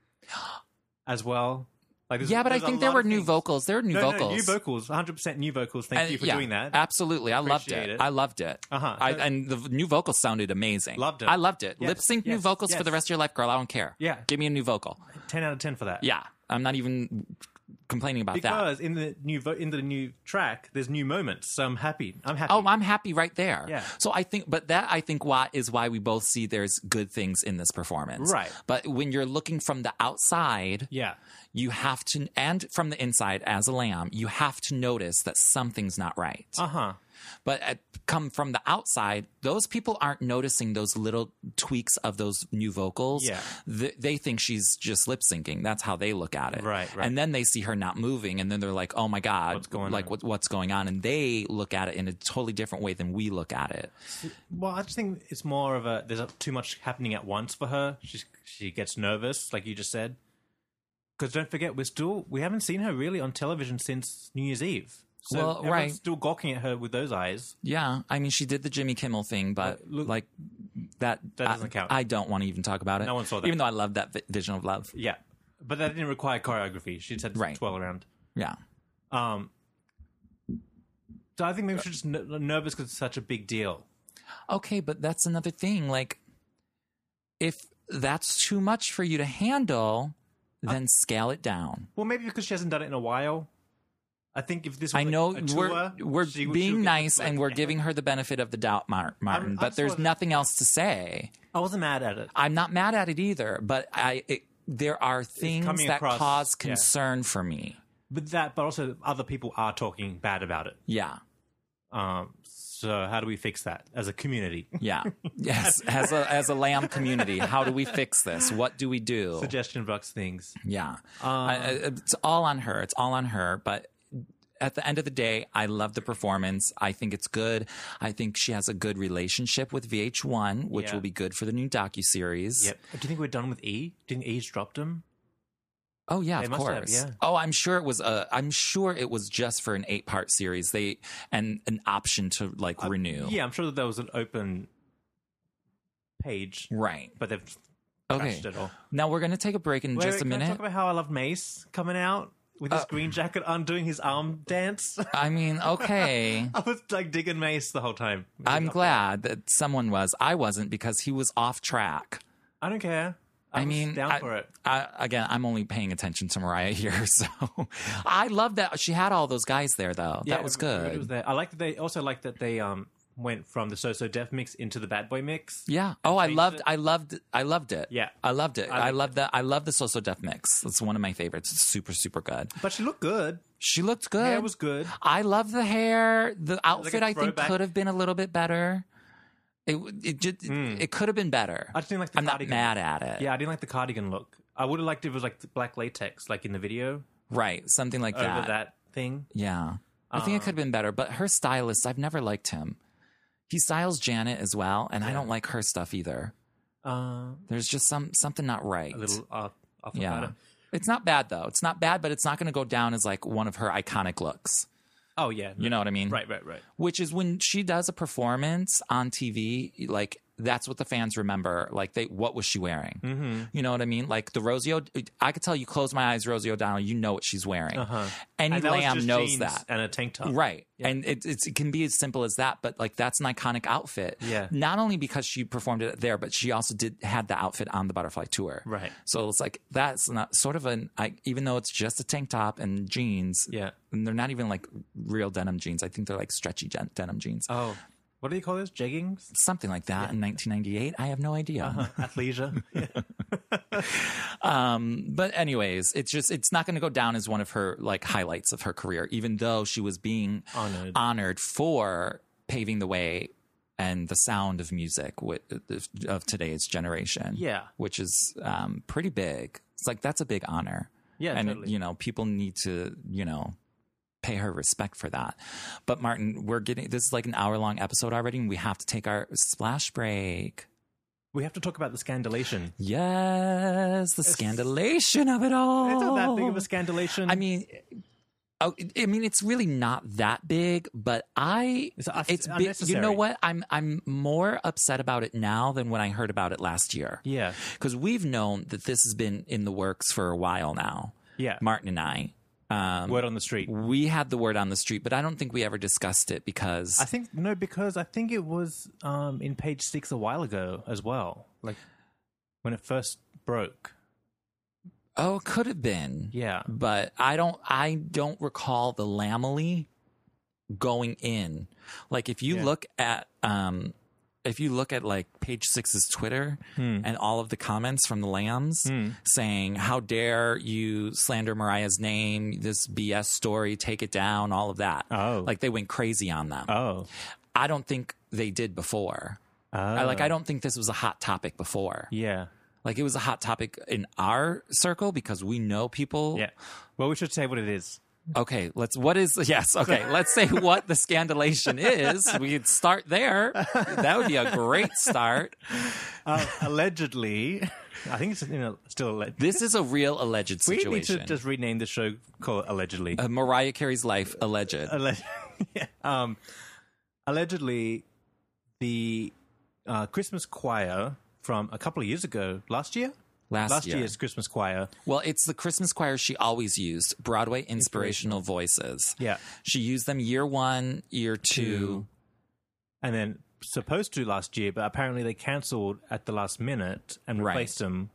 Speaker 2: as well. Like there's-
Speaker 1: Yeah, but I
Speaker 2: there's a
Speaker 1: think there
Speaker 2: lot
Speaker 1: were
Speaker 2: of
Speaker 1: new
Speaker 2: things.
Speaker 1: vocals. There were new
Speaker 2: No,
Speaker 1: vocals.
Speaker 2: no, new vocals, 100% new vocals. Thank
Speaker 1: And
Speaker 2: you for
Speaker 1: yeah,
Speaker 2: doing that.
Speaker 1: Absolutely, I loved
Speaker 2: Appreciate
Speaker 1: it.
Speaker 2: it.
Speaker 1: I loved it.
Speaker 2: Uh-huh.
Speaker 1: I, and the v- new vocals sounded amazing.
Speaker 2: Loved it.
Speaker 1: I loved it.
Speaker 2: Yes,
Speaker 1: Lip sync new
Speaker 2: yes,
Speaker 1: vocals for
Speaker 2: yes.
Speaker 1: the rest of your life, girl. I don't care.
Speaker 2: Yeah.
Speaker 1: give me a new vocal.
Speaker 2: 10 out of 10 for that.
Speaker 1: Yeah, I'm not even complaining about that.
Speaker 2: because in the new vo- in the new track there's new moments so i'm happy i'm happy
Speaker 1: Oh, I'm happy right there.
Speaker 2: Yeah.
Speaker 1: So I think, but that I think why is why we both see there's good things in this performance.
Speaker 2: Right.
Speaker 1: But when you're looking from the outside,
Speaker 2: yeah
Speaker 1: you have to, and from the inside as a lamb, you have to notice that something's not right.
Speaker 2: uh-huh
Speaker 1: but at, come from the outside, those people aren't noticing those little tweaks of those new vocals.
Speaker 2: Yeah.
Speaker 1: Th- they think she's just lip syncing. That's how they look at it.
Speaker 2: Right, right.
Speaker 1: And then they see her not moving, and then they're like, "Oh my god, what's
Speaker 2: going
Speaker 1: like
Speaker 2: on?"
Speaker 1: What, what's going on?" And they look at it in a totally different way than we look at it.
Speaker 2: well i just think it's more of a there's a, too much happening at once for her she she gets nervous like you just said because don't forget we're still we haven't seen her really on television since new year's eve so
Speaker 1: Well,
Speaker 2: everyone's
Speaker 1: right.
Speaker 2: still gawking at her with those eyes
Speaker 1: Yeah, I mean, she did the Jimmy Kimmel thing, but
Speaker 2: look-
Speaker 1: like that
Speaker 2: That doesn't
Speaker 1: I,
Speaker 2: count.
Speaker 1: I don't want to even talk about it.
Speaker 2: No one saw that.
Speaker 1: even though I love that vi- vision of love.
Speaker 2: yeah but that didn't require choreography she just had to
Speaker 1: Right.
Speaker 2: twirl around
Speaker 1: Yeah.
Speaker 2: um so i think maybe she's just n- nervous because it's such a big deal
Speaker 1: Okay, but that's another thing. Like, if that's too much for you to handle,
Speaker 2: Uh,
Speaker 1: then scale it down.
Speaker 2: Well, maybe because she hasn't done it in a while. I think if this was
Speaker 1: I know
Speaker 2: like, a
Speaker 1: we're
Speaker 2: tour,
Speaker 1: we're
Speaker 2: she would- she would
Speaker 1: being
Speaker 2: get,
Speaker 1: nice
Speaker 2: like,
Speaker 1: and we're giving her the benefit of the doubt, Mar- Martin.
Speaker 2: I'm
Speaker 1: but there's
Speaker 2: sorry.
Speaker 1: nothing else to say.
Speaker 2: I wasn't mad at it.
Speaker 1: I'm not mad at it either. But I it, there are things
Speaker 2: coming
Speaker 1: that
Speaker 2: across-
Speaker 1: cause
Speaker 2: yeah.
Speaker 1: concern for me.
Speaker 2: But that, but also other people are talking bad about it.
Speaker 1: Yeah.
Speaker 2: Um, so how do we fix that as a community?
Speaker 1: Yeah. Yes. As a as a lamb community, how do we fix this? What do we do?
Speaker 2: Suggestion box things. Uh,
Speaker 1: Yeah. I, I- it's all on her. It's all on her. But at the end of the day, I love the performance. I think it's good. I think she has a good relationship with VH1, which
Speaker 2: Yeah.
Speaker 1: will be good for the new docu series.
Speaker 2: Yep. Do you think we're done with E? Do you think E's dropped him?
Speaker 1: Oh yeah,
Speaker 2: They
Speaker 1: of
Speaker 2: must have,
Speaker 1: course.
Speaker 2: yeah.
Speaker 1: Oh, I'm sure it was a. I'm sure it was just for an eight part series. They and an option to like renew.
Speaker 2: Uh, Yeah, I'm sure that there was an open page,
Speaker 1: Right.
Speaker 2: but they've
Speaker 1: Okay.
Speaker 2: trashed it all.
Speaker 1: Now we're gonna take a break in
Speaker 2: Wait,
Speaker 1: just
Speaker 2: wait,
Speaker 1: a
Speaker 2: can I
Speaker 1: minute.
Speaker 2: talk about how I love Mace coming out with his green jacket on, doing his arm dance.
Speaker 1: I mean, okay.
Speaker 2: I was like digging Mace the whole time.
Speaker 1: I'm glad that someone was. I wasn't because he was off track.
Speaker 2: I don't care.
Speaker 1: I
Speaker 2: I'm
Speaker 1: mean,
Speaker 2: down
Speaker 1: I-
Speaker 2: for it.
Speaker 1: I, again, I'm only paying attention to Mariah here, so I love that she had all those guys there, though.
Speaker 2: Yeah,
Speaker 1: that was
Speaker 2: everybody
Speaker 1: good.
Speaker 2: was there. I like that they also like that they um went from the so so def mix into the bad boy mix.
Speaker 1: yeah. Oh, I
Speaker 2: changed
Speaker 1: loved.
Speaker 2: it.
Speaker 1: I loved. I loved it.
Speaker 2: Yeah.
Speaker 1: I loved it. I,
Speaker 2: liked
Speaker 1: love that. I love the So So Def mix. It's one of my favorites. It's super, super good.
Speaker 2: But she looked good.
Speaker 1: She looked good.
Speaker 2: Hair was good.
Speaker 1: I love the hair. The outfit I think
Speaker 2: throwback.
Speaker 1: could have been a little bit better. It it just, it could have been better.
Speaker 2: Hmm. I just didn't like the
Speaker 1: I'm not
Speaker 2: cardigan.
Speaker 1: mad at it.
Speaker 2: Yeah, I didn't like the cardigan look. I would have liked if it was like the black latex, like in the video
Speaker 1: Right. Something like
Speaker 2: over that thing.
Speaker 1: Yeah. I
Speaker 2: Um,
Speaker 1: think it could have been better, but her stylist, I've never liked him. He styles Janet as well, and I don't like her stuff either.
Speaker 2: Uh,
Speaker 1: There's just some something not right.
Speaker 2: a little off, off about
Speaker 1: yeah.
Speaker 2: it.
Speaker 1: It's not bad though. It's not bad, but it's not going to go down as like one of her iconic looks.
Speaker 2: Oh yeah,
Speaker 1: You know what I mean?
Speaker 2: right, right, right.
Speaker 1: Which is when she does a performance on TV, like that's what the fans remember. Like they, what was she wearing? Mm-hmm. You know what I mean? Like the Rosie, O- I could tell you close my eyes, Rosie O'Donnell, you know what she's wearing. Uh-huh. Any
Speaker 2: And that was
Speaker 1: lamb
Speaker 2: just
Speaker 1: knows
Speaker 2: jeans
Speaker 1: that.
Speaker 2: and a tank top.
Speaker 1: Right. And it, it's, it can be as simple as that, but like that's an iconic outfit.
Speaker 2: Yeah.
Speaker 1: Not only because she performed it there, but she also did had the outfit on the butterfly tour.
Speaker 2: Right.
Speaker 1: So it's like that's not sort of an I, even though it's just a tank top and jeans.
Speaker 2: Yeah.
Speaker 1: And they're not even like real denim jeans. I think they're like stretchy gen- denim jeans.
Speaker 2: Oh, what do you call those? Jeggings?
Speaker 1: Something like that in 1998. I have no idea.
Speaker 2: Uh-huh. Athleisure.
Speaker 1: But anyways, it's just it's not going to go down as one of her like highlights of her career, even though she was being
Speaker 2: Honored.
Speaker 1: honored for paving the way and the sound of music with, of today's generation.
Speaker 2: Yeah.
Speaker 1: which is um, pretty big. It's like that's a big honor.
Speaker 2: Yeah,
Speaker 1: and
Speaker 2: totally.
Speaker 1: you know people need to you know pay her respect for that. But Martin, we're getting this is like an hour long episode already, and we have to take our splash break.
Speaker 2: we have to talk about the scandalation.
Speaker 1: Yes, the scandalation of it all.
Speaker 2: It's not that big of a scandalation.
Speaker 1: Oh. I mean, oh, I mean, it's really not that big, but I,
Speaker 2: It's
Speaker 1: it's,
Speaker 2: un-
Speaker 1: big. You know
Speaker 2: unnecessary.
Speaker 1: what? I'm I'm more upset about it now than when I heard about it last year.
Speaker 2: yeah,
Speaker 1: because we've known that this has been in the works for a while now.
Speaker 2: yeah.
Speaker 1: Martin and I, um,
Speaker 2: Word on the street.
Speaker 1: we had the word on the street, but I don't think we ever discussed it because
Speaker 2: I think no, because I think it was um, in page six a while ago as well. Like when it first broke.
Speaker 1: oh, it could have been.
Speaker 2: Yeah.
Speaker 1: but I don't I don't recall the lamely going in. Like if you
Speaker 2: Yeah.
Speaker 1: look at um if you look at like page six's Twitter
Speaker 2: Hmm.
Speaker 1: and all of the comments from the lambs saying, How dare you slander Mariah's name, this BS story, take it down, all of that.
Speaker 2: Oh.
Speaker 1: Like they went crazy on them.
Speaker 2: Oh.
Speaker 1: I don't think they did before. I, like
Speaker 2: Oh.
Speaker 1: I don't think this was a hot topic before.
Speaker 2: Yeah.
Speaker 1: Like it was a hot topic in our circle because we know people
Speaker 2: Yeah. Well, we should say what it is.
Speaker 1: Okay, let's. What is yes? Okay, let's say what the scandalation is. We could start there. That would be a great start.
Speaker 2: Uh, allegedly, I think it's you know, still alleged.
Speaker 1: This is a real alleged
Speaker 2: We
Speaker 1: situation.
Speaker 2: need to just rename the show. Call it allegedly.
Speaker 1: Uh, Mariah Carey's life
Speaker 2: Uh,
Speaker 1: alleged.
Speaker 2: Alleg- yeah. um, allegedly, the uh, Christmas choir from a couple of years ago, last year,
Speaker 1: Last year.
Speaker 2: year's Christmas choir.
Speaker 1: Well, it's the Christmas choir she always used. Broadway inspirational voices.
Speaker 2: Yeah.
Speaker 1: she used them year one, year two.
Speaker 2: Mm-hmm. and then supposed to last year, but apparently they cancelled at the last minute and
Speaker 1: Right.
Speaker 2: replaced them.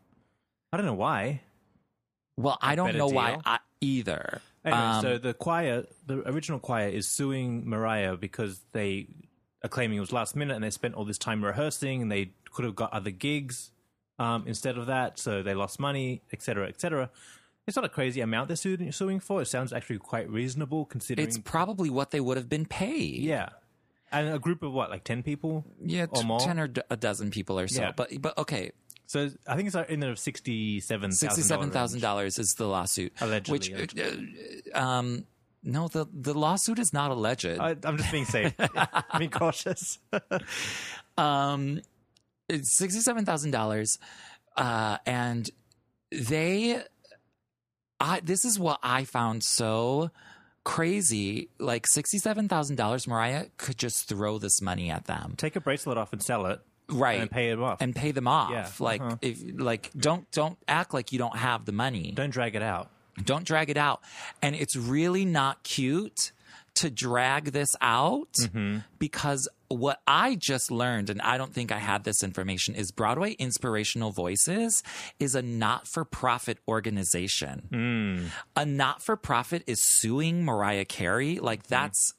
Speaker 2: I don't know why.
Speaker 1: Well, I don't
Speaker 2: Better
Speaker 1: know why
Speaker 2: deal.
Speaker 1: I, either.
Speaker 2: Anyway,
Speaker 1: Um,
Speaker 2: so the choir, the original choir, is suing Mariah because they are claiming it was last minute and they spent all this time rehearsing and they could have got other gigs um, instead of that, so they lost money, etc., etc. It's not a crazy amount they're suing, suing for. It sounds actually quite reasonable considering.
Speaker 1: it's probably what they would have been paid.
Speaker 2: yeah, and a group of what, like ten people?
Speaker 1: yeah,
Speaker 2: or
Speaker 1: t-
Speaker 2: more.
Speaker 1: ten or d- a dozen people or so.
Speaker 2: Yeah.
Speaker 1: But but okay,
Speaker 2: So I think it's like in the sixty-seven
Speaker 1: Sixty-seven thousand dollars is the lawsuit,
Speaker 2: Allegedly,
Speaker 1: Which, uh, um, No, the the lawsuit is not alleged.
Speaker 2: I, I'm just being safe. I'm being cautious.
Speaker 1: um it's $67,000 uh and they I this is what I found so crazy like $67,000 Mariah could just throw this money at them.
Speaker 2: Take a bracelet off and sell it,
Speaker 1: Right.
Speaker 2: and pay it off.
Speaker 1: and pay them off.
Speaker 2: Yeah,
Speaker 1: Like
Speaker 2: uh-huh.
Speaker 1: if like don't don't act like you don't have the money.
Speaker 2: Don't drag it out.
Speaker 1: Don't drag it out. And it's really not cute to drag this out because what I just learned, and I don't think I had this information, is Broadway Inspirational Voices is a not for profit organization. A not for profit is suing Mariah Carey.
Speaker 2: Mm.
Speaker 1: Like, that's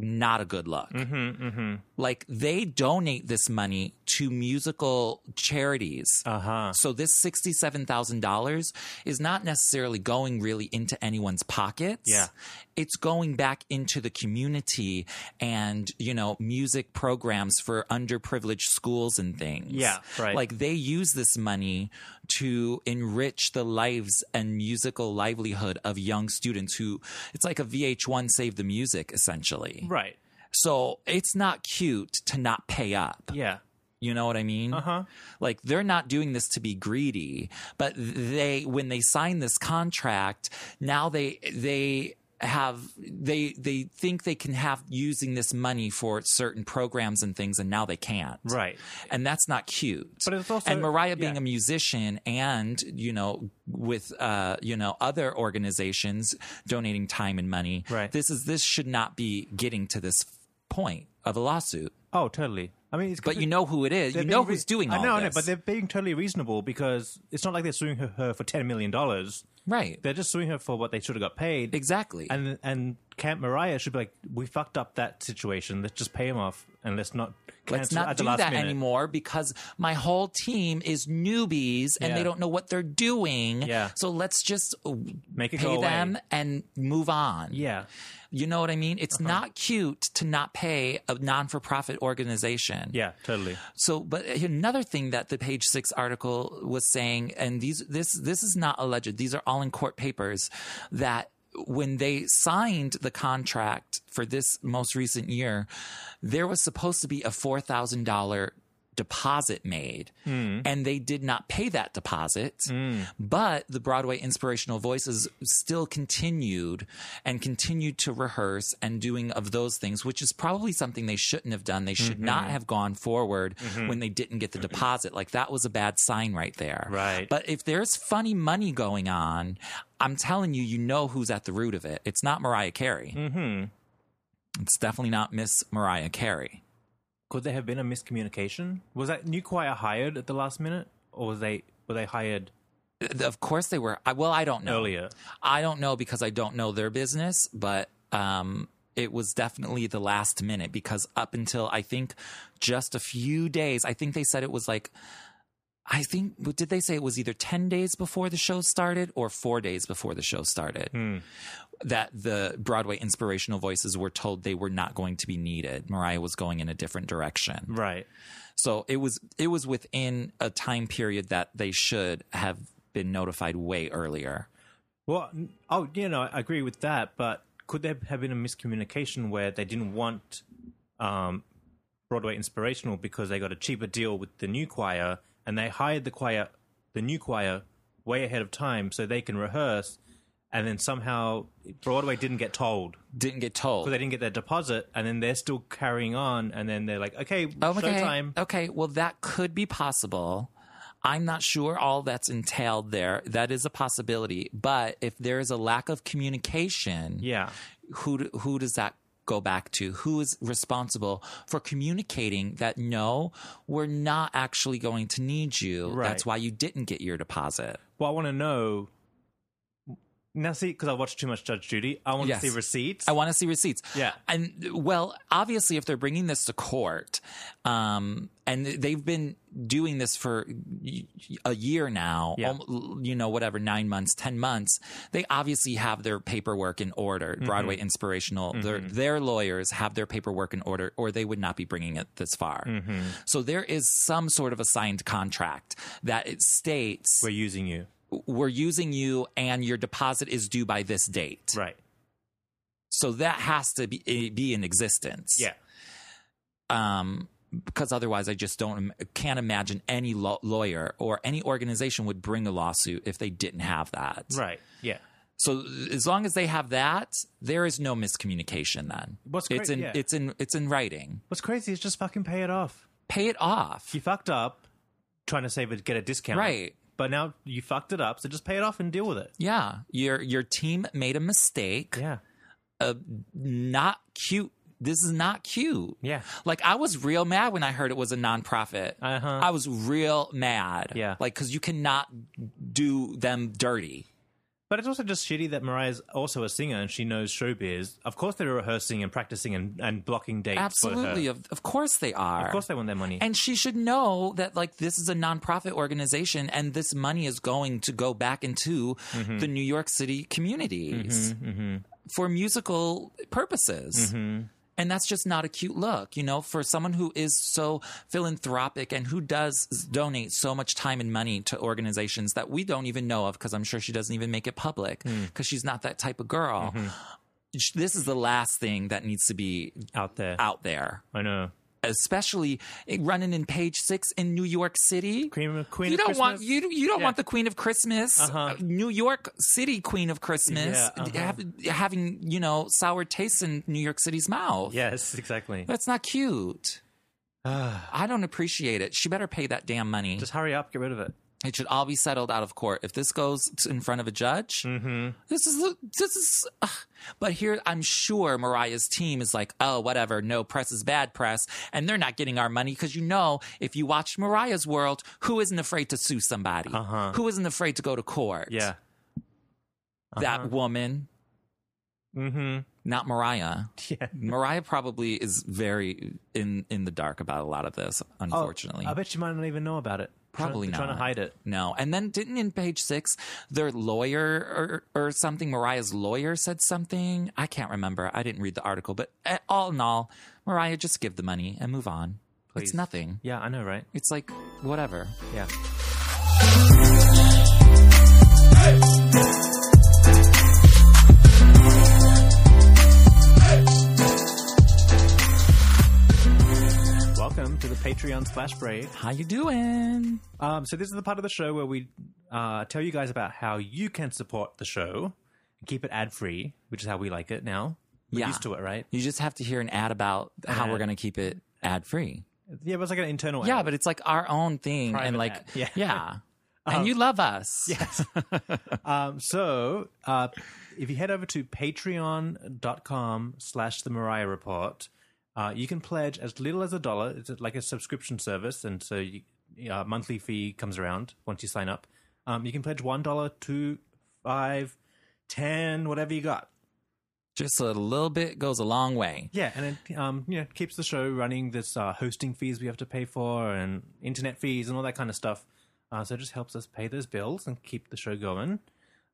Speaker 1: not a good look.
Speaker 2: Mm-hmm,
Speaker 1: Like, they donate this money to musical charities.
Speaker 2: Uh huh.
Speaker 1: So this sixty-seven thousand dollars is not necessarily going really into anyone's pockets.
Speaker 2: Yeah.
Speaker 1: it's going back into the community and you know music programs for underprivileged schools and things.
Speaker 2: Yeah, right.
Speaker 1: Like they use this money to enrich the lives and musical livelihood of young students who it's like a VH1 Save the Music essentially.
Speaker 2: Right.
Speaker 1: So it's not cute to not pay up.
Speaker 2: Yeah.
Speaker 1: You know what I mean?
Speaker 2: Uh huh.
Speaker 1: Like they're not doing this to be greedy, but they when they sign this contract, now they they have they they think they can have using this money for certain programs and things and now they can't.
Speaker 2: Right.
Speaker 1: And that's not cute.
Speaker 2: But it's also-
Speaker 1: and Mariah being
Speaker 2: yeah.
Speaker 1: a musician and, you know, with uh, you know, other organizations donating time and money.
Speaker 2: Right.
Speaker 1: This is this should not be getting to this point of a lawsuit.
Speaker 2: Oh, totally. I mean, it's
Speaker 1: But you know who it is. You
Speaker 2: they're
Speaker 1: know
Speaker 2: being re-
Speaker 1: who's doing all
Speaker 2: I know, I know,
Speaker 1: this.
Speaker 2: but they're being totally reasonable because it's not like they're suing her, her for ten million dollars.
Speaker 1: Right.
Speaker 2: They're just suing her for what they should have got paid.
Speaker 1: Exactly.
Speaker 2: And and Camp Mariah should be like, we fucked up that situation. Let's just pay him off and let's not
Speaker 1: Let's
Speaker 2: cancel
Speaker 1: not
Speaker 2: at the
Speaker 1: do
Speaker 2: last
Speaker 1: that
Speaker 2: minute.
Speaker 1: anymore because my whole team is newbies and they
Speaker 2: Yeah.
Speaker 1: don't know what they're doing.
Speaker 2: Yeah.
Speaker 1: So let's just uh,
Speaker 2: Make it
Speaker 1: pay
Speaker 2: go away.
Speaker 1: them and move on.
Speaker 2: Yeah, Uh-huh.
Speaker 1: You know what I mean? It's not cute to not pay a non for profit organization.
Speaker 2: yeah, totally.
Speaker 1: So, but another thing that the page six article was saying, and these this this is not alleged; these are all in court papers that. When they signed the contract for this most recent year, there was supposed to be a $4,000 deposit made, and they did not pay that deposit. But the Broadway Inspirational Voices still continued and continued to rehearse and doing of those things, which is probably something they shouldn't have done. They should not have gone forward when they didn't get the deposit. Like that was a bad sign right there.
Speaker 2: Right.
Speaker 1: But if there's funny money going on, I'm telling you, you know who's at the root of it. It's not Mariah Carey. Mm-hmm. It's definitely not Miss Mariah Carey.
Speaker 2: Could there have been a miscommunication? Was that new choir hired at the last minute, or was they were they hired
Speaker 1: Of course they were. I, well, I don't know.
Speaker 2: earlier?
Speaker 1: I don't know because I don't know their business, but um, it was definitely the last minute because up until I think just a few days, I think they said it was like, I think, what did they say it was either 10 days before the show started or four days before the show started? That the Broadway inspirational voices were told they were not going to be needed. Mariah was going in a different direction.
Speaker 2: Right.
Speaker 1: So it was it was within a time period that they should have been notified way earlier.
Speaker 2: Well, n- oh, you know, I agree with that, but could there have been a miscommunication where they didn't want um, Broadway Inspirational because they got a cheaper deal with the new choir and they hired the choir, the new choir, way ahead of time so they can rehearse, and then somehow Broadway didn't get told
Speaker 1: Didn't get told.
Speaker 2: because they didn't get their deposit, and then they're still carrying on, and then they're like, okay,
Speaker 1: Oh, okay.
Speaker 2: showtime.
Speaker 1: Okay, well, that could be possible. I'm not sure all that's entailed there. That is a possibility. But if there is a lack of communication,
Speaker 2: Yeah,
Speaker 1: who do- who does that go back to? Who is responsible for communicating that no, we're not actually going to need you.
Speaker 2: Right.
Speaker 1: That's why you didn't get your deposit.
Speaker 2: well, I want to know. Now, see, because I watched too much Judge Judy, I want
Speaker 1: Yes.
Speaker 2: to see receipts.
Speaker 1: I want to see receipts.
Speaker 2: Yeah.
Speaker 1: And well, obviously, if they're bringing this to court, um, and they've been doing this for y- a year now,
Speaker 2: Yeah.
Speaker 1: um, you know, whatever, nine months, 10 months, they obviously have their paperwork in order.
Speaker 2: Mm-hmm.
Speaker 1: Broadway Inspirational, their, their lawyers have their paperwork in order, or they would not be bringing it this far.
Speaker 2: Mm-hmm.
Speaker 1: So there is some sort of a signed contract that it states
Speaker 2: We're using you.
Speaker 1: we're using you and your deposit is due by this date.
Speaker 2: Right.
Speaker 1: So that has to be, eh, be in existence.
Speaker 2: Yeah.
Speaker 1: Um, because otherwise, I just don't can't imagine any law- lawyer or any organization would bring a lawsuit if they didn't have that.
Speaker 2: Right. Yeah.
Speaker 1: So as long as they have that, there is no miscommunication. Then
Speaker 2: What's great-
Speaker 1: it's in
Speaker 2: yeah.
Speaker 1: it's in it's in writing.
Speaker 2: What's crazy is just fucking pay it off.
Speaker 1: Pay it off.
Speaker 2: You fucked up trying to save it, get a discount.
Speaker 1: Right.
Speaker 2: But now you fucked it up, so just pay it off and deal with it.
Speaker 1: Yeah, your your team made a mistake.
Speaker 2: Yeah.
Speaker 1: Uh, not cute. This is not cute.
Speaker 2: Yeah.
Speaker 1: Like I was real mad when I heard it was a nonprofit.
Speaker 2: Uh-huh.
Speaker 1: I was real mad.
Speaker 2: Yeah.
Speaker 1: Like because you cannot do them dirty.
Speaker 2: But it's also just shitty that Mariah's also a singer and she knows showbiz. Of course they're rehearsing and practicing and, and blocking dates.
Speaker 1: Absolutely.
Speaker 2: For her.
Speaker 1: Of, of course they are.
Speaker 2: Of course they want their money.
Speaker 1: And she should know that like this is a nonprofit organization and this money is going to go back into the New York City communities for musical purposes. And that's just not a cute look, you know, for someone who is so philanthropic and who does donate so much time and money to organizations that we don't even know of because I'm sure she doesn't even make it public because she's not that type of girl. Sh This is the last thing that needs to be
Speaker 2: out there.
Speaker 1: out there
Speaker 2: I know.
Speaker 1: especially running in page six in New York City.
Speaker 2: Queen of- Queen
Speaker 1: you
Speaker 2: of
Speaker 1: don't
Speaker 2: Christmas?
Speaker 1: want you you don't
Speaker 2: Yeah.
Speaker 1: want the Queen of Christmas, Uh,
Speaker 2: Uh-huh.
Speaker 1: New York City Queen of Christmas,
Speaker 2: Yeah, uh-huh.
Speaker 1: have- having you know sour taste in New York City's mouth.
Speaker 2: Yes, exactly.
Speaker 1: that's not cute. I don't appreciate it. She better pay that damn money.
Speaker 2: Just hurry up, get rid of it.
Speaker 1: it should all be settled out of court. If this goes t- in front of a judge,
Speaker 2: Mm-hmm.
Speaker 1: this is this is. ugh. but here, I'm sure Mariah's team is like, oh, whatever. No press is bad press, and they're not getting our money because you know, if you watch Mariah's World, who isn't afraid to sue somebody?
Speaker 2: Uh-huh.
Speaker 1: Who isn't afraid to go to court?
Speaker 2: Yeah. uh-huh.
Speaker 1: that woman,
Speaker 2: Mm-hmm.
Speaker 1: not Mariah.
Speaker 2: Yeah.
Speaker 1: Mariah probably is very in in the dark about a lot of
Speaker 2: Oh,
Speaker 1: this. Unfortunately,
Speaker 2: I bet you might not even know about it.
Speaker 1: Probably
Speaker 2: They're
Speaker 1: not.
Speaker 2: Trying to hide it.
Speaker 1: No. And then didn't in page six, their lawyer or, or something, Mariah's lawyer said something? I can't remember. I didn't read the article. But eh, all in all, Mariah, just give the money and move on. It's
Speaker 2: Please.
Speaker 1: nothing.
Speaker 2: Yeah, I know, right?
Speaker 1: It's like, whatever.
Speaker 2: Yeah. Welcome to the Patreon slash Brave.
Speaker 1: How you doing?
Speaker 2: Um, so this is the part of the show where we uh, tell you guys about how you can support the show and keep it ad free, which is how we like it now. We're
Speaker 1: Yeah.
Speaker 2: used to it, right?
Speaker 1: You just have to hear an ad about how
Speaker 2: Ad.
Speaker 1: we're going to keep it ad free.
Speaker 2: Yeah, it was like an internal.
Speaker 1: Yeah,
Speaker 2: ad.
Speaker 1: but it's like our own thing. and
Speaker 2: Private
Speaker 1: like,
Speaker 2: ad.
Speaker 1: yeah.
Speaker 2: Yeah.
Speaker 1: and you love us.
Speaker 2: Um, so uh, if you head over to patreon.com slash the mariah report uh, you can pledge as little as a dollar it's like a subscription service and so you, uh, monthly fee comes around once you sign up um, you can pledge one dollar two five ten whatever you got
Speaker 1: Just a little bit goes a long way.
Speaker 2: yeah and it um, you know, keeps the show running there's uh, hosting fees we have to pay for and internet fees and all that kind of stuff uh, so it just helps us pay those bills and keep the show going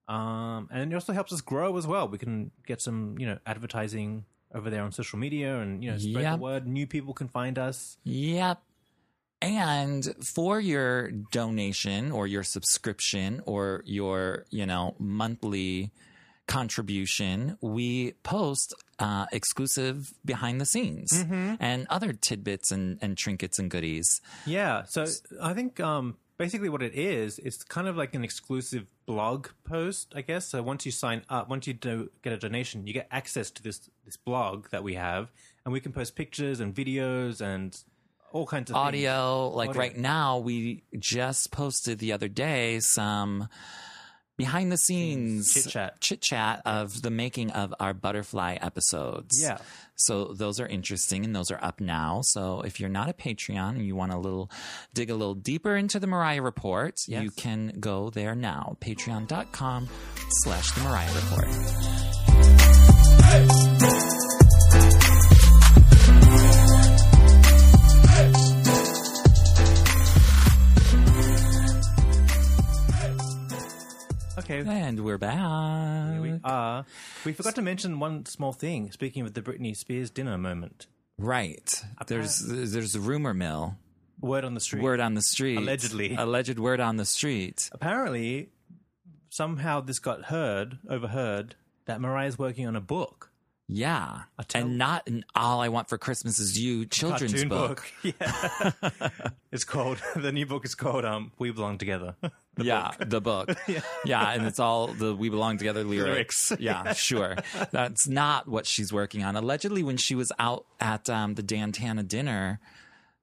Speaker 2: um, and it also helps us grow as well. We can get some, you know, advertising over there on social media, and you know, spread
Speaker 1: Yeah.
Speaker 2: the word. New people can find us.
Speaker 1: Yep. And for your donation or your subscription or your, you know, monthly contribution, we post uh, exclusive behind the scenes and other tidbits and, and trinkets and goodies.
Speaker 2: Yeah. So I think um, basically what it is, it's kind of like an exclusive blog post, I guess. So once you sign up, once you do get a donation, you get access to this this blog that we have, and we can post pictures and videos and all kinds of things.
Speaker 1: Audio, like
Speaker 2: Audio.
Speaker 1: right now, we just posted the other day some behind the scenes
Speaker 2: Chit-chat.
Speaker 1: chit chat of the making of our butterfly episodes.
Speaker 2: Yeah.
Speaker 1: So those are interesting and those are up now. So if you're not a Patreon and you want a little dig a little deeper into the Mariah Report, you can go there now. Patreon.com slash the Mariah Report.
Speaker 2: Okay.
Speaker 1: And we're back.
Speaker 2: Here we are. We forgot to mention one small thing. Speaking of the Britney Spears dinner moment,
Speaker 1: Right. There's there's a rumor mill.
Speaker 2: word on the street.
Speaker 1: Word on the street.
Speaker 2: Allegedly.
Speaker 1: Alleged word on the street.
Speaker 2: apparently somehow this got heard overheard that mariah's working on a book
Speaker 1: Yeah.
Speaker 2: A tell-
Speaker 1: And not an All I Want for Christmas Is You children's
Speaker 2: cartoon
Speaker 1: book.
Speaker 2: Yeah. it's called the new book is called um We Belong Together.
Speaker 1: yeah, the book. yeah. and it's all the We Belong Together lyrics.
Speaker 2: Lyrics.
Speaker 1: Yeah, sure. That's not what she's working on. Allegedly, when she was out at um, the Dantana dinner,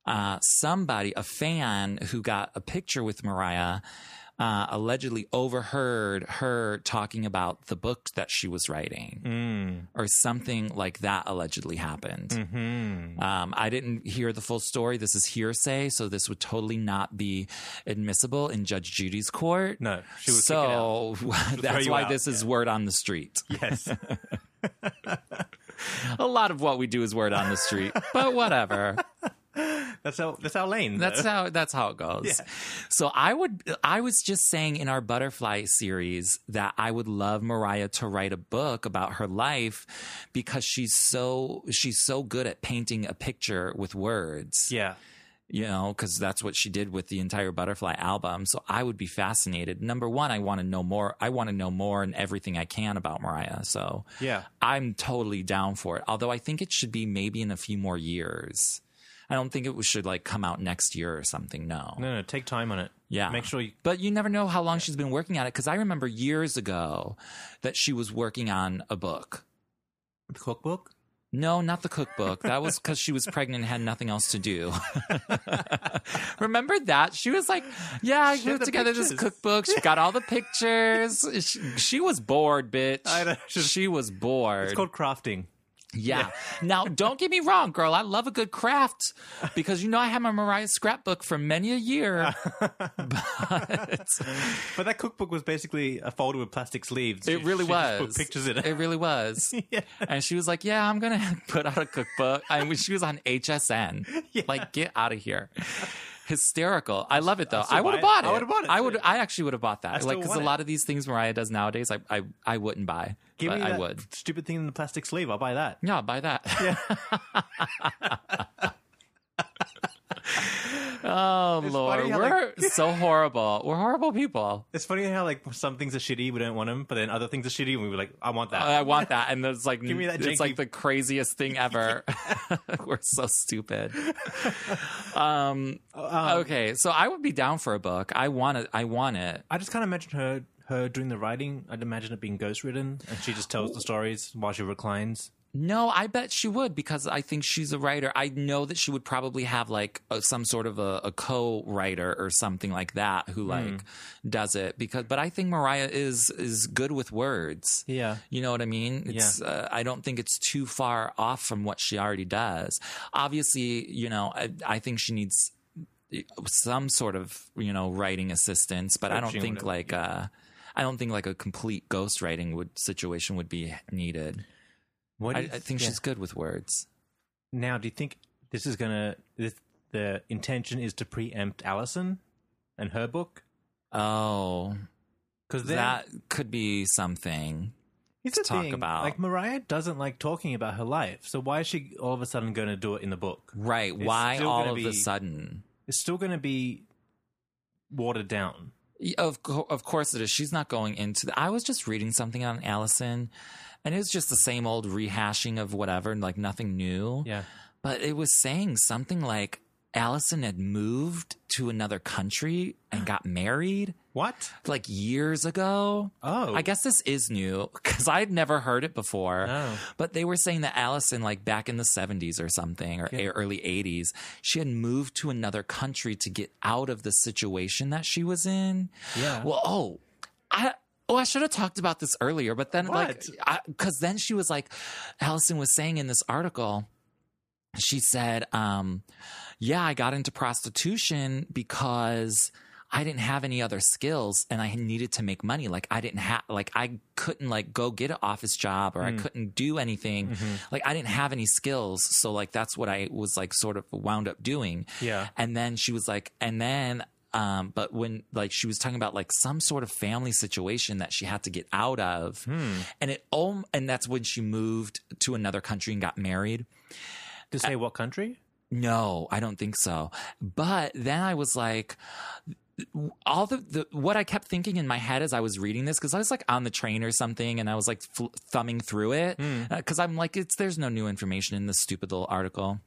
Speaker 1: uh, somebody, a fan who got a picture with Mariah, uh, allegedly overheard her talking about the book that she was writing
Speaker 2: Mm.
Speaker 1: or something like that allegedly happened.
Speaker 2: Mm-hmm.
Speaker 1: Um, I didn't hear the full story. This is hearsay, so this would totally not be admissible in Judge Judy's court.
Speaker 2: No, she would kick it
Speaker 1: so that's
Speaker 2: you
Speaker 1: why
Speaker 2: out,
Speaker 1: this is word on the street.
Speaker 2: yes.
Speaker 1: A lot of what we do is word on the street, but whatever.
Speaker 2: That's our that's our lane.
Speaker 1: That's
Speaker 2: though.
Speaker 1: how that's how it goes.
Speaker 2: Yeah.
Speaker 1: So I would I was just saying in our butterfly series that I would love Mariah to write a book about her life because she's so she's so good at painting a picture with words.
Speaker 2: yeah.
Speaker 1: you know, because that's what she did with the entire Butterfly album. So I would be fascinated. Number one, I want to know more. I want to know more and everything I can about Mariah. So
Speaker 2: Yeah.
Speaker 1: I'm totally down for it. Although I think it should be maybe in a few more years. I don't think it should like come out next year or something. No.
Speaker 2: No, no, take time on it.
Speaker 1: Yeah.
Speaker 2: Make sure you
Speaker 1: But you never know how long she's been working on it. Because I remember years ago that she was working on a book.
Speaker 2: the cookbook.
Speaker 1: No, not the cookbook. That was because she was pregnant and had nothing else to do. Remember that? She was like, Yeah, I
Speaker 2: She had
Speaker 1: put
Speaker 2: the
Speaker 1: together this
Speaker 2: pictures.
Speaker 1: cookbook. She got all the pictures. She, she was bored, bitch.
Speaker 2: I know, she's-
Speaker 1: she was bored.
Speaker 2: It's called crafting.
Speaker 1: yeah. now, don't get me wrong, girl. I love a good craft because you know I have my Mariah scrapbook for many a year. but
Speaker 2: But that cookbook was basically a folder with plastic sleeves.
Speaker 1: It
Speaker 2: She-
Speaker 1: really
Speaker 2: she just
Speaker 1: was.
Speaker 2: put pictures in it.
Speaker 1: It really was. And she was like, "Yeah, I'm gonna put out a cookbook." I mean, she was on HSN. Like, get out of here. Hysterical. I love it though. I,
Speaker 2: still
Speaker 1: would have
Speaker 2: buy
Speaker 1: bought
Speaker 2: it.
Speaker 1: it.
Speaker 2: I would've bought it,
Speaker 1: I would.
Speaker 2: too.
Speaker 1: I actually would have bought that.
Speaker 2: still
Speaker 1: Like, because a
Speaker 2: want it.
Speaker 1: lot of these things Mariah does nowadays, I I, I wouldn't buy.
Speaker 2: Give
Speaker 1: but
Speaker 2: me
Speaker 1: I
Speaker 2: that
Speaker 1: would.
Speaker 2: stupid thing in the plastic sleeve. I'll buy that.
Speaker 1: Yeah, buy that. oh Lord,
Speaker 2: funny how,
Speaker 1: we're so horrible. We're horrible people.
Speaker 2: It's funny how like some things are shitty, we don't want them, but then other things are shitty, and we were like, I want that.
Speaker 1: I want that. And it's like,
Speaker 2: me that
Speaker 1: it's like
Speaker 2: janky-
Speaker 1: the craziest thing ever. We're so stupid. Um,
Speaker 2: Uh,
Speaker 1: okay. So I would be down for a book. I want it. I want it.
Speaker 2: I just can't imagine her her doing the writing. I'd imagine it being ghostwritten, and she just tells the stories while she reclines.
Speaker 1: No, I bet she would because I think she's a writer. I know that she would probably have like a, some sort of a, a co-writer or something like that
Speaker 2: Hmm.
Speaker 1: who like does it because, but I think Mariah is, is good with words.
Speaker 2: Yeah.
Speaker 1: You know what I mean? It's, uh, I don't think it's too far off from what she already does. Obviously, you know, I, I think she needs eh, some sort of, you know, writing assistance, but I don't
Speaker 2: Coaching,
Speaker 1: think
Speaker 2: whatever,
Speaker 1: like, uh, I don't think like a complete ghostwriting would situation would be needed.
Speaker 2: What
Speaker 1: I,
Speaker 2: do you
Speaker 1: I think
Speaker 2: yeah.
Speaker 1: she's good with words.
Speaker 2: now. Do you think this is gonna? This, the intention is to preempt Allison and her book
Speaker 1: Oh,
Speaker 2: because
Speaker 1: that could be something.
Speaker 2: Here's the
Speaker 1: talk
Speaker 2: thing,
Speaker 1: about.
Speaker 2: Like Mariah doesn't like talking about her life, so why is she all of a sudden going to do it in the book?
Speaker 1: Right.
Speaker 2: It's
Speaker 1: Why
Speaker 2: still
Speaker 1: all
Speaker 2: gonna
Speaker 1: of a
Speaker 2: be-
Speaker 1: sudden?
Speaker 2: It's still going to be watered down.
Speaker 1: Y- Of co- of course it is. She's not going into. The, I was just reading something on Allison, and it was just the same old rehashing of whatever, and like nothing new.
Speaker 2: Yeah,
Speaker 1: But it was saying something like Allison had moved to another country and got married
Speaker 2: what?
Speaker 1: like years ago.
Speaker 2: Oh,
Speaker 1: I guess this is new because I'd never heard it before.
Speaker 2: Oh.
Speaker 1: But they were saying that Allison, like back in the 70s or something, or e- early 80s, she had moved to another country to get out of the situation that she was in.
Speaker 2: Yeah.
Speaker 1: Well, oh, I. Oh, I should have talked about this earlier, but then,
Speaker 2: What?
Speaker 1: like, because then she was like, Allison was saying in this article, she said, um, Yeah, I got into prostitution because I didn't have any other skills and I needed to make money. Like I didn't have, like I couldn't like go get an office job or I couldn't do anything. Like I didn't have any skills. So like that's what I was like sort of wound up doing.
Speaker 2: Yeah.
Speaker 1: And then she was like, and then, um, but when like she was talking about like some sort of family situation that she had to get out of, and it, om- and that's when she moved to another country and got married.
Speaker 2: to say what country?
Speaker 1: No, I don't think so. But then I was like, all the, the what I kept thinking in my head as I was reading this because I was like on the train or something and I was like fl- thumbing through it
Speaker 2: Hmm.
Speaker 1: because I'm like it's there's no new information in this stupid little article.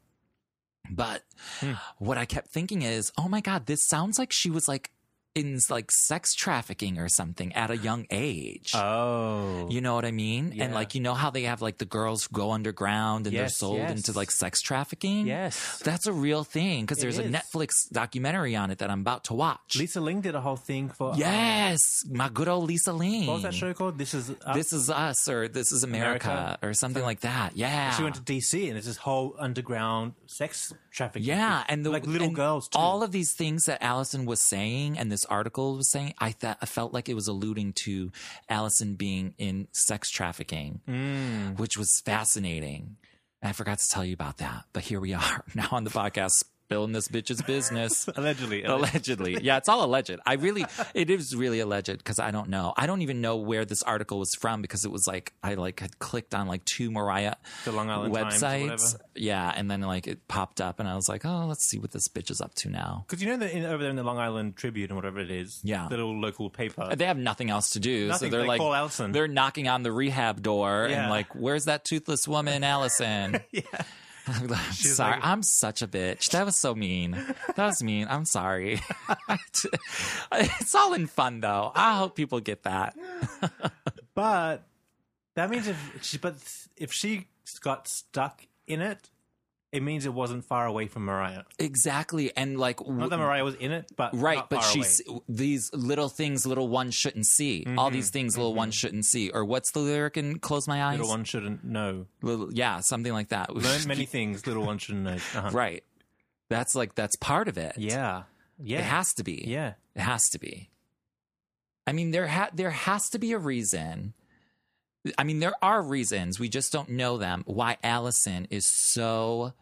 Speaker 1: But
Speaker 2: Hmm.
Speaker 1: what I kept thinking is, oh my god, this sounds like she was like in like sex trafficking or something at a young age.
Speaker 2: Oh.
Speaker 1: You know what I mean? And
Speaker 2: Yeah.
Speaker 1: like, you know how they have like the girls who go underground and they're
Speaker 2: Yes,
Speaker 1: sold
Speaker 2: yes.
Speaker 1: into like sex trafficking?
Speaker 2: Yes.
Speaker 1: That's a real thing because
Speaker 2: It
Speaker 1: there's a
Speaker 2: is.
Speaker 1: Netflix documentary on it that I'm about to watch.
Speaker 2: Lisa Ling did a whole thing for. um,
Speaker 1: yes. My good old Lisa Ling.
Speaker 2: what was that show called? This is. Us.
Speaker 1: This is Us or This is America,
Speaker 2: America.
Speaker 1: or something like that. Yeah.
Speaker 2: She went to DC and it's this whole underground sex trafficking.
Speaker 1: Yeah, and the
Speaker 2: like little
Speaker 1: and
Speaker 2: girls too.
Speaker 1: All of these things that Allison was saying and this article was saying, I thought I felt like it was alluding to Allison being in sex trafficking,
Speaker 2: Mm.
Speaker 1: which was fascinating. And I forgot to tell you about that, but here we are now on the podcast spilling this bitch's business.
Speaker 2: allegedly.
Speaker 1: allegedly yeah it's all alleged i really it is really alleged because i don't know i don't even know where this article was from because it was like i like had clicked on like two mariah
Speaker 2: The Long Island Times or
Speaker 1: websites
Speaker 2: whatever.
Speaker 1: yeah and then like it popped up and i was like oh let's see what this bitch is up to now
Speaker 2: Because you know that in, over there in the Long Island Tribune or whatever it is,
Speaker 1: Yeah.
Speaker 2: the little local paper.
Speaker 1: they have nothing else to do so
Speaker 2: Nothing,
Speaker 1: they're
Speaker 2: they
Speaker 1: like
Speaker 2: call Allison.
Speaker 1: they're knocking on the rehab door and
Speaker 2: Yeah.
Speaker 1: like where's that toothless woman allison yeah sorry i'm such a bitch that was so mean that was mean i'm sorry it's all in fun though i hope people get that
Speaker 2: But that means if she, but if she got stuck in it, it means it wasn't far away from Mariah.
Speaker 1: exactly and like
Speaker 2: Not that Mariah was in it, but
Speaker 1: Right,
Speaker 2: not
Speaker 1: but
Speaker 2: far
Speaker 1: she's
Speaker 2: away.
Speaker 1: these little things little one shouldn't see. All these things little one shouldn't see. Or what's the lyric in Close My Eyes?
Speaker 2: Mm-hmm. little one shouldn't know.
Speaker 1: Little- yeah, something like that.
Speaker 2: Learn many things. Little one shouldn't know. Uh-huh.
Speaker 1: right. That's like that's part of it.
Speaker 2: Yeah. Yeah.
Speaker 1: It has to be.
Speaker 2: yeah.
Speaker 1: It has to be. I mean, there ha- there has to be a reason. I mean, there are reasons we just don't know them. Why Allison is so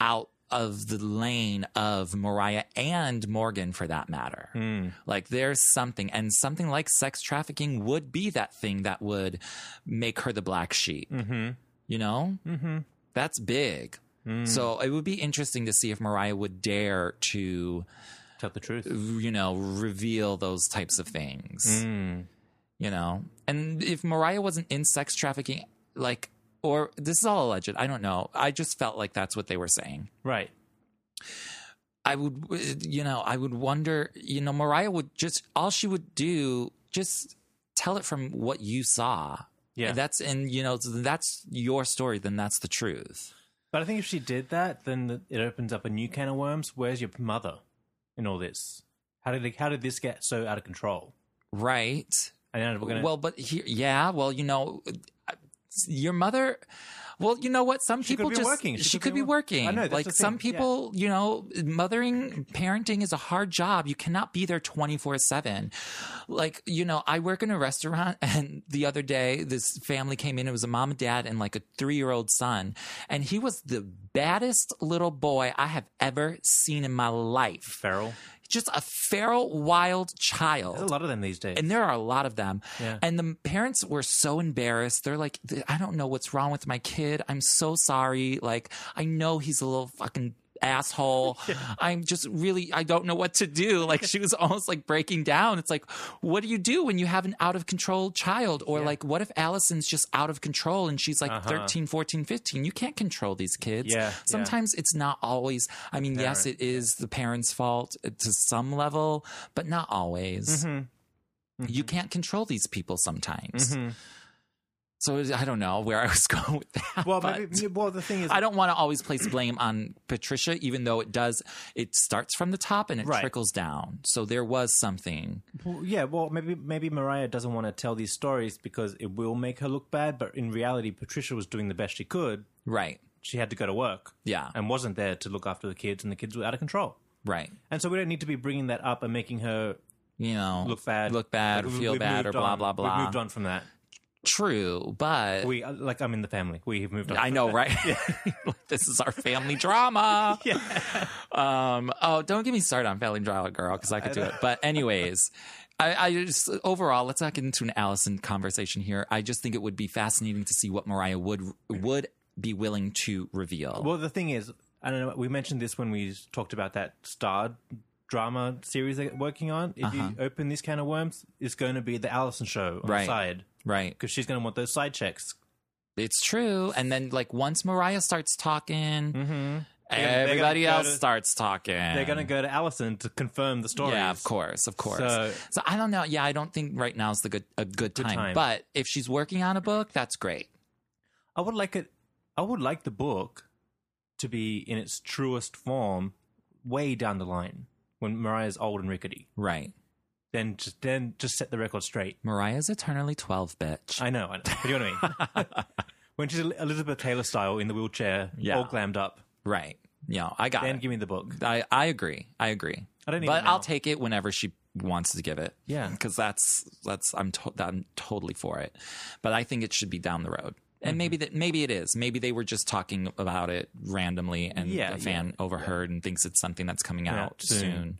Speaker 1: out of the lane of Mariah and Morgan, for that matter. Like, there's something, and something like sex trafficking would be that thing that would make her the black sheep. Mm-hmm. You know, mm-hmm. that's big. So it would be interesting to see if Mariah would dare to
Speaker 2: Tell the truth.
Speaker 1: you know, reveal those types of things. You know, and if Mariah wasn't in sex trafficking, like, or this is all alleged. I don't know. I just felt like that's what they were saying.
Speaker 2: Right.
Speaker 1: I would, you know, I would wonder, you know, Mariah would just, all she would do, just tell it from what you saw.
Speaker 2: Yeah.
Speaker 1: And that's, and, you know, that's your story, then that's the truth.
Speaker 2: But I think if she did that, then the- it opens up a new can of worms. Where's your mother in all this? How did it, how did this get so out of control?
Speaker 1: Right.
Speaker 2: And then we're gonna
Speaker 1: Well, but here, yeah. Well, you know, uh, your mother. Well, you know what? Some
Speaker 2: She could
Speaker 1: people
Speaker 2: be
Speaker 1: just
Speaker 2: working.
Speaker 1: she, could be working.
Speaker 2: I know, that's
Speaker 1: like
Speaker 2: the thing,
Speaker 1: some
Speaker 2: yeah.
Speaker 1: people, you know, mothering, parenting is a hard job. You cannot be there twenty four seven. Like you know, I work in a restaurant, and the other day this family came in. It was a mom and dad and like a three year old son, and he was the baddest little boy I have ever seen in my life.
Speaker 2: feral.
Speaker 1: Just a feral, wild child
Speaker 2: There's a lot of them these days.
Speaker 1: and there are a lot of them.
Speaker 2: Yeah.
Speaker 1: And the parents were so embarrassed. They're like, I don't know what's wrong with my kid. I'm so sorry. Like, I know he's a little fucking asshole. I'm just really, I don't know what to do. Like, she was almost like breaking down. It's like, what do you do when you have an out of control child? Or like, what if Allison's just out of control and she's like
Speaker 2: Uh-huh.
Speaker 1: 13, 14, 15? You can't control these kids.
Speaker 2: Yeah, yeah.
Speaker 1: Sometimes it's not always, I mean, yes, it is the parents' fault uh, to some level, but not always
Speaker 2: Mm-hmm.
Speaker 1: you can't control these people sometimes.
Speaker 2: Mm-hmm.
Speaker 1: So it- I don't know where I was going with that.
Speaker 2: well,
Speaker 1: but
Speaker 2: maybe, well, the thing is,
Speaker 1: I don't want to always place blame on Patricia, even though it does. It starts from the top and it
Speaker 2: Right.
Speaker 1: trickles down. So there was something.
Speaker 2: Well, yeah, well, maybe maybe Mariah doesn't want to tell these stories because it will make her look bad. But in reality, Patricia was doing the best she could.
Speaker 1: Right.
Speaker 2: She had to go to work,
Speaker 1: Yeah.
Speaker 2: and wasn't there to look after the kids, and the kids were out of control.
Speaker 1: Right.
Speaker 2: And so we don't need to be bringing that up and making her
Speaker 1: You know,
Speaker 2: look bad,
Speaker 1: Look bad,
Speaker 2: Like,
Speaker 1: or
Speaker 2: we-
Speaker 1: feel
Speaker 2: we've
Speaker 1: bad, or
Speaker 2: moved
Speaker 1: blah,
Speaker 2: on.
Speaker 1: blah, blah.
Speaker 2: We've moved on from that.
Speaker 1: True, but.
Speaker 2: We uh, like I'm in the family. We have moved on.
Speaker 1: I know, right? this is our family drama. Um, oh, don't get me started on family drama, girl, because I could do it. But anyways, I, I just overall, let's not get into an Allison conversation here. I just think it would be fascinating to see what Mariah would would be willing to reveal.
Speaker 2: Well, the thing is, I don't know. We mentioned this when we talked about that star drama series they're working on, if you open this can of worms, it's going to be the Allison show on
Speaker 1: Uh-huh.
Speaker 2: the
Speaker 1: Right.
Speaker 2: side
Speaker 1: Right.
Speaker 2: because she's going to want those side checks.
Speaker 1: It's true. And then like once Mariah starts talking,
Speaker 2: they're
Speaker 1: Mm-hmm. everybody
Speaker 2: gonna go
Speaker 1: else
Speaker 2: to-
Speaker 1: starts talking.
Speaker 2: They're going to go to Allison to confirm the story.
Speaker 1: Yeah, of course, of course.
Speaker 2: So-
Speaker 1: So, I don't know. Yeah, I don't think right now is the good a good time.
Speaker 2: time.
Speaker 1: But if she's working on a book, that's great.
Speaker 2: I would like it. I would like the book to be in its truest form way down the line when Mariah's old and rickety.
Speaker 1: Right.
Speaker 2: Then just then just set the record straight.
Speaker 1: Mariah's eternally twelve, bitch.
Speaker 2: I know. I know. But you know what I mean? when she's Elizabeth Taylor style in the wheelchair,
Speaker 1: Yeah.
Speaker 2: all glammed up,
Speaker 1: right. Yeah, I got
Speaker 2: then
Speaker 1: it.
Speaker 2: give me the book.
Speaker 1: I, I agree. I agree.
Speaker 2: I don't
Speaker 1: but
Speaker 2: even know.
Speaker 1: I'll take it whenever she wants to give it.
Speaker 2: Yeah.
Speaker 1: because that's that's I'm to- I'm totally for it. But I think it should be down the road.
Speaker 2: Mm-hmm.
Speaker 1: And maybe that maybe it is. Maybe they were just talking about it randomly, and
Speaker 2: Yeah,
Speaker 1: a fan overheard and thinks it's something that's coming
Speaker 2: Yeah,
Speaker 1: out
Speaker 2: soon.
Speaker 1: soon.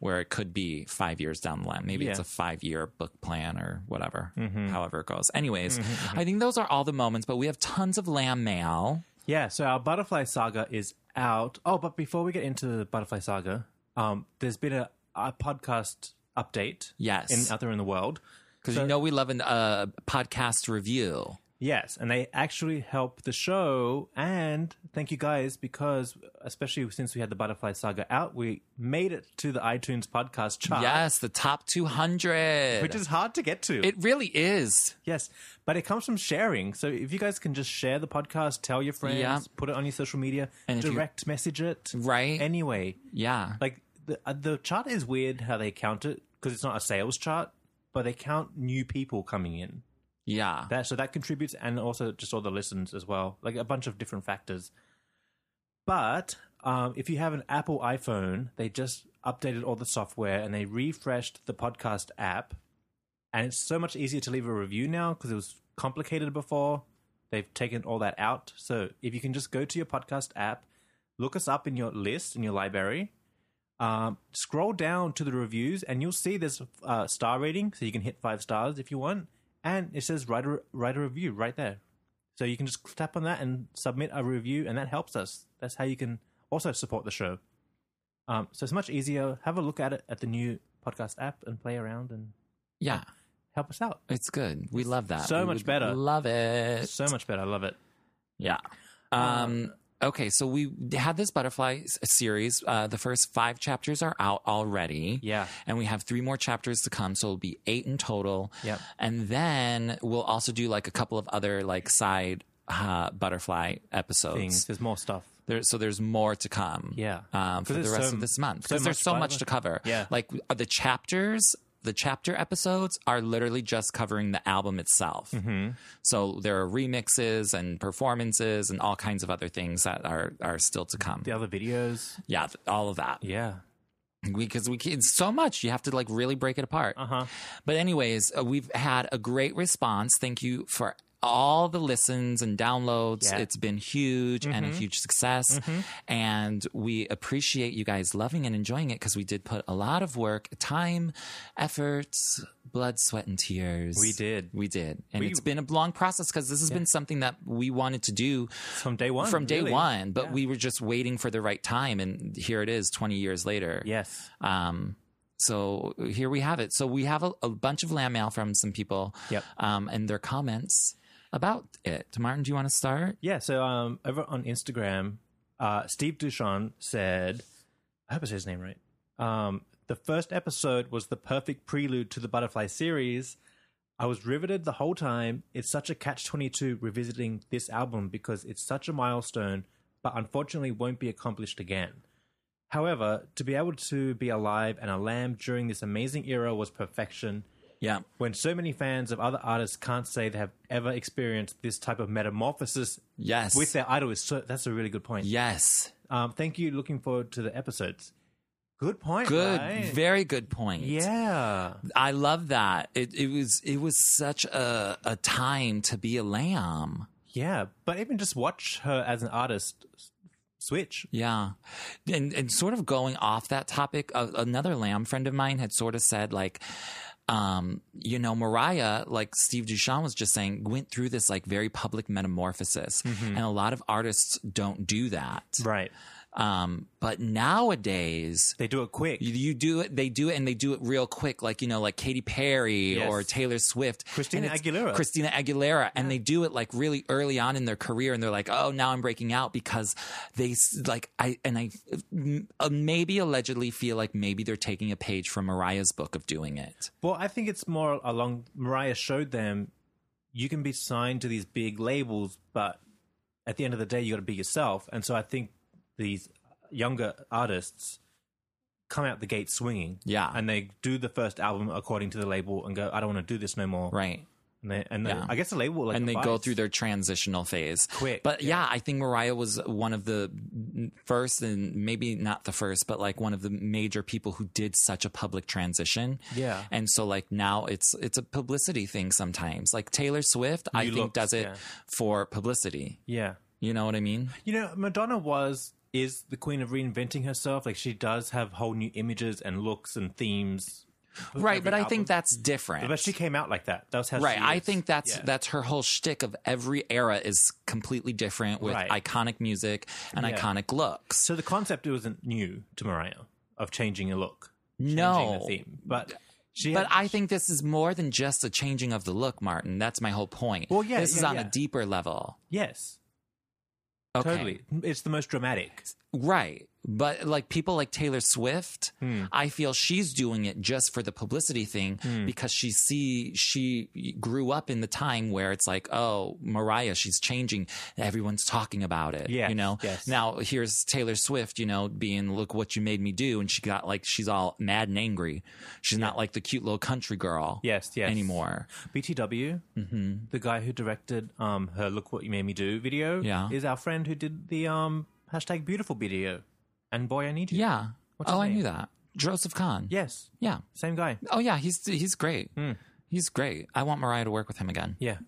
Speaker 1: where it could be five years down the line. Maybe it's
Speaker 2: Yeah. Mm-hmm.
Speaker 1: a five year book plan or whatever, however it goes. Anyways, I think those are all the moments. But we have tons of lamb mail.
Speaker 2: Yeah, so our Butterfly Saga is out. Oh, but before we get into the Butterfly Saga, um, there's been a, a podcast update.
Speaker 1: Yes.
Speaker 2: In Out There in the World.
Speaker 1: Because you know we love a uh, podcast review.
Speaker 2: Yes, and they actually help the show. And thank you guys because, especially since we had the Butterfly Saga out, we made it to the iTunes podcast chart,
Speaker 1: Yes, the top 200.
Speaker 2: Uh, which is hard to get to.
Speaker 1: it really is.
Speaker 2: Yes, but it comes from sharing. So if you guys can just share the podcast, tell your friends,
Speaker 1: Yeah.
Speaker 2: put it on your social media,
Speaker 1: And if you-
Speaker 2: direct message it,
Speaker 1: Right.
Speaker 2: Anyway,
Speaker 1: Yeah.
Speaker 2: like the uh, the chart is weird how they count it because it's not a sales chart, but they count new people coming in.
Speaker 1: yeah.
Speaker 2: That so that contributes, and also just all the listens as well, like a bunch of different factors. But um, if you have an Apple iPhone, they just updated all the software and they refreshed the podcast app, and it's so much easier to leave a review now because it was complicated before. They've taken all that out, so if you can just go to your podcast app, look us up in your list in your library. Um, scroll down to the reviews, and you'll see there's a uh, star rating, so you can hit five stars if you want. And it says write a write a review right there, so you can just tap on that and submit a review, and that helps us. That's how you can also support the show. Um, so it's much easier. Have a look at it at the new podcast app and play around and
Speaker 1: yeah.
Speaker 2: help us out.
Speaker 1: It's good. We love that.
Speaker 2: So
Speaker 1: We
Speaker 2: much
Speaker 1: would
Speaker 2: better.
Speaker 1: Love it.
Speaker 2: So much better. I love it.
Speaker 1: Yeah.
Speaker 2: Uh,
Speaker 1: Um, okay. So we had this butterfly s- series. Uh, the first five chapters are out already.
Speaker 2: Yeah.
Speaker 1: And we have three more chapters to come. So it'll be eight in total.
Speaker 2: Yep.
Speaker 1: And then we'll also do like a couple of other like side uh, butterfly episodes.
Speaker 2: Things. There's more stuff.
Speaker 1: There, so there's more to come.
Speaker 2: Yeah.
Speaker 1: Um,
Speaker 2: 'Cause
Speaker 1: for the
Speaker 2: there's
Speaker 1: rest
Speaker 2: so-
Speaker 1: of this month
Speaker 2: so
Speaker 1: because there's
Speaker 2: much
Speaker 1: so
Speaker 2: Bible-
Speaker 1: much to cover.
Speaker 2: Yeah.
Speaker 1: Like uh, the chapters, the chapter episodes are literally just covering the album itself.
Speaker 2: Mm-hmm.
Speaker 1: So there are remixes and performances and all kinds of other things that are are still to come.
Speaker 2: The other videos.
Speaker 1: Yeah, th- all of that
Speaker 2: Yeah.
Speaker 1: because we can it's so much you have to like really break it apart
Speaker 2: Uh-huh.
Speaker 1: but anyways uh, we've had a great response thank you for all the listens and downloads
Speaker 2: Yeah. Mm-hmm.
Speaker 1: it's been huge and a huge success and we appreciate you guys loving and enjoying it because we did put a lot of work time efforts blood sweat and tears
Speaker 2: We did.
Speaker 1: we did and
Speaker 2: We-
Speaker 1: it's been a long process because this has been something that we wanted to do
Speaker 2: From day one.
Speaker 1: from day
Speaker 2: really.
Speaker 1: one but
Speaker 2: Yeah.
Speaker 1: we were just waiting for the right time and here it is 20 years later
Speaker 2: Yes.
Speaker 1: um, so here we have it. So we have a, a bunch of lamb mail from some people
Speaker 2: Yep.
Speaker 1: um, and their comments about it. Martin, do you want to start?
Speaker 2: Yeah, so um, over on Instagram, uh, Steve Duchon said, I hope I said his name right. Um, the first episode was the perfect prelude to the Butterfly series. I was riveted the whole time. It's such a catch 22 revisiting this album because it's such a milestone, but unfortunately won't be accomplished again. However, to be able to be alive and a lamb during this amazing era was perfection
Speaker 1: Yeah.
Speaker 2: when so many fans of other artists can't say they have ever experienced this type of metamorphosis
Speaker 1: Yes.
Speaker 2: with their idol is so that's a really good point.
Speaker 1: yes.
Speaker 2: Um, thank you. Looking forward to the episodes. Good point.
Speaker 1: Good.
Speaker 2: right?
Speaker 1: Very good point.
Speaker 2: yeah.
Speaker 1: I love that. It, it was it was such a, a time to be a lamb.
Speaker 2: Yeah. But even just watch her as an artist s- switch.
Speaker 1: Yeah. And and sort of going off that topic, a, another lamb friend of mine had sort of said like um, you know, Mariah, like Steve Duchamp was just saying, went through this like very public metamorphosis. And a lot of artists don't do that.
Speaker 2: Right.
Speaker 1: Um, but nowadays,
Speaker 2: They do it quick.
Speaker 1: you, you do it, they do it, and they do it real quick, like, you know, like Katy Perry
Speaker 2: Yes.
Speaker 1: or Taylor Swift.
Speaker 2: Christina
Speaker 1: And it's
Speaker 2: Aguilera.
Speaker 1: Christina Aguilera. And they do it like really early on in their career, and they're like, oh, now I'm breaking out because they, s- like, I, and I m- uh, maybe allegedly feel like maybe they're taking a page from Mariah's book of doing it.
Speaker 2: Well, I think it's more along. Mariah showed them you can be signed to these big labels, but at the end of the day, you got to be yourself. And so I think these younger artists come out the gate swinging.
Speaker 1: Yeah.
Speaker 2: And they do the first album according to the label and go, I don't want to do this no more.
Speaker 1: Right.
Speaker 2: And, they, and they-
Speaker 1: Yeah.
Speaker 2: I guess the label, like,
Speaker 1: and they go
Speaker 2: advised.
Speaker 1: through their transitional phase
Speaker 2: Quick,
Speaker 1: But yeah. I think Mariah was one of the first, and maybe not the first, but like one of the major people who did such a public transition.
Speaker 2: Yeah.
Speaker 1: And so like now it's it's a publicity thing sometimes. Like Taylor Swift, I
Speaker 2: New
Speaker 1: think
Speaker 2: looks,
Speaker 1: does it
Speaker 2: yeah.
Speaker 1: for publicity.
Speaker 2: Yeah.
Speaker 1: You know what I mean?
Speaker 2: You know, Madonna was is the queen of reinventing herself. Like she does have whole new images and looks and themes. with
Speaker 1: right.
Speaker 2: every
Speaker 1: But I
Speaker 2: album.
Speaker 1: think that's different.
Speaker 2: But she came out like that. That was how.
Speaker 1: Right,
Speaker 2: she
Speaker 1: I
Speaker 2: is.
Speaker 1: think that's
Speaker 2: Yeah.
Speaker 1: that's her whole shtick of every era is completely different with
Speaker 2: Right.
Speaker 1: iconic music and
Speaker 2: Yeah.
Speaker 1: iconic looks.
Speaker 2: So the concept wasn't new to Mariah of changing a look, changing
Speaker 1: No,
Speaker 2: the theme, but she.
Speaker 1: But
Speaker 2: had-
Speaker 1: I think this is more than just a changing of the look, Martin. That's my whole point.
Speaker 2: Well, yeah,
Speaker 1: this is
Speaker 2: yeah,
Speaker 1: on
Speaker 2: yeah.
Speaker 1: a deeper level.
Speaker 2: yes,
Speaker 1: Okay.
Speaker 2: totally. It's the most dramatic.
Speaker 1: Right. But like people like Taylor Swift,
Speaker 2: Hmm.
Speaker 1: I feel she's doing it just for the publicity thing
Speaker 2: Hmm.
Speaker 1: because she see she grew up in the time where it's like, oh, Mariah, she's changing. Everyone's talking about it.
Speaker 2: Yes,
Speaker 1: you know.
Speaker 2: yes.
Speaker 1: Now here's Taylor Swift, you know, being look what you made me do, and she got like she's all mad and angry. She's not like the cute little country girl.
Speaker 2: Yes, yes.
Speaker 1: Anymore.
Speaker 2: BTW,
Speaker 1: Mm-hmm.
Speaker 2: the guy who directed um her "Look What You Made Me Do" video,
Speaker 1: Yeah.
Speaker 2: is our friend who did the um hashtag Beautiful video, and boy, I need you.
Speaker 1: Yeah.
Speaker 2: What's his
Speaker 1: oh, I
Speaker 2: name?
Speaker 1: knew that. Joseph Kahn.
Speaker 2: Yes.
Speaker 1: Yeah.
Speaker 2: Same guy.
Speaker 1: Oh, yeah. He's he's great.
Speaker 2: Hmm.
Speaker 1: He's great. I want Mariah to work with him again.
Speaker 2: Yeah.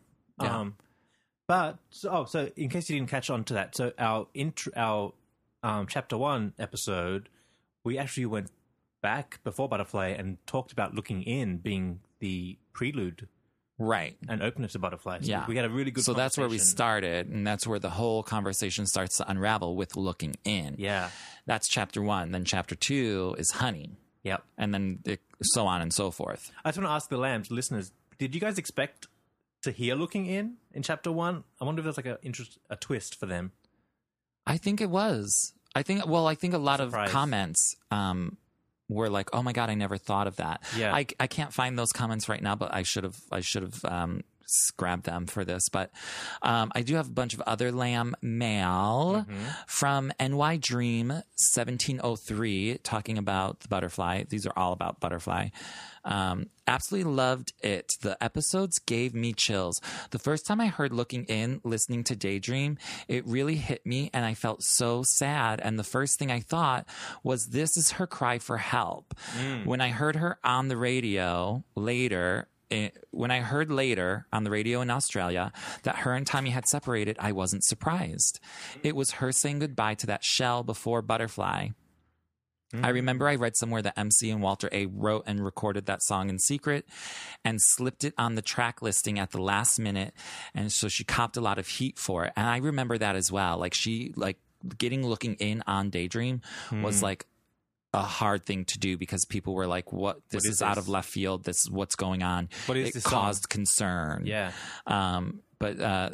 Speaker 1: Yeah.
Speaker 2: Um, but so, oh, so in case you didn't catch on to that, so our intro, our um, chapter one episode, we actually went back before Butterfly and talked about looking in being the prelude
Speaker 1: Right.
Speaker 2: and opener to Butterfly. So
Speaker 1: Yeah.
Speaker 2: we had a really good.
Speaker 1: So that's where we
Speaker 2: conversation.
Speaker 1: started, and that's where the whole conversation starts to unravel with looking in.
Speaker 2: Yeah.
Speaker 1: That's chapter one. Then chapter two is honey,
Speaker 2: Yep.
Speaker 1: and then it, so on and so forth.
Speaker 2: I just want to ask the lambs listeners: Did you guys expect to hear looking in in chapter one? I wonder if there's like a interest, a twist for them.
Speaker 1: I think it was. I think. Well, I think a lot
Speaker 2: Surprise.
Speaker 1: of comments um, were like, "Oh my god, I never thought of that."
Speaker 2: Yeah.
Speaker 1: I, I can't find those comments right now, but I should have. I should have um, s- grabbed them for this. But um, I do have a bunch of other lamb mail
Speaker 2: Mm-hmm.
Speaker 1: from NY Dream 1703 talking about the butterfly. These are all about butterfly. Um, absolutely loved it. The episodes gave me chills. The first time I heard Looking In, listening to Daydream, it really hit me and I felt so sad. And the first thing I thought was, this is her cry for help. When I heard her on the radio later, it, when I heard later on the radio in Australia that her and Tommy had separated, I wasn't surprised. It was her saying goodbye to that shell before Butterfly.
Speaker 2: Mm-hmm.
Speaker 1: I remember I read somewhere that MC and Walter A wrote and recorded that song in secret and slipped it on the track listing at the last minute and so she copped a lot of heat for it and I remember that as well like she like getting looking in on Daydream was
Speaker 2: Hmm.
Speaker 1: like a hard thing to do because people were like what this
Speaker 2: is
Speaker 1: is, out
Speaker 2: this?
Speaker 1: of left field this is what's going on
Speaker 2: What is
Speaker 1: it
Speaker 2: this song?
Speaker 1: caused concern
Speaker 2: Yeah.
Speaker 1: um, but uh,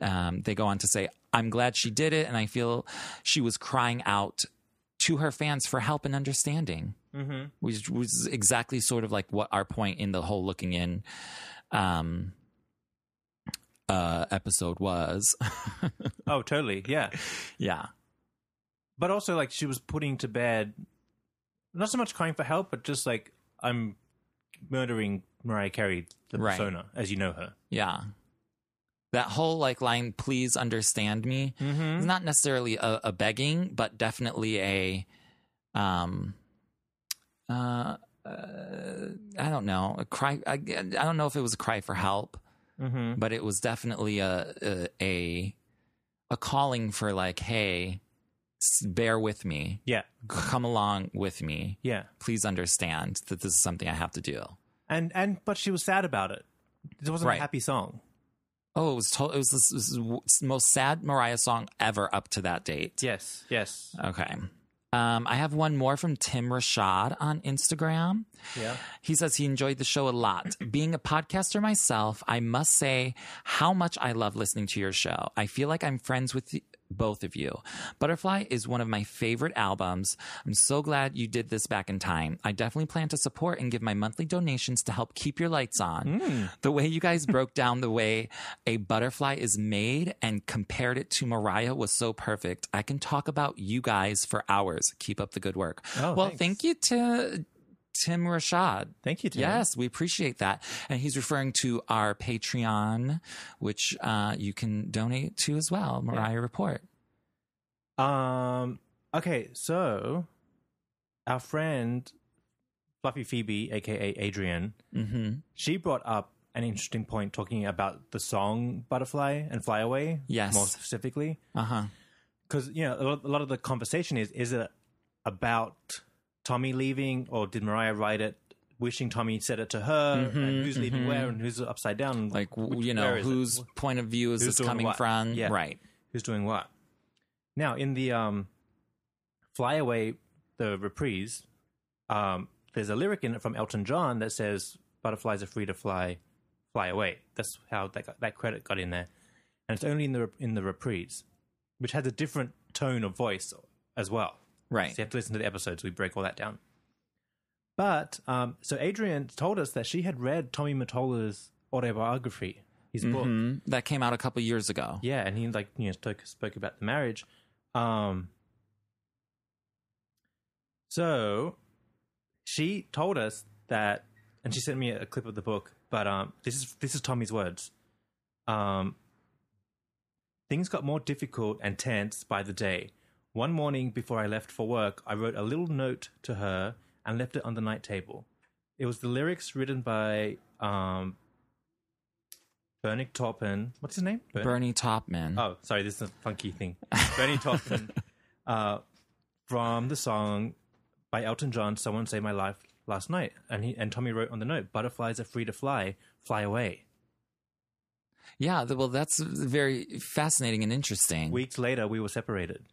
Speaker 1: um, they go on to say, I'm glad she did it. And I feel she was crying out to her fans for help and understanding,
Speaker 2: Mm-hmm.
Speaker 1: which was exactly sort of like what our point in the whole looking in um, uh, episode was.
Speaker 2: Oh, totally. Yeah.
Speaker 1: yeah.
Speaker 2: but also like she was putting to bed not so much crying for help but just like i'm murdering mariah carey the
Speaker 1: Right.
Speaker 2: persona as you know her
Speaker 1: Yeah. That whole like line, please understand me,
Speaker 2: mm-hmm.
Speaker 1: It's not necessarily a, a begging, but definitely a, um, uh, uh, I don't know, a cry. I, I don't know if it was a cry for help,
Speaker 2: Mm-hmm.
Speaker 1: but it was definitely a a a, a calling for like, hey, s- bear with me,
Speaker 2: yeah
Speaker 1: come along with me,
Speaker 2: yeah
Speaker 1: please understand that this is something I have to do.
Speaker 2: and and but she was sad about it it wasn't
Speaker 1: Right.
Speaker 2: a happy song
Speaker 1: Oh, it was to- it was the s- s- most sad Mariah song ever up to that date.
Speaker 2: Yes, yes.
Speaker 1: Okay. Um, I have one more from Tim Rashad on Instagram.
Speaker 2: Yeah.
Speaker 1: He says he enjoyed the show a lot. Being a podcaster myself, I must say how much I love listening to your show. I feel like I'm friends with y- both of you. Butterfly is one of my favorite albums. I'm so glad you did this back in time. I definitely plan to support and give my monthly donations to help keep your lights on.
Speaker 2: Hmm.
Speaker 1: The way you guys broke down the way a butterfly is made and compared it to Mariah was so perfect. I can talk about you guys for hours. Keep up the good work.
Speaker 2: Oh,
Speaker 1: well,
Speaker 2: thanks.
Speaker 1: thank you to Tim Rashad.
Speaker 2: Thank you, Tim.
Speaker 1: Yes, we appreciate that. And he's referring to our Patreon, which uh, you can donate to as well, Mariah Report.
Speaker 2: Um. Okay, so our friend Fluffy Phoebe, aka Adrian,
Speaker 1: hmm
Speaker 2: she brought up an interesting point talking about the song "Butterfly" and "Fly Away."
Speaker 1: Yes.
Speaker 2: more specifically,
Speaker 1: Uh huh.
Speaker 2: because you know a lot, a lot of the conversation is is it about Tommy leaving or did Mariah write it? Wishing Tommy said it to her, and who's leaving where, and who's upside down,
Speaker 1: Mm-hmm, Like, w you know,
Speaker 2: where is it?
Speaker 1: whose point of view is
Speaker 2: Who's
Speaker 1: this
Speaker 2: doing
Speaker 1: coming
Speaker 2: what?
Speaker 1: from?
Speaker 2: Yeah.
Speaker 1: Right.
Speaker 2: who's doing what. Now, in the um, Fly Away, the reprise, um, there's a lyric in it from Elton John that says, Butterflies are free to fly, fly away. That's how that, got, that credit got in there. And it's only in the, in the reprise, which has a different tone of voice as well.
Speaker 1: Right.
Speaker 2: So you have to listen to the episodes. We break all that down. But um, so Adrian told us that she had read Tommy Mottola's autobiography, his book,
Speaker 1: Mhm. That came out a couple years ago.
Speaker 2: yeah, and he like you know spoke, spoke about the marriage. Um, so she told us that, and she sent me a clip of the book. But um, this is this is Tommy's words. Um, things got more difficult and tense by the day. One morning before I left for work, I wrote a little note to her and left it on the night table. It was the lyrics written by um, Bernick Taupin. What's his name? Bernick?
Speaker 1: Bernie Topman.
Speaker 2: Oh, sorry, this is a funky thing. Bernie Taupin uh, from the song by Elton John, "Someone Saved My Life" last night, and he and Tommy wrote on the note, "Butterflies are free to fly, fly away."
Speaker 1: Yeah. th- Well, that's very fascinating and interesting.
Speaker 2: Weeks later, we were separated.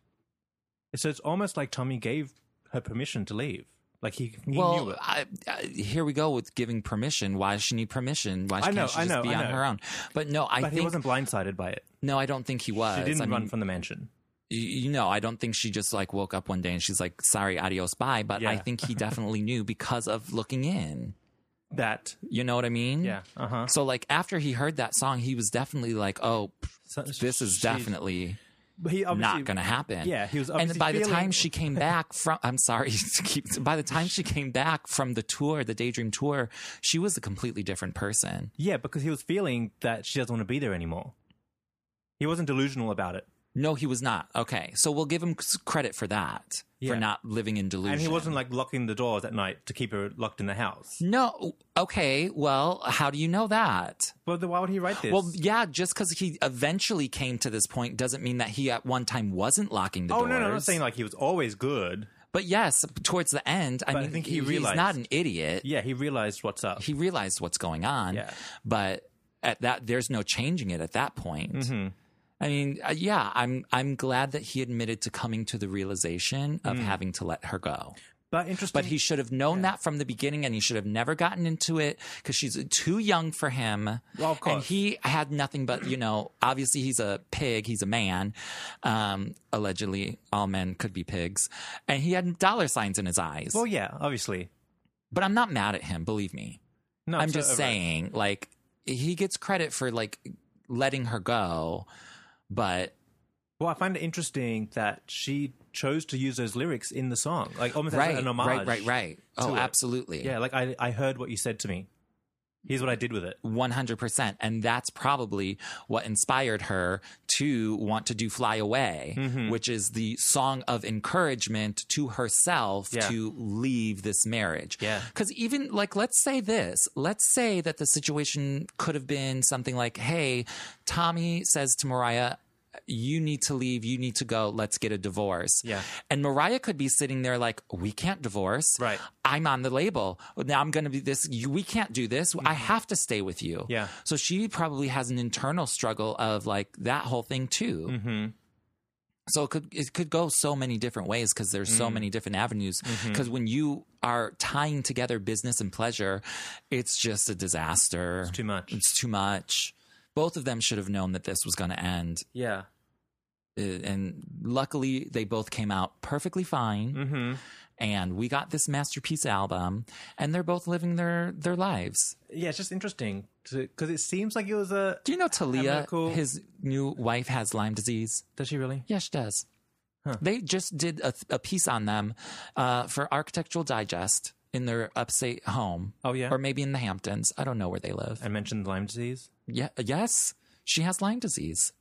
Speaker 2: So it's almost like Tommy gave her permission to leave. Like he, he knew
Speaker 1: well,
Speaker 2: it.
Speaker 1: I, I, here we go with giving permission. Why does she need permission? Why
Speaker 2: I know,
Speaker 1: can't she
Speaker 2: I
Speaker 1: just
Speaker 2: know,
Speaker 1: be
Speaker 2: I
Speaker 1: on
Speaker 2: know.
Speaker 1: her own? But no, I
Speaker 2: But
Speaker 1: think
Speaker 2: he wasn't blindsided by it.
Speaker 1: no, I don't think he was.
Speaker 2: She didn't
Speaker 1: I mean,
Speaker 2: run from the mansion.
Speaker 1: y- you know, I don't think she just like woke up one day and she's like, sorry, adios, bye. But I
Speaker 2: Yeah.
Speaker 1: think he definitely knew because of looking in.
Speaker 2: That
Speaker 1: You know what I mean?
Speaker 2: yeah, uh huh.
Speaker 1: So, like, after he heard that song, he was definitely like, oh, pff, this is definitely not going to happen.
Speaker 2: Yeah, he was
Speaker 1: And
Speaker 2: obviously
Speaker 1: by the
Speaker 2: feeling-
Speaker 1: time she came back from, I'm sorry to keep, by the time she came back from the tour, the Daydream tour, she was a completely different person.
Speaker 2: Yeah, because he was feeling that she doesn't want to be there anymore. He wasn't delusional about it.
Speaker 1: No, he was not. Okay. So we'll give him c- credit for that, for
Speaker 2: Yeah.
Speaker 1: not living in delusion.
Speaker 2: And he wasn't like locking the doors at night to keep her locked in the house.
Speaker 1: No. Okay. Well, how do you know that?
Speaker 2: Well, then why would he write this?
Speaker 1: Well, yeah, just because he eventually came to this point doesn't mean that he at one time wasn't locking the
Speaker 2: oh,
Speaker 1: doors.
Speaker 2: no, no, I'm not saying like he was always good.
Speaker 1: But yes, towards the end, I
Speaker 2: But I
Speaker 1: mean,
Speaker 2: think he
Speaker 1: he's
Speaker 2: realized.
Speaker 1: not an idiot.
Speaker 2: Yeah, he realized what's up.
Speaker 1: He realized what's going on.
Speaker 2: Yeah.
Speaker 1: But at that, there's no changing it at that point.
Speaker 2: Mm-hmm.
Speaker 1: I mean, uh, yeah, I'm I'm glad that he admitted to coming to the realization
Speaker 2: Mm.
Speaker 1: of having to let her go.
Speaker 2: but interesting.
Speaker 1: But he should have known that from the beginning, and he should have never gotten into it because she's too young for him.
Speaker 2: Well, of
Speaker 1: And
Speaker 2: course.
Speaker 1: he had nothing but you know. Obviously, he's a pig. He's a man. Um, allegedly, all men could be pigs, and he had dollar signs in his eyes.
Speaker 2: well, Oh, yeah, obviously.
Speaker 1: but I'm not mad at him. Believe me.
Speaker 2: No,
Speaker 1: I'm
Speaker 2: so-
Speaker 1: just
Speaker 2: oh, right.
Speaker 1: saying, like, he gets credit for like letting her go, but
Speaker 2: Well, I find it interesting that she chose to use those lyrics in the song, like almost
Speaker 1: right,
Speaker 2: as an homage.
Speaker 1: right, right, right. Oh,
Speaker 2: it.
Speaker 1: absolutely.
Speaker 2: Yeah, like I, I heard what you said to me. Here's what I did with it.
Speaker 1: 100% and that's probably what inspired her to want to do fly away
Speaker 2: Mm-hmm.
Speaker 1: which is the song of encouragement to herself
Speaker 2: Yeah.
Speaker 1: to leave this marriage
Speaker 2: Yeah.
Speaker 1: because even like let's say this let's say that the situation could have been something like hey tommy says to mariah you need to leave, you need to go, let's get a divorce.
Speaker 2: Yeah.
Speaker 1: And Mariah could be sitting there like, we can't divorce.
Speaker 2: Right.
Speaker 1: I'm on the label. Now I'm going to be this. You, we can't do this. I have to stay with you.
Speaker 2: Mm-hmm. Yeah.
Speaker 1: So she probably has an internal struggle of like that whole thing too.
Speaker 2: Mm-hmm.
Speaker 1: So it could it could go so many different ways because there's so
Speaker 2: Mm.
Speaker 1: many different avenues.
Speaker 2: Mm-hmm.
Speaker 1: Because when you are tying together business and pleasure, it's just a disaster.
Speaker 2: It's too much.
Speaker 1: It's too much. Both of them should have known that this was going to end,
Speaker 2: yeah.
Speaker 1: Uh, and luckily they both came out perfectly fine.
Speaker 2: Mm-hmm.
Speaker 1: And we got this masterpiece album, and they're both living their their lives.
Speaker 2: Yeah, it's just interesting because it seems like it was a.
Speaker 1: Do you know Talia,
Speaker 2: medical-
Speaker 1: his new wife, has Lyme disease?
Speaker 2: Does she really?
Speaker 1: Yeah, she does. They just did a, a piece on them uh, for Architectural Digest in their upstate home.
Speaker 2: Oh, yeah?
Speaker 1: or maybe in the Hamptons. I don't know where they live.
Speaker 2: I mentioned Lyme disease
Speaker 1: yeah, yes, she has Lyme disease.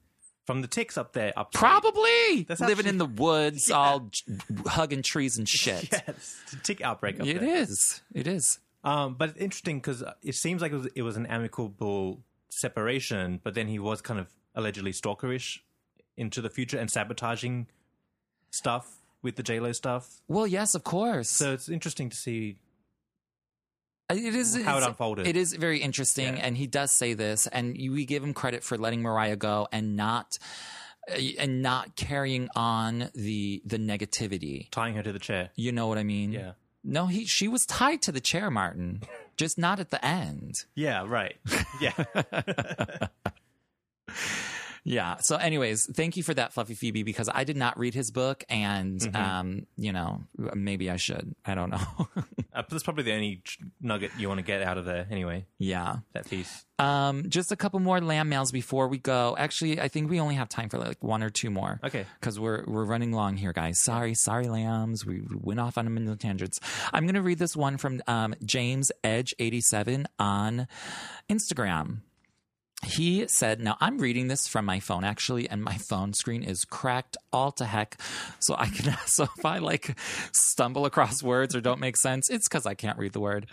Speaker 2: from the ticks up there. Up
Speaker 1: Probably
Speaker 2: That's
Speaker 1: living
Speaker 2: actually-
Speaker 1: in the woods, all j- hugging trees and shit.
Speaker 2: Yes, the tick outbreak. Up
Speaker 1: It
Speaker 2: there.
Speaker 1: is. It is.
Speaker 2: Um, but it's interesting because it seems like it was, it was an amicable separation, but then he was kind of allegedly stalkerish into the future and sabotaging stuff with the J Lo stuff.
Speaker 1: Well, yes, of course. Uh,
Speaker 2: So it's interesting to see.
Speaker 1: It is
Speaker 2: how it
Speaker 1: it's-
Speaker 2: unfolded.
Speaker 1: It is very interesting,
Speaker 2: Yeah.
Speaker 1: and he does say this, and you- we give him credit for letting Mariah go and not uh, and not carrying on the the negativity.
Speaker 2: tying her to the chair.
Speaker 1: You know what I mean?
Speaker 2: Yeah.
Speaker 1: No, he she was tied to the chair, Martin, just not at the end.
Speaker 2: Yeah, right. Yeah.
Speaker 1: Yeah. So, anyways, thank you for that, Fluffy Phoebe, because I did not read his book, and
Speaker 2: Mm-hmm.
Speaker 1: um, you know, maybe I should. I don't know.
Speaker 2: uh, that's probably the only ch- nugget you want to get out of there anyway,
Speaker 1: yeah.
Speaker 2: that piece.
Speaker 1: Um, just a couple more lamb mails before we go. Actually, I think we only have time for like one or two more.
Speaker 2: Okay.
Speaker 1: Because we're we're running long here, guys. Sorry, sorry, lambs. We we went off on a million tangents. I'm gonna read this one from um, James Edge eighty seven on Instagram. He said, Now I'm reading this from my phone actually, and my phone screen is cracked all to heck. So I can, so if I like stumble across words or don't make sense, it's because I can't read the word.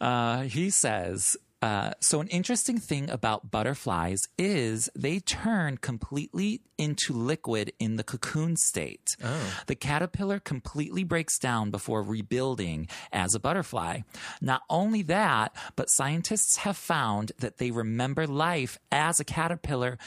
Speaker 1: Uh, he says, uh, so an interesting thing about butterflies is they turn completely into liquid in the cocoon state.
Speaker 2: Oh.
Speaker 1: The caterpillar completely breaks down before rebuilding as a butterfly. Not only that, but scientists have found that they remember life as a caterpillar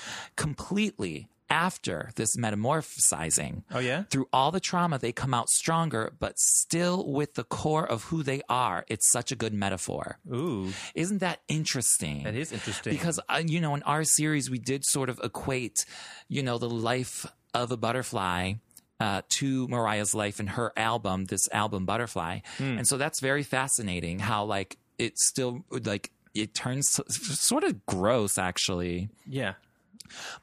Speaker 1: completely after this metamorphosizing.
Speaker 2: Oh, yeah?
Speaker 1: Through all the trauma, they come out stronger, but still with the core of who they are. It's such a good metaphor.
Speaker 2: Ooh,
Speaker 1: Isn't that interesting?
Speaker 2: that is interesting.
Speaker 1: Because, uh, you know, in our series, we did sort of equate, you know, the life of a butterfly uh, to Mariah's life in her album, this album, Butterfly. And so that's very fascinating how, like, it still, like, it turns s- sort of gross, actually
Speaker 2: yeah.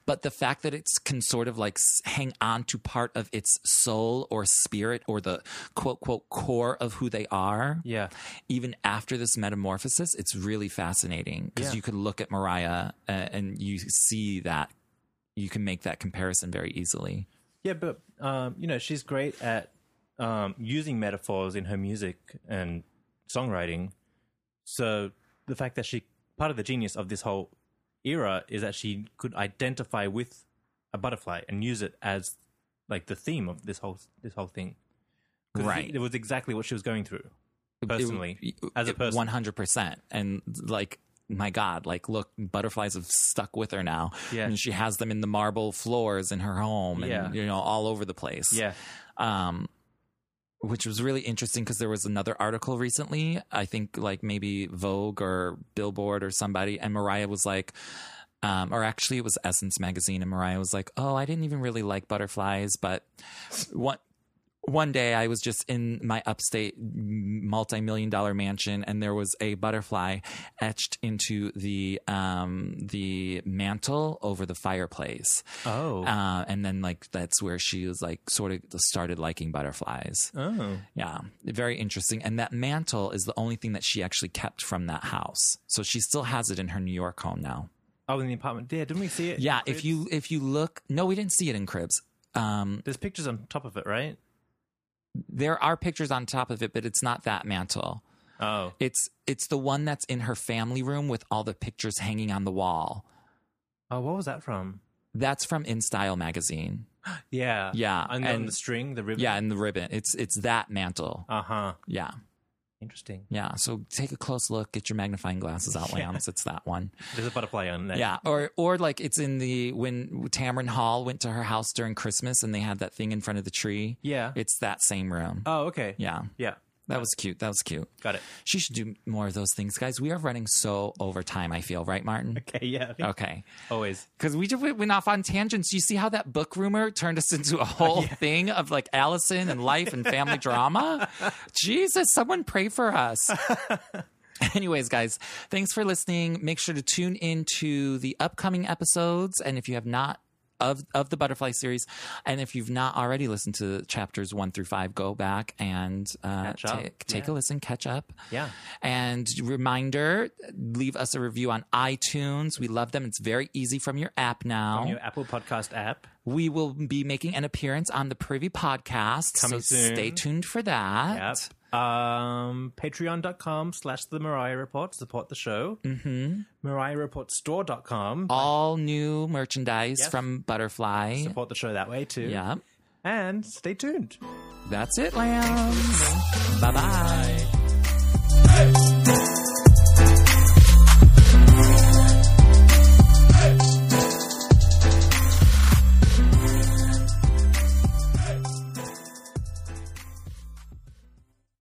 Speaker 1: but the fact that it can sort of like s- hang on to part of its soul or spirit or the quote quote core of who they are
Speaker 2: Yeah.
Speaker 1: even after this metamorphosis it's really fascinating because
Speaker 2: Yeah.
Speaker 1: you could look at mariah uh, and you see that you can make that comparison very easily
Speaker 2: Yeah, but um, you know, she's great at um, using metaphors in her music and songwriting. So the fact that she part of the genius of this whole era is that she could identify with a butterfly and use it as like the theme of this whole this whole thing. 'Cause
Speaker 1: Right.
Speaker 2: It was exactly what she was going through personally as a person.
Speaker 1: 100% and like my god like look butterflies have stuck with her now
Speaker 2: Yeah.
Speaker 1: i mean she has them in the marble floors in her home and
Speaker 2: Yeah.
Speaker 1: you know all over the place
Speaker 2: yeah.
Speaker 1: um, which was really interesting because there was another article recently. I think like maybe Vogue or Billboard or somebody, and Mariah was like. Um, or actually, it was Essence magazine, and Mariah was like, "Oh, I didn't even really like butterflies, but one one day I was just in my upstate multi-million dollar mansion, and there was a butterfly etched into the um, the mantle over the fireplace,
Speaker 2: Oh.
Speaker 1: uh, and then like that's where she was like sort of started liking butterflies.
Speaker 2: oh.
Speaker 1: Yeah, very interesting. And that mantle is the only thing that she actually kept from that house, so she still has it in her New York home now.
Speaker 2: Oh, in the apartment. Yeah, didn't we see it?
Speaker 1: Yeah, if you if you look, no, we didn't see it in cribs. Um,
Speaker 2: There's pictures on top of it, right?
Speaker 1: there are pictures on top of it, but it's not that mantle.
Speaker 2: Oh.
Speaker 1: It's it's the one that's in her family room with all the pictures hanging on the wall.
Speaker 2: Oh, what was that from?
Speaker 1: That's from In Style magazine.
Speaker 2: Yeah.
Speaker 1: Yeah,
Speaker 2: And, on
Speaker 1: and-
Speaker 2: the string, the ribbon.
Speaker 1: Yeah, and the ribbon. It's it's that mantle.
Speaker 2: Uh huh.
Speaker 1: Yeah.
Speaker 2: Interesting.
Speaker 1: Yeah. So take a close look, get your magnifying glasses out,
Speaker 2: Yeah.
Speaker 1: Lance. It's that one.
Speaker 2: There's a butterfly on that.
Speaker 1: Yeah, or or like it's in the when Tamron Hall went to her house during Christmas and they had that thing in front of the tree.
Speaker 2: Yeah.
Speaker 1: It's that same room.
Speaker 2: oh, okay.
Speaker 1: yeah,
Speaker 2: Yeah.
Speaker 1: that was cute. That was cute.
Speaker 2: Got it.
Speaker 1: She should do more of those things, guys. We are running so over time. I feel right, Martin.
Speaker 2: Okay. Yeah. I think
Speaker 1: Okay,
Speaker 2: Always.
Speaker 1: because we just we went off on tangents. You see how that book rumor turned us into a whole thing of like Allison and life and family drama? Jesus, someone pray for us. Anyways, guys, thanks for listening. Make sure to tune into the upcoming episodes. And if you have not, of, of the butterfly series and if you've not already listened to chapters one through five go back and uh,
Speaker 2: Catch up.
Speaker 1: take, take a
Speaker 2: Yeah.
Speaker 1: listen catch up
Speaker 2: Yeah.
Speaker 1: and reminder leave us a review on itunes we love them it's very easy from your app now
Speaker 2: On your Apple Podcast app.
Speaker 1: we will be making an appearance on the privy podcast
Speaker 2: Coming
Speaker 1: so
Speaker 2: soon.
Speaker 1: stay tuned for that
Speaker 2: Yep. Um, Patreon.com slash The Mariah Report. Support the show. Mm-hmm. MariahReportStore.com.
Speaker 1: all new merchandise
Speaker 2: Yes.
Speaker 1: from butterfly
Speaker 2: Support the show that way too.
Speaker 1: yeah
Speaker 2: And stay tuned.
Speaker 1: that's it lambs bye-bye
Speaker 3: Hey!